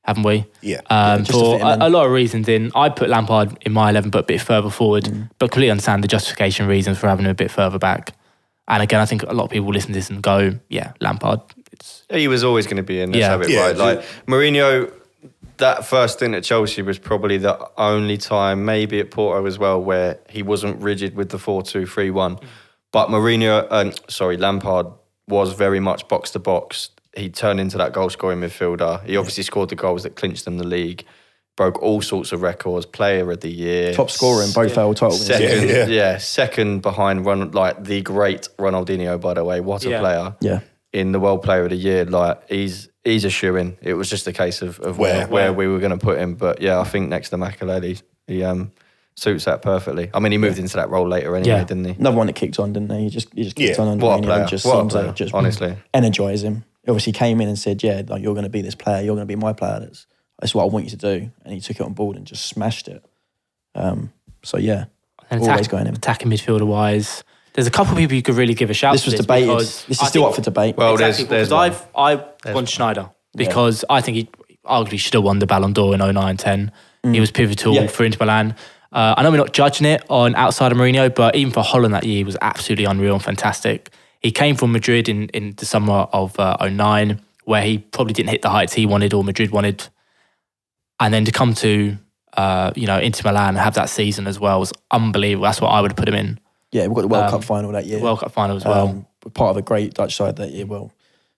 A: haven't we?
C: Yeah.
A: Um,
B: just to
A: for
B: fit him
A: a,
B: in.
A: a lot of reasons, in I put Lampard in my eleven, but a bit further forward.
C: Mm.
A: But clearly understand the justification reasons for having him a bit further back. And again, I think a lot of people listen to this and go, "Yeah, Lampard." It's
D: He was always going to be in. Let's
A: Yeah.
D: have it
C: Yeah,
D: right.
C: so-
D: Like Mourinho, that first stint at Chelsea was probably the only time, maybe at Porto as well, where he wasn't rigid with the 4 2 3 1. But Mourinho, um, sorry, Lampard was very much box to box. He turned into that goal scoring midfielder. He obviously scored the goals that clinched them the league, broke all sorts of records, player of the year.
B: Top scorer in both our title wins.
D: Second,
C: Yeah,
D: yeah,
C: yeah.
D: second behind Ron, like the great Ronaldinho, by the way. What a
A: Yeah.
D: player!
B: Yeah.
D: in the World Player of the Year, like he's he's a shoe in. It was just a case of, of
C: Where?
D: where, where we were going to put him. But yeah, I think next to Makaleli, he um suits that perfectly. I mean, he moved into that role later anyway,
A: Yeah.
D: didn't he?
B: Another one that kicked on, didn't they? He just, he just kicked
C: Yeah.
B: on under
D: What a
B: Mourinho
D: player.
B: and just
D: What a
B: seemed to
D: player,
B: just
D: honestly.
B: energize him. He obviously came in and said, yeah, like, you're going to be this player. You're going to be my player. That's, that's what I want you to do. And he took it on board and just smashed it. Um, so, yeah,
A: and
B: always
A: attack-
B: going in.
A: attacking midfielder wise. There's a couple of people you could really give a shout.
B: This
A: to
B: was debated.
A: because
B: This is
A: I
B: still
A: think-
B: up for debate.
D: Well,
A: Exactly,
D: there's there's
A: because I've I've gone
D: one.
A: Schneider because I think he arguably should have won the Ballon d'Or in 09 10.
D: Mm.
A: He was pivotal
B: Yeah.
A: for Inter Milan. Uh, I know we're not judging it on outside of Mourinho, but even for Holland that year, he was absolutely unreal and fantastic. He came from Madrid in, in the summer of uh, 09, where he probably didn't hit the heights he wanted or Madrid wanted. And then to come to uh, you know Inter Milan and have that season as well was unbelievable. That's what I would have put him in.
B: Yeah, we got the World Cup final that year.
A: um, World Cup final as well.
B: Um, we're part of a great Dutch side that year, well,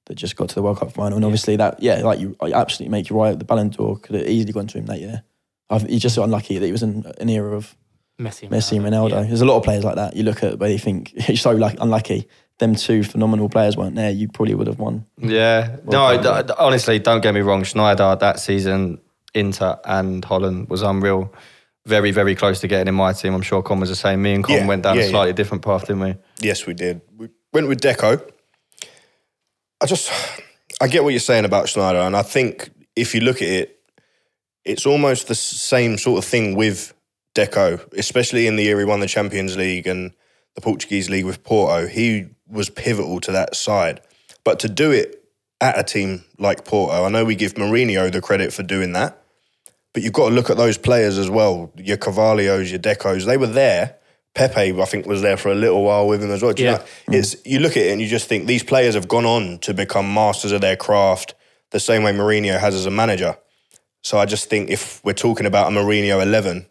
B: that just got to the World Cup final. And obviously, that, yeah, like you I absolutely make you right. The Ballon d'Or could have easily gone to him that year. I've, he's just so unlucky that he was in an era of
A: Messi,
B: Messi and Ronaldo.
A: Yeah.
B: There's a lot of players like that. You look at where you think he's so luck- unlucky. Them two phenomenal players weren't there. You probably would have won.
D: Yeah. No, d- d- honestly, don't get me wrong. Schneider that season, Inter and Holland was unreal. Very, very close to getting in my team. I'm sure Con was the same. Me and Con
C: Yeah,
D: went down
C: yeah,
D: a
C: yeah.
D: slightly different path, didn't we?
C: Yes, we did. We went with Deco. I just, I get what you're saying about Schneider, and I think if you look at it, it's almost the s- same sort of thing with Deco, especially in the year he won the Champions League and the Portuguese League with Porto. He was pivotal to that side, but to do it at a team like Porto, I know we give Mourinho the credit for doing that, but you've got to look at those players as well. Your Cavallios, your Decos, they were there. Pepe, I think, was there for a little while with him as well. Do you
A: Yeah.
C: know, it's you look at it and you just think these players have gone on to become masters of their craft, the same way Mourinho has as a manager. So I just think if we're talking about a Mourinho 11,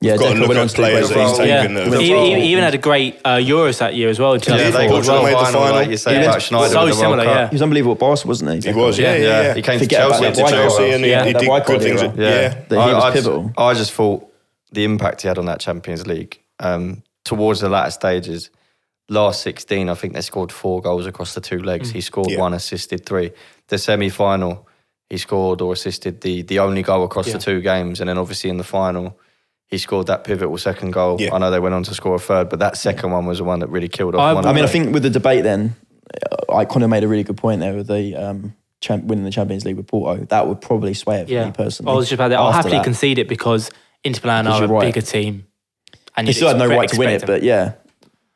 B: Yeah,
C: got to
B: definitely
C: look
B: went
C: at
B: on to do
C: players
B: great
C: that he's
B: things.
C: taken.
A: Yeah,
C: Even though-
A: he, he- he even had a great uh, Euros that year as well. in
D: Yeah, they
A: 2004 as
D: Portugal
A: well.
C: Portugal
D: made
C: made
D: the
C: the
D: final,
C: final.
D: like you say,
A: Yeah.
D: about Schneider
A: So
D: with the World
A: similar,
D: Cup.
A: yeah.
B: He was unbelievable at Barca, wasn't he?
C: He was, yeah, yeah.
D: Yeah,
C: yeah.
D: he came to
B: Forget
D: Chelsea.
B: about
C: went
B: that
C: to
B: white
C: Chelsea
B: era.
C: and he,
A: Yeah.
C: he
B: That
C: did
B: white
C: good
B: card
C: things.
B: era.
C: Yeah.
B: That he was
D: I, I just-
B: pivotal.
D: I just thought the impact he had on that Champions League um, towards the latter stages, last 16, I think they scored four goals across the two legs.
A: Mm.
D: He scored
C: Yeah.
D: one, assisted three. The semi final, he scored or assisted the, the only goal across
A: Yeah.
D: the two games. And then obviously in the final, he scored that pivotal second goal.
C: Yeah.
D: I know they went on to score a third, but that second one was the one that really killed off.
A: I-
D: one
B: I mean, I
D: of the-
B: think with the debate then, uh, I kind of made a really good point there with the um, champ, winning the Champions League with Porto. That would probably sway it for
A: Yeah,
B: me personally.
A: I was just about that. I'll
B: after
A: happily
B: that.
A: concede it because Inter Milan
B: Because
A: are a
B: you're right.
A: bigger team. And
B: He
A: you'd
B: still had no
A: expect-
B: right to win it,
A: expect them.
B: but yeah.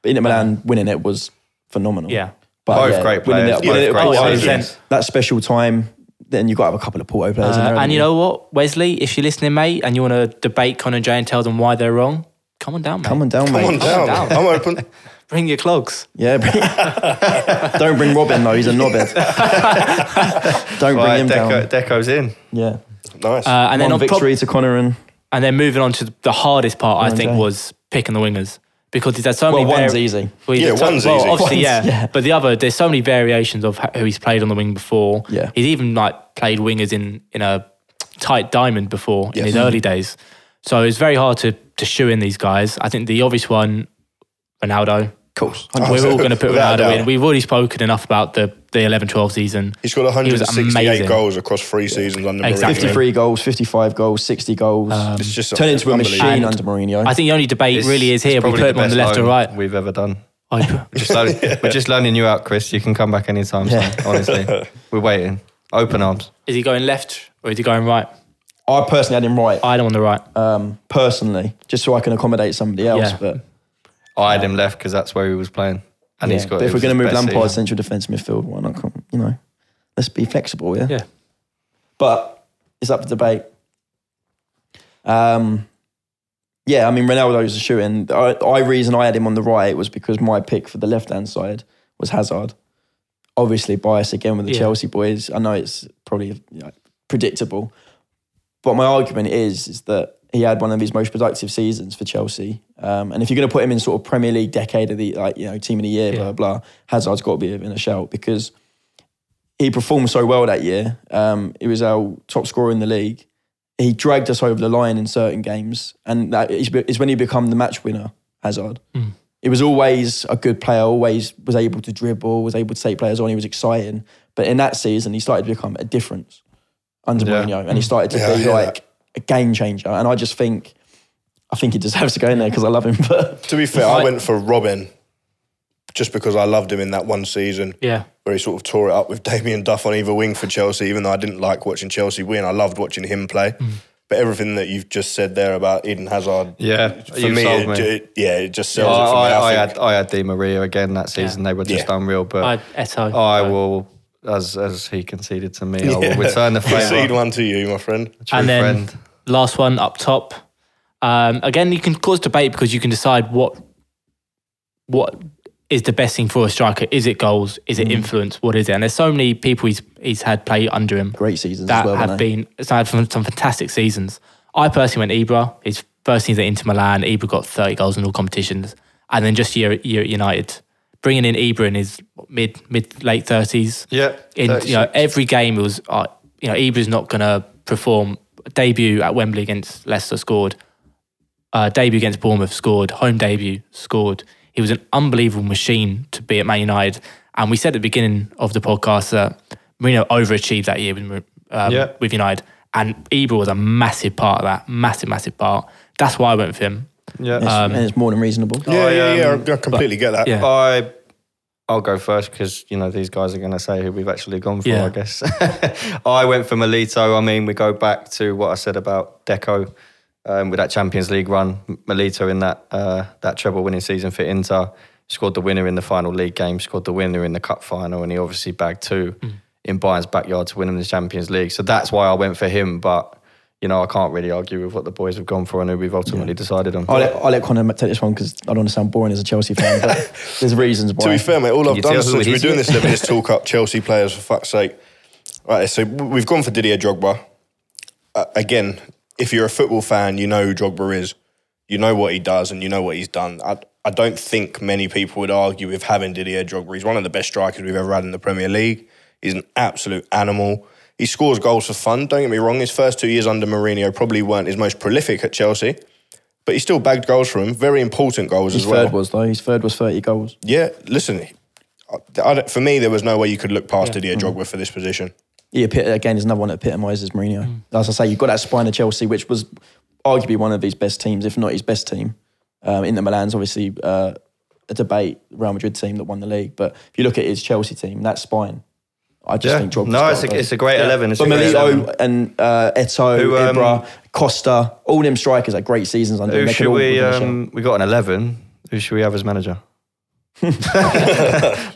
B: But Inter Milan winning it was phenomenal.
A: Yeah.
B: But
D: Both
B: yeah,
D: great
B: winning
D: players,
B: that- winning
D: both
B: it
D: great
B: Porto,
A: seasons.
B: That special time, then you've got to have a couple of Porto players in
A: Uh,
B: there. haven't
A: and you know what, Wesley, if you're listening, mate, and you want to debate Conor and Jay and tell them why they're wrong, come on down, mate.
B: Come on down,
C: Come
B: mate.
C: on down.
A: down.
C: I'm open.
A: Bring your clogs.
B: Yeah. bring- Don't bring Robin, though. He's a knobhead. Don't bring
D: Right,
B: him
D: Deco,
B: down.
D: Deco's in.
B: Yeah.
C: Nice.
A: Uh, and
B: And then
A: then
B: One
A: on
B: victory to Connor and
A: and then moving on to the hardest part, I
B: and
A: think,
B: Jay.
A: was picking the wingers because there's so
B: well,
A: many.
B: one's
A: vari-
B: easy.
A: Well,
C: Yeah,
A: there's so-
C: one's
A: well,
C: easy.
A: Obviously,
B: One's-
A: yeah.
B: yeah.
A: But the other, there's so many variations of ho- who he's played on the wing before.
B: Yeah.
A: He's even like played wingers in in a tight diamond before in
C: Yes.
A: his early days. So it's very hard to to shoe in these guys. I think the obvious one, Ronaldo.
B: Of course.
D: Oh,
A: We're all going to put
C: Without a
A: Ronaldo
C: doubt.
A: in. We've already spoken enough about the the 11-12 season.
C: He scored
A: was
C: 168
A: amazing.
C: goals across three seasons under
A: Exactly.
C: Mourinho.
B: 53 goals, 55 goals, 60 goals.
C: It's just
B: Turn into a
C: unbelievable.
B: machine
A: And
B: under Mourinho.
A: Um, I think the only debate
D: It's-
A: really is
D: it's
A: here. We
D: probably
A: put him on
D: best
A: the left or
D: loan
A: right.
D: We've ever done.
A: I-
D: Just loan- We're just loaning you out, Chris. You can come back anytime. Son, honestly, we're waiting. Open arms.
A: Is he going left or is he going right?
B: I personally had him right,
A: I don't on the right.
B: um, personally, just so I can accommodate somebody else.
A: Yeah.
B: But,
D: I had him left because that's where he was playing, and he's
B: yeah.
D: got.
B: But if
D: it
B: we're
D: was
B: going to move
D: his best
B: Lampard
D: season.
B: central defence midfield, why not? Come, you know, let's be flexible, yeah?
A: yeah.
B: But it's up for debate. Um, yeah, I mean, Ronaldo's a shoe in. I, I reason I had him on the right was because my pick for the left hand side was Hazard. Obviously, bias again with the
A: Yeah.
B: Chelsea boys. I know it's probably you know, predictable, but my argument is is that he had one of his most productive seasons for Chelsea. Um, and if you're going to put him in sort of Premier League decade of the like you know team of the year,
A: Yeah.
B: blah blah, Hazard's got to be in a shout because he performed so well that year. Um, he was our top scorer in the league. He dragged us over the line in certain games, and that is, is when he became the match winner. Hazard.
A: Hmm.
B: He was always a good player. Always was able to dribble. Was able to take players on. He was exciting. But in that season, he started to become a difference under
D: Yeah.
B: Mourinho,
A: Hmm.
B: and he started to
C: Yeah, I
B: be
C: hear
B: like a game changer. And I just think, I think he deserves to go in there because I love him. But
C: To be fair,
A: Right.
C: I went for Robin just because I loved him in that one season
A: Yeah.
C: where he sort of tore it up with Damien Duff on either wing for Chelsea, even though I didn't like watching Chelsea win. I loved watching him play.
D: Mm.
C: But everything that you've just said there about Eden Hazard,
D: Yeah,
C: for
D: you
C: me,
D: sold
C: it,
D: me.
C: it- yeah, it just
D: I,
C: sells it for me.
D: I, I
C: I,
D: had
C: think.
D: I had Di Maria again that season. They were just
C: Yeah.
D: unreal.
A: I
D: But
A: Eto.
D: I, will, as as he conceded to me, I will
C: Yeah.
D: oh, return the
C: Concede
D: favour.
C: one to you, my friend.
D: True
A: and then
D: friend.
A: last one up top. Um, again, you can cause debate because you can decide what what is the best thing for a striker. Is it goals? Is
D: Mm-hmm.
A: it influence? What is it? And there's so many people he's he's had play under him
B: great seasons
A: that
B: as well.
A: have
B: weren't they?
A: been it's had some, some fantastic seasons. I personally went Ibra. His first season at Inter Milan, Ibra got 30 goals in all competitions, and then just year year at United, bringing in Ibra in his mid mid late 30s.
D: Yeah,
A: in you know every game it was uh, you know Ibra's not going to perform. Debut at Wembley against Leicester scored. Uh, debut against Bournemouth scored. Home debut scored. He was an unbelievable machine to be at Man United. And we said at the beginning of the podcast that Mourinho overachieved that year with Mou- um,
D: Yeah.
A: with United, and Ibra was a massive part of that. Massive, massive part. That's why I went for him.
D: yeah.
B: It's-
A: um,
B: and it's more than reasonable.
C: Yeah,
D: I,
C: yeah, yeah.
D: um,
C: I- I completely get that.
A: Yeah.
D: I I'll go first because you know these guys are going to say who we've actually gone for.
A: Yeah.
D: I guess I went for Melito. I mean, we go back to what I said about Deco um, with that Champions League run. Melito in that uh, that treble winning season for Inter scored the winner in the final league game, scored the winner in the cup final, and he obviously bagged two
A: Mm.
D: in Bayern's backyard to win him the Champions League. So that's why I went for him, but. You know, I can't really argue with what the boys have gone for and who we've ultimately decided on.
B: I'll let, I'll let Connor take this one because I don't want to sound boring as a Chelsea fan, but there's reasons why.
C: To be fair, mate, all I've
D: you tell
C: done
D: who
C: since
D: it
C: we're
D: is
C: doing
D: yet?
C: this living is talk up Chelsea players for fuck's sake. Right, so w- we've gone for Didier Drogba. uh, again, if you're a football fan, you know who Drogba is. You know what he does and you know what he's done. I, I don't think many people would argue with having Didier Drogba. He's one of the best strikers we've ever had in the Premier League. He's an absolute animal. He scores goals for fun. Don't get me wrong. His first two years under Mourinho probably weren't his most prolific at Chelsea, but he still bagged goals for him. Very important goals
B: His
C: as well.
B: third was though. His third was thirty goals.
C: Yeah, listen, I- I don't- for me, there was no way you could look past Didier
B: Mm-hmm.
C: Drogba for this position.
B: Yeah, Pit, again, there's another one that epitomises Mourinho.
D: Mm.
B: As I say, you've got that spine of Chelsea, which was arguably one of his best teams, if not his best team. Um, Inter Milan's obviously uh, a debate Real Madrid team that won the league, but if you look at his Chelsea team, that spine, I just think Drogba's
D: no,
B: got
D: it's
B: those.
D: a, it's a great eleven. It's
B: But
D: a great 11.
B: Milito and uh, Eto,
D: Who, um,
B: Ibra, Costa, all them strikers had great seasons under him.
D: Who
B: They can
D: should
B: all
D: we?
B: give him a shout.
D: Um, we got an eleven. Who should we have as manager? Oh,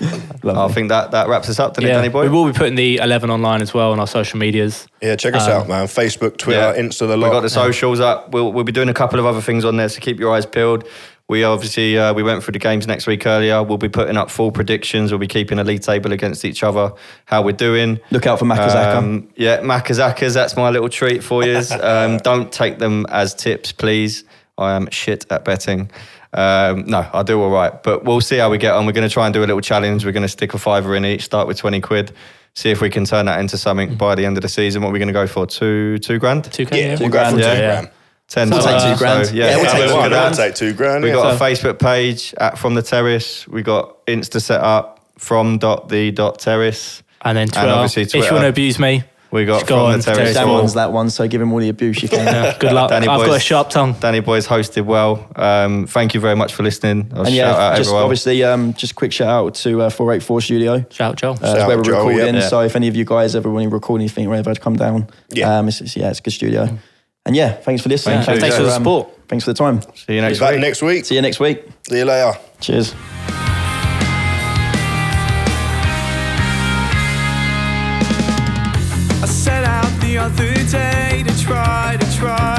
D: I
B: Lovely.
D: think that that wraps us up, doesn't it, Danny boy?
A: we will be putting the 11 online as well on our social medias.
C: Yeah, check
B: Um,
C: us out, man. Facebook, Twitter, Insta, the
D: We got
C: lot.
D: the socials up. We'll, we'll be doing a couple of other things on there, so keep your eyes peeled. We obviously uh, we went through the games next week earlier. We'll be putting up full predictions. We'll be keeping a league table against each other, how we're doing.
B: Look out for Makazaka.
D: Um, yeah, Makazakas. That's my little treat for you. um, don't take them as tips, please. I am shit at betting. Um, no, I do all right, but we'll see how we get on. We're going to try and do a little challenge. We're going to stick a fiver in each, start with 20 quid, see if we can turn that into something by the end of the season. What are we going to go for? Two, two grand?
A: 2K.
C: yeah, we'll go
B: grand,
C: for two
D: yeah.
C: grand.
D: Ten
B: We'll
D: dollars.
B: take two grand.
D: So, yeah,
B: Yeah, we'll
D: have
B: take
D: a
B: two
D: look at
B: grand.
D: that.
C: I'll take two grand.
D: We
C: yeah.
D: got a Facebook page at From the Terrace. We got Insta set up from dot the dot terrace.
A: And then Twitter.
D: And obviously
A: If you
D: Twitter.
A: want to abuse me,
D: We got
A: Just go
D: From
A: on
D: the
A: to
D: Terrace.
A: Terrace
B: Dan
A: Well-
D: One.
B: wants that one, so give him all the abuse you can.
A: yeah, good luck.
D: Danny
A: Uh, I've got a
D: Boy's-
A: sharp tongue.
D: Danny Boys hosted well. Um, thank you very much for listening. I'll
B: And
D: shout
B: yeah,
D: out
B: just
D: everyone.
B: obviously, um, just quick shout out to uh, 484 Studio. Uh,
A: Shout out, Joel.
B: it's
C: Shout
B: where we're
C: out, Joel,
B: recording.
C: yeah.
B: So if any of you guys ever want to record anything, or ever come down.
C: Yeah.
B: Um, it's, it's- yeah, it's a good studio. And yeah, thanks for listening.
A: Thank you. Thanks for the support.
B: Thanks for the time.
D: See you next
C: Back
D: week.
C: next week.
B: See you next week.
C: See you later.
B: Cheers.
E: I set out the other day to try to try